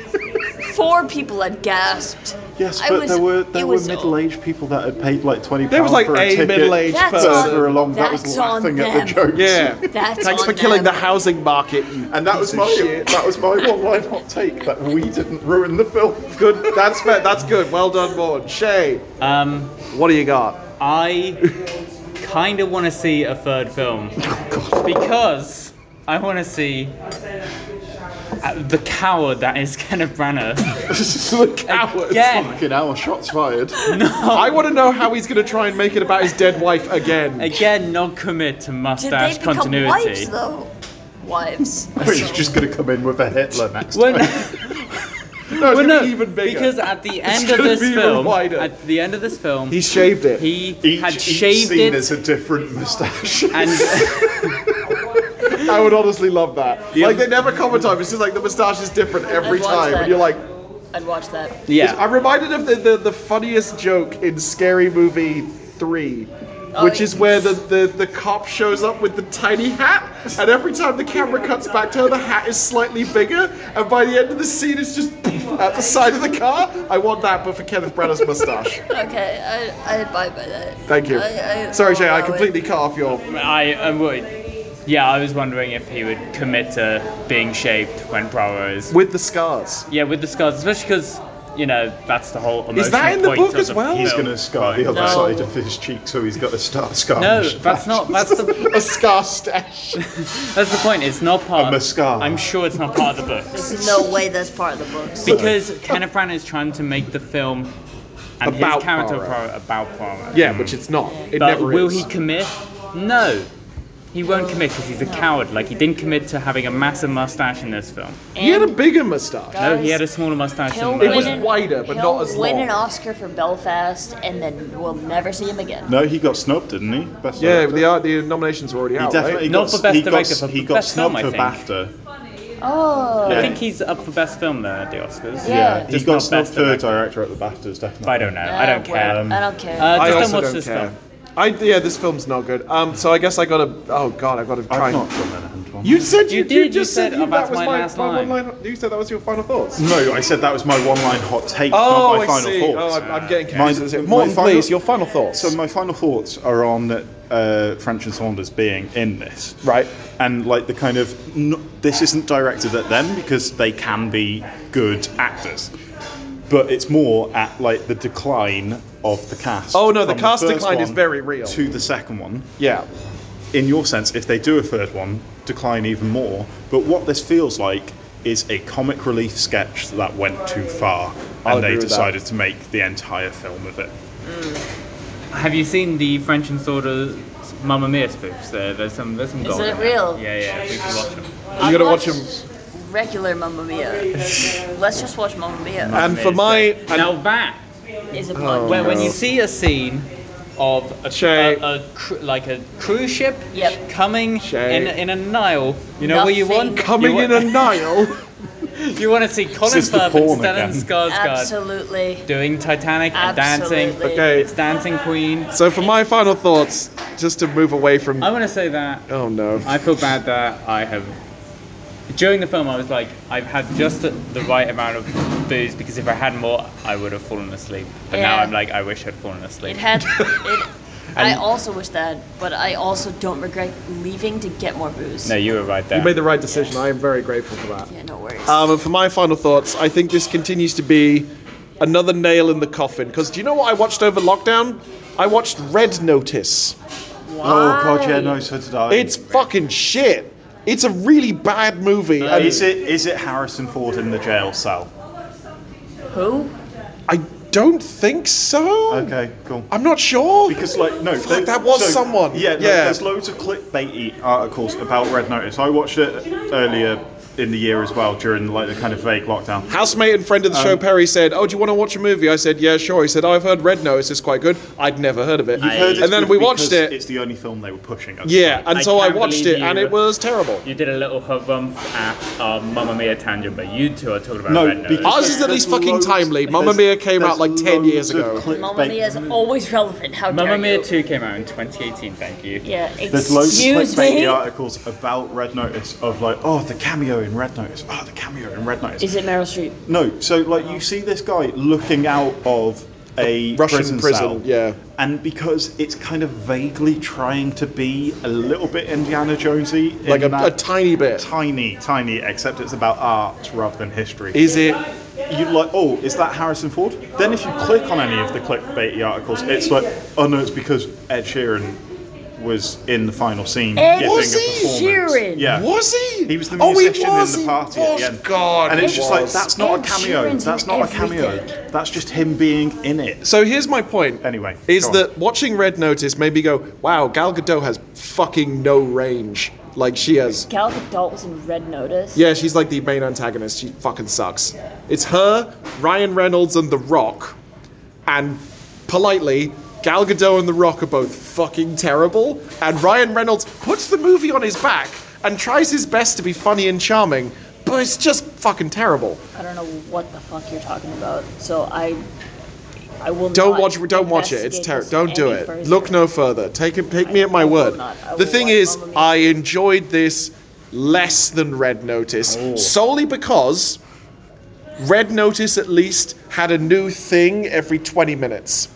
S5: Four people had gasped.
S3: Yes,
S5: I
S3: but
S5: was-
S3: there were
S5: it
S3: there were
S5: was-
S3: middle-aged people that had paid like twenty.
S2: There was like
S3: for a,
S2: a
S3: ticket
S2: middle-aged
S5: That's
S2: person.
S5: on-
S3: further along that
S5: That's
S3: was
S5: on
S3: laughing at the
S5: them.
S3: jokes.
S2: Yeah.
S5: That's
S2: Thanks for
S5: on
S2: killing the
S5: them.
S2: housing market. You
S3: And that was
S2: piece of
S3: my
S2: shit.
S3: that was my one line hot take that we didn't ruin the film. <laughs>
S2: good. That's fair. That's good. Well done, Vaughn. Shay,
S4: Um,
S2: what do you got? <laughs> Oh,
S4: I kind of want to see a third film because I want to see uh, the coward that is <laughs> Kenneth Branagh.
S2: <laughs>
S3: the coward.
S4: Again.
S3: Fucking hell, shots
S4: <laughs>
S3: fired.
S2: I want to know how he's going to try and make it about his dead wife again.
S4: Again, non-commit to
S5: Did
S4: mustache
S5: they become
S4: continuity.
S5: wives though?
S2: <laughs>
S5: Wives.
S3: He's just going to come in with a Hitler next
S4: Well, <laughs>
S3: time.
S4: no,
S2: No, it's
S4: well,
S2: gonna
S4: no,
S2: be even bigger.
S4: because at the end of
S2: gonna
S4: this
S2: be even
S4: film,
S2: wider.
S4: at the end of this film,
S2: he shaved it.
S4: he
S3: Each,
S4: had
S3: each
S4: shaved
S3: scene
S4: it
S3: is a different
S2: <laughs>
S3: moustache.
S4: <laughs> and.
S2: I would honestly love that.
S4: Yeah.
S2: Like they never comment on. it, It's just like the moustache is different every
S5: I'd watch
S2: time,
S5: that.
S2: and you're like,
S5: I'd watch that.
S4: Yeah.
S2: I'm reminded of the, the, the funniest joke in Scary Movie 3,
S5: Oh,
S2: which
S5: yeah.
S2: is where the, the, the cop shows up with the tiny hat, and every time the camera cuts back to her, the hat is slightly bigger, and by the end of the scene, it's just at the side of the car. I want that, but for Kenneth Branagh's mustache.
S5: Okay, I I buy by that.
S2: Thank you.
S5: I, I,
S2: Sorry,
S5: I'll
S2: Jay, I
S5: allow it.
S2: completely cut off your.
S4: I, I would. Yeah, I was wondering if he would commit to being shaved when Bravo is.
S2: With the scars.
S4: Yeah, with the scars, especially because you know that's the whole emotional
S2: Is that in the
S4: point
S2: book
S4: of
S2: as
S4: the
S2: well?
S3: He's
S4: film.
S3: going to scar the other
S5: No.
S3: side of his cheek, so he's got a star scar.
S4: No,
S3: moustache.
S4: that's not. That's the.
S2: A scar stash.
S4: That's the point. It's not part.
S3: A mascara.
S4: I'm sure it's not part of the book
S5: There's no way that's part of the books.
S4: because Kenneth Branagh is trying to make the film and
S2: About
S4: his character
S2: Poirot.
S4: Poirot about Poirot.
S2: Yeah, which it's not. It
S4: But
S2: never
S4: will
S2: is.
S4: he commit? No. He won't commit because he's a coward. Like he didn't commit to having a massive mustache in this film.
S2: He had a bigger mustache.
S4: No, he had a smaller mustache.
S5: He'll
S4: in
S5: win
S2: It was
S5: an-
S2: wider, but
S5: he'll
S2: not as
S5: win an
S2: long.
S5: Oscar for Belfast, and then we'll never see him again.
S3: No, he got snubbed, didn't he? Best
S2: Yeah,
S3: actor.
S2: the, uh, the nominations were already
S3: He
S2: out. right?
S3: definitely
S4: Not
S3: got,
S4: for best
S3: he
S4: director,
S3: got,
S4: for
S3: he got
S4: best film,
S3: snubbed
S4: I
S3: for
S4: think.
S3: BAFTA.
S5: Oh,
S4: I
S3: Yeah.
S4: think he's up for best film though at the Oscars.
S5: Yeah.
S3: he
S4: Just
S3: got
S4: not
S3: snubbed
S4: best
S3: for
S4: director.
S3: director at the BAFTAs, definitely.
S4: But I don't know. I don't care.
S5: I don't care.
S4: Uh,
S2: I
S4: just
S2: also
S4: don't watch
S2: don't
S4: this
S2: care.
S4: film.
S2: I yeah, this film's not good. Um, so I guess I gotta. Oh god, I gotta try.
S3: I've
S2: and-
S3: not done an Antoine.
S2: You said you,
S4: You did,
S2: just
S4: you said, "Oh, that's
S2: that was
S4: my last
S2: one
S4: line."
S2: line- You said that was your final thoughts.
S3: No, I said that was my one-line hot take,
S2: Oh,
S3: not my
S2: I
S3: final
S2: see.
S3: thoughts.
S2: Oh, I'm, I'm getting
S3: Mine-
S2: confused.
S3: my
S2: Morton,
S3: final-
S2: please, your final thoughts.
S3: <laughs> So my final thoughts are on uh, French and Saunders being in this,
S2: Right.
S3: And like the kind of n- this isn't directed at them because they can be good actors, but it's more at like the decline of the cast.
S2: Oh, no, the
S3: from
S2: cast
S3: first
S2: decline is
S3: one
S2: very real.
S3: To the second one,
S2: yeah,
S3: in your sense, if they do a third one, decline even more. But what this feels like is a comic relief sketch that went too far,
S2: I'll
S3: and they
S2: agree with that.
S3: decided to make the entire film of it.
S5: uh,
S4: Have you seen the French and Saunders Mamma Mia spoofs? There, there's some, there's some gold.
S5: it
S4: in there.
S5: real?
S4: Yeah, yeah. We should watch them.
S2: you gotta watch him.
S5: regular Mamma
S2: <laughs>
S5: Mia. Let's just watch Mamma Mia.
S2: And for
S4: Amazing.
S2: my
S4: now that
S5: is a plug.
S4: when, when
S2: no.
S4: you see a scene of a,
S2: Shay.
S4: a, a cru- like a cruise ship
S5: Yep.
S4: coming
S2: Shay.
S4: in in a Nile, you know what you
S5: Nothing.
S4: want?
S2: coming
S4: you
S2: in a Nile.
S4: <laughs> You want to see Colin
S3: This is the
S4: Firth
S3: porn
S4: and Stellan
S3: again.
S4: Skarsgård
S5: Absolutely.
S4: doing Titanic and dancing.
S5: Absolutely.
S2: Okay.
S4: It's Dancing Queen.
S2: So for my final thoughts, just to move away from.
S4: I want to say that
S2: Oh no.
S4: I feel bad that I have. During the film, I was like, I've had just the, the right amount of booze because if I had more, I would have fallen asleep. But now
S5: Yeah.
S4: I'm like, I wish I'd fallen asleep.
S2: <laughs>
S5: It had. It, I
S4: And-
S5: also wish that, but I also don't regret leaving to get more booze.
S4: no, you were right there.
S2: You made the right decision. I am very grateful for that.
S5: Yeah, no worries.
S2: Um, and for my final thoughts, I think this continues to be another nail in the coffin. Because do you know what I watched over lockdown? I watched Red Notice.
S3: Oh god, yeah, no, so did I.
S2: It's fucking shit. It's a really bad movie. and
S3: is it is it Harrison Ford in the jail cell?
S5: Who?
S2: I don't think so.
S3: Okay, cool.
S2: I'm not sure.
S3: Because like no,
S2: Fuck,
S3: there-
S2: that was someone.
S3: Yeah, no,
S2: Yeah.
S3: there's loads of clickbaity articles about Red Notice. I watched it earlier in the year as well during like the kind of vague lockdown.
S2: Housemate and friend of the
S3: Um,
S2: show Perry said, "Oh, do you want to watch a movie?" I said, "Yeah, sure." He said, "I've heard Red Notice is quite good." I'd never heard of it.
S3: You've heard it's
S2: and then
S3: good
S2: we watched it.
S3: because It's the only film they were pushing. at the
S2: yeah,
S3: time.
S2: and so I
S4: can't
S2: watched
S4: believe
S2: it, and
S4: you-
S2: it was terrible.
S4: You did a little harumph at our Mamma Mia tangent, but you two are talking about
S3: No,
S4: Red Notice.
S3: because
S2: Ours is at
S3: there's
S2: least fucking
S3: loads-
S2: timely. Mamma
S3: there's-
S2: Mia came out
S3: there's
S2: like 10 years
S3: loads of
S2: ago.
S3: clickbait-
S5: Mamma Mia is always relevant. How
S4: Mamma
S5: dare
S4: Mia
S5: you?
S4: 2 came out in 2018, thank you.
S5: Yeah.
S3: There's loads
S5: Excuse
S3: of clickbaity
S5: me.
S3: articles about Red Notice of like, oh, the cameo in Red Notice. Oh, the cameo in Red Notice.
S5: Is it Meryl Streep?
S3: No, so like you see this guy looking out of a
S2: Russian
S3: prison,
S2: prison,
S3: cell,
S2: yeah.
S3: and because it's kind of vaguely trying to be a little bit Indiana Jonesy, in
S2: Like a, a
S3: that
S2: tiny bit.
S3: tiny, tiny, except it's about art rather than history.
S2: Is it?
S3: You're like, oh, is that Harrison Ford? Then if you click on any of the clickbaity articles, it's like, oh no, it's because Ed Sheeran
S6: was in the final scene.
S5: Ed
S6: giving
S2: Was
S6: a
S2: he?
S6: performance.
S5: Sheeran.
S6: Yeah.
S2: Was he?
S6: He was the
S2: Oh,
S6: musician in
S2: was,
S6: the
S2: he
S6: party at
S2: was.
S6: the end.
S2: God,
S6: And it's
S2: he
S6: just like
S2: was.
S6: that's not a
S5: Ed
S6: cameo.
S5: Sheeran's
S6: That's
S5: in
S6: not a cameo.
S5: everything.
S6: That's just him being in it.
S2: So here's my point.
S6: Anyway,
S2: is
S6: go on.
S2: that watching Red Notice made me go, "Wow, Gal Gadot has fucking no range like she has."
S5: Gal Gadot was in Red Notice.
S2: Yeah, she's like the main antagonist. She fucking sucks. It's her, Ryan Reynolds, and The Rock, and politely. Gal Gadot and The Rock are both fucking terrible, and Ryan Reynolds puts the movie on his back and tries his best to be funny and charming, but it's just fucking terrible.
S5: I don't know what the fuck you're talking about. So I, I will.
S2: Don't
S5: not
S2: watch. Don't watch it. It's
S5: investigate
S2: terrible.
S5: this
S2: Don't do
S5: any
S2: it.
S5: further.
S2: Look no further. Take it. Take me
S5: I-
S2: at my
S5: I will
S2: word.
S5: not. I
S2: The
S5: will
S2: thing
S5: watch
S2: is,
S5: Mamma Mia.
S2: I enjoyed this less than Red Notice
S6: Oh.
S2: solely because Red Notice at least had a new thing every 20 minutes.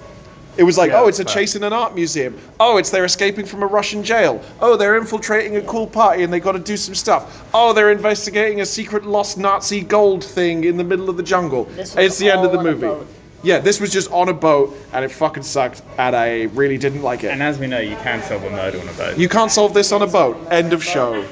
S2: It was like,
S6: Yeah,
S2: oh, it's a
S6: fair.
S2: chase in an art museum. Oh, it's they're escaping from a Russian jail. Oh, they're infiltrating a cool party and they got to do some stuff. Oh, they're investigating a secret lost Nazi gold thing in the middle of the jungle.
S5: This was
S2: It's the end of
S5: all
S2: the
S5: on a
S2: movie.
S5: boat.
S2: Yeah, this was just on a boat and it fucking sucked and I really didn't like it.
S4: And as we know, you can solve a murder on a boat.
S2: You can't solve this on a boat. End of show.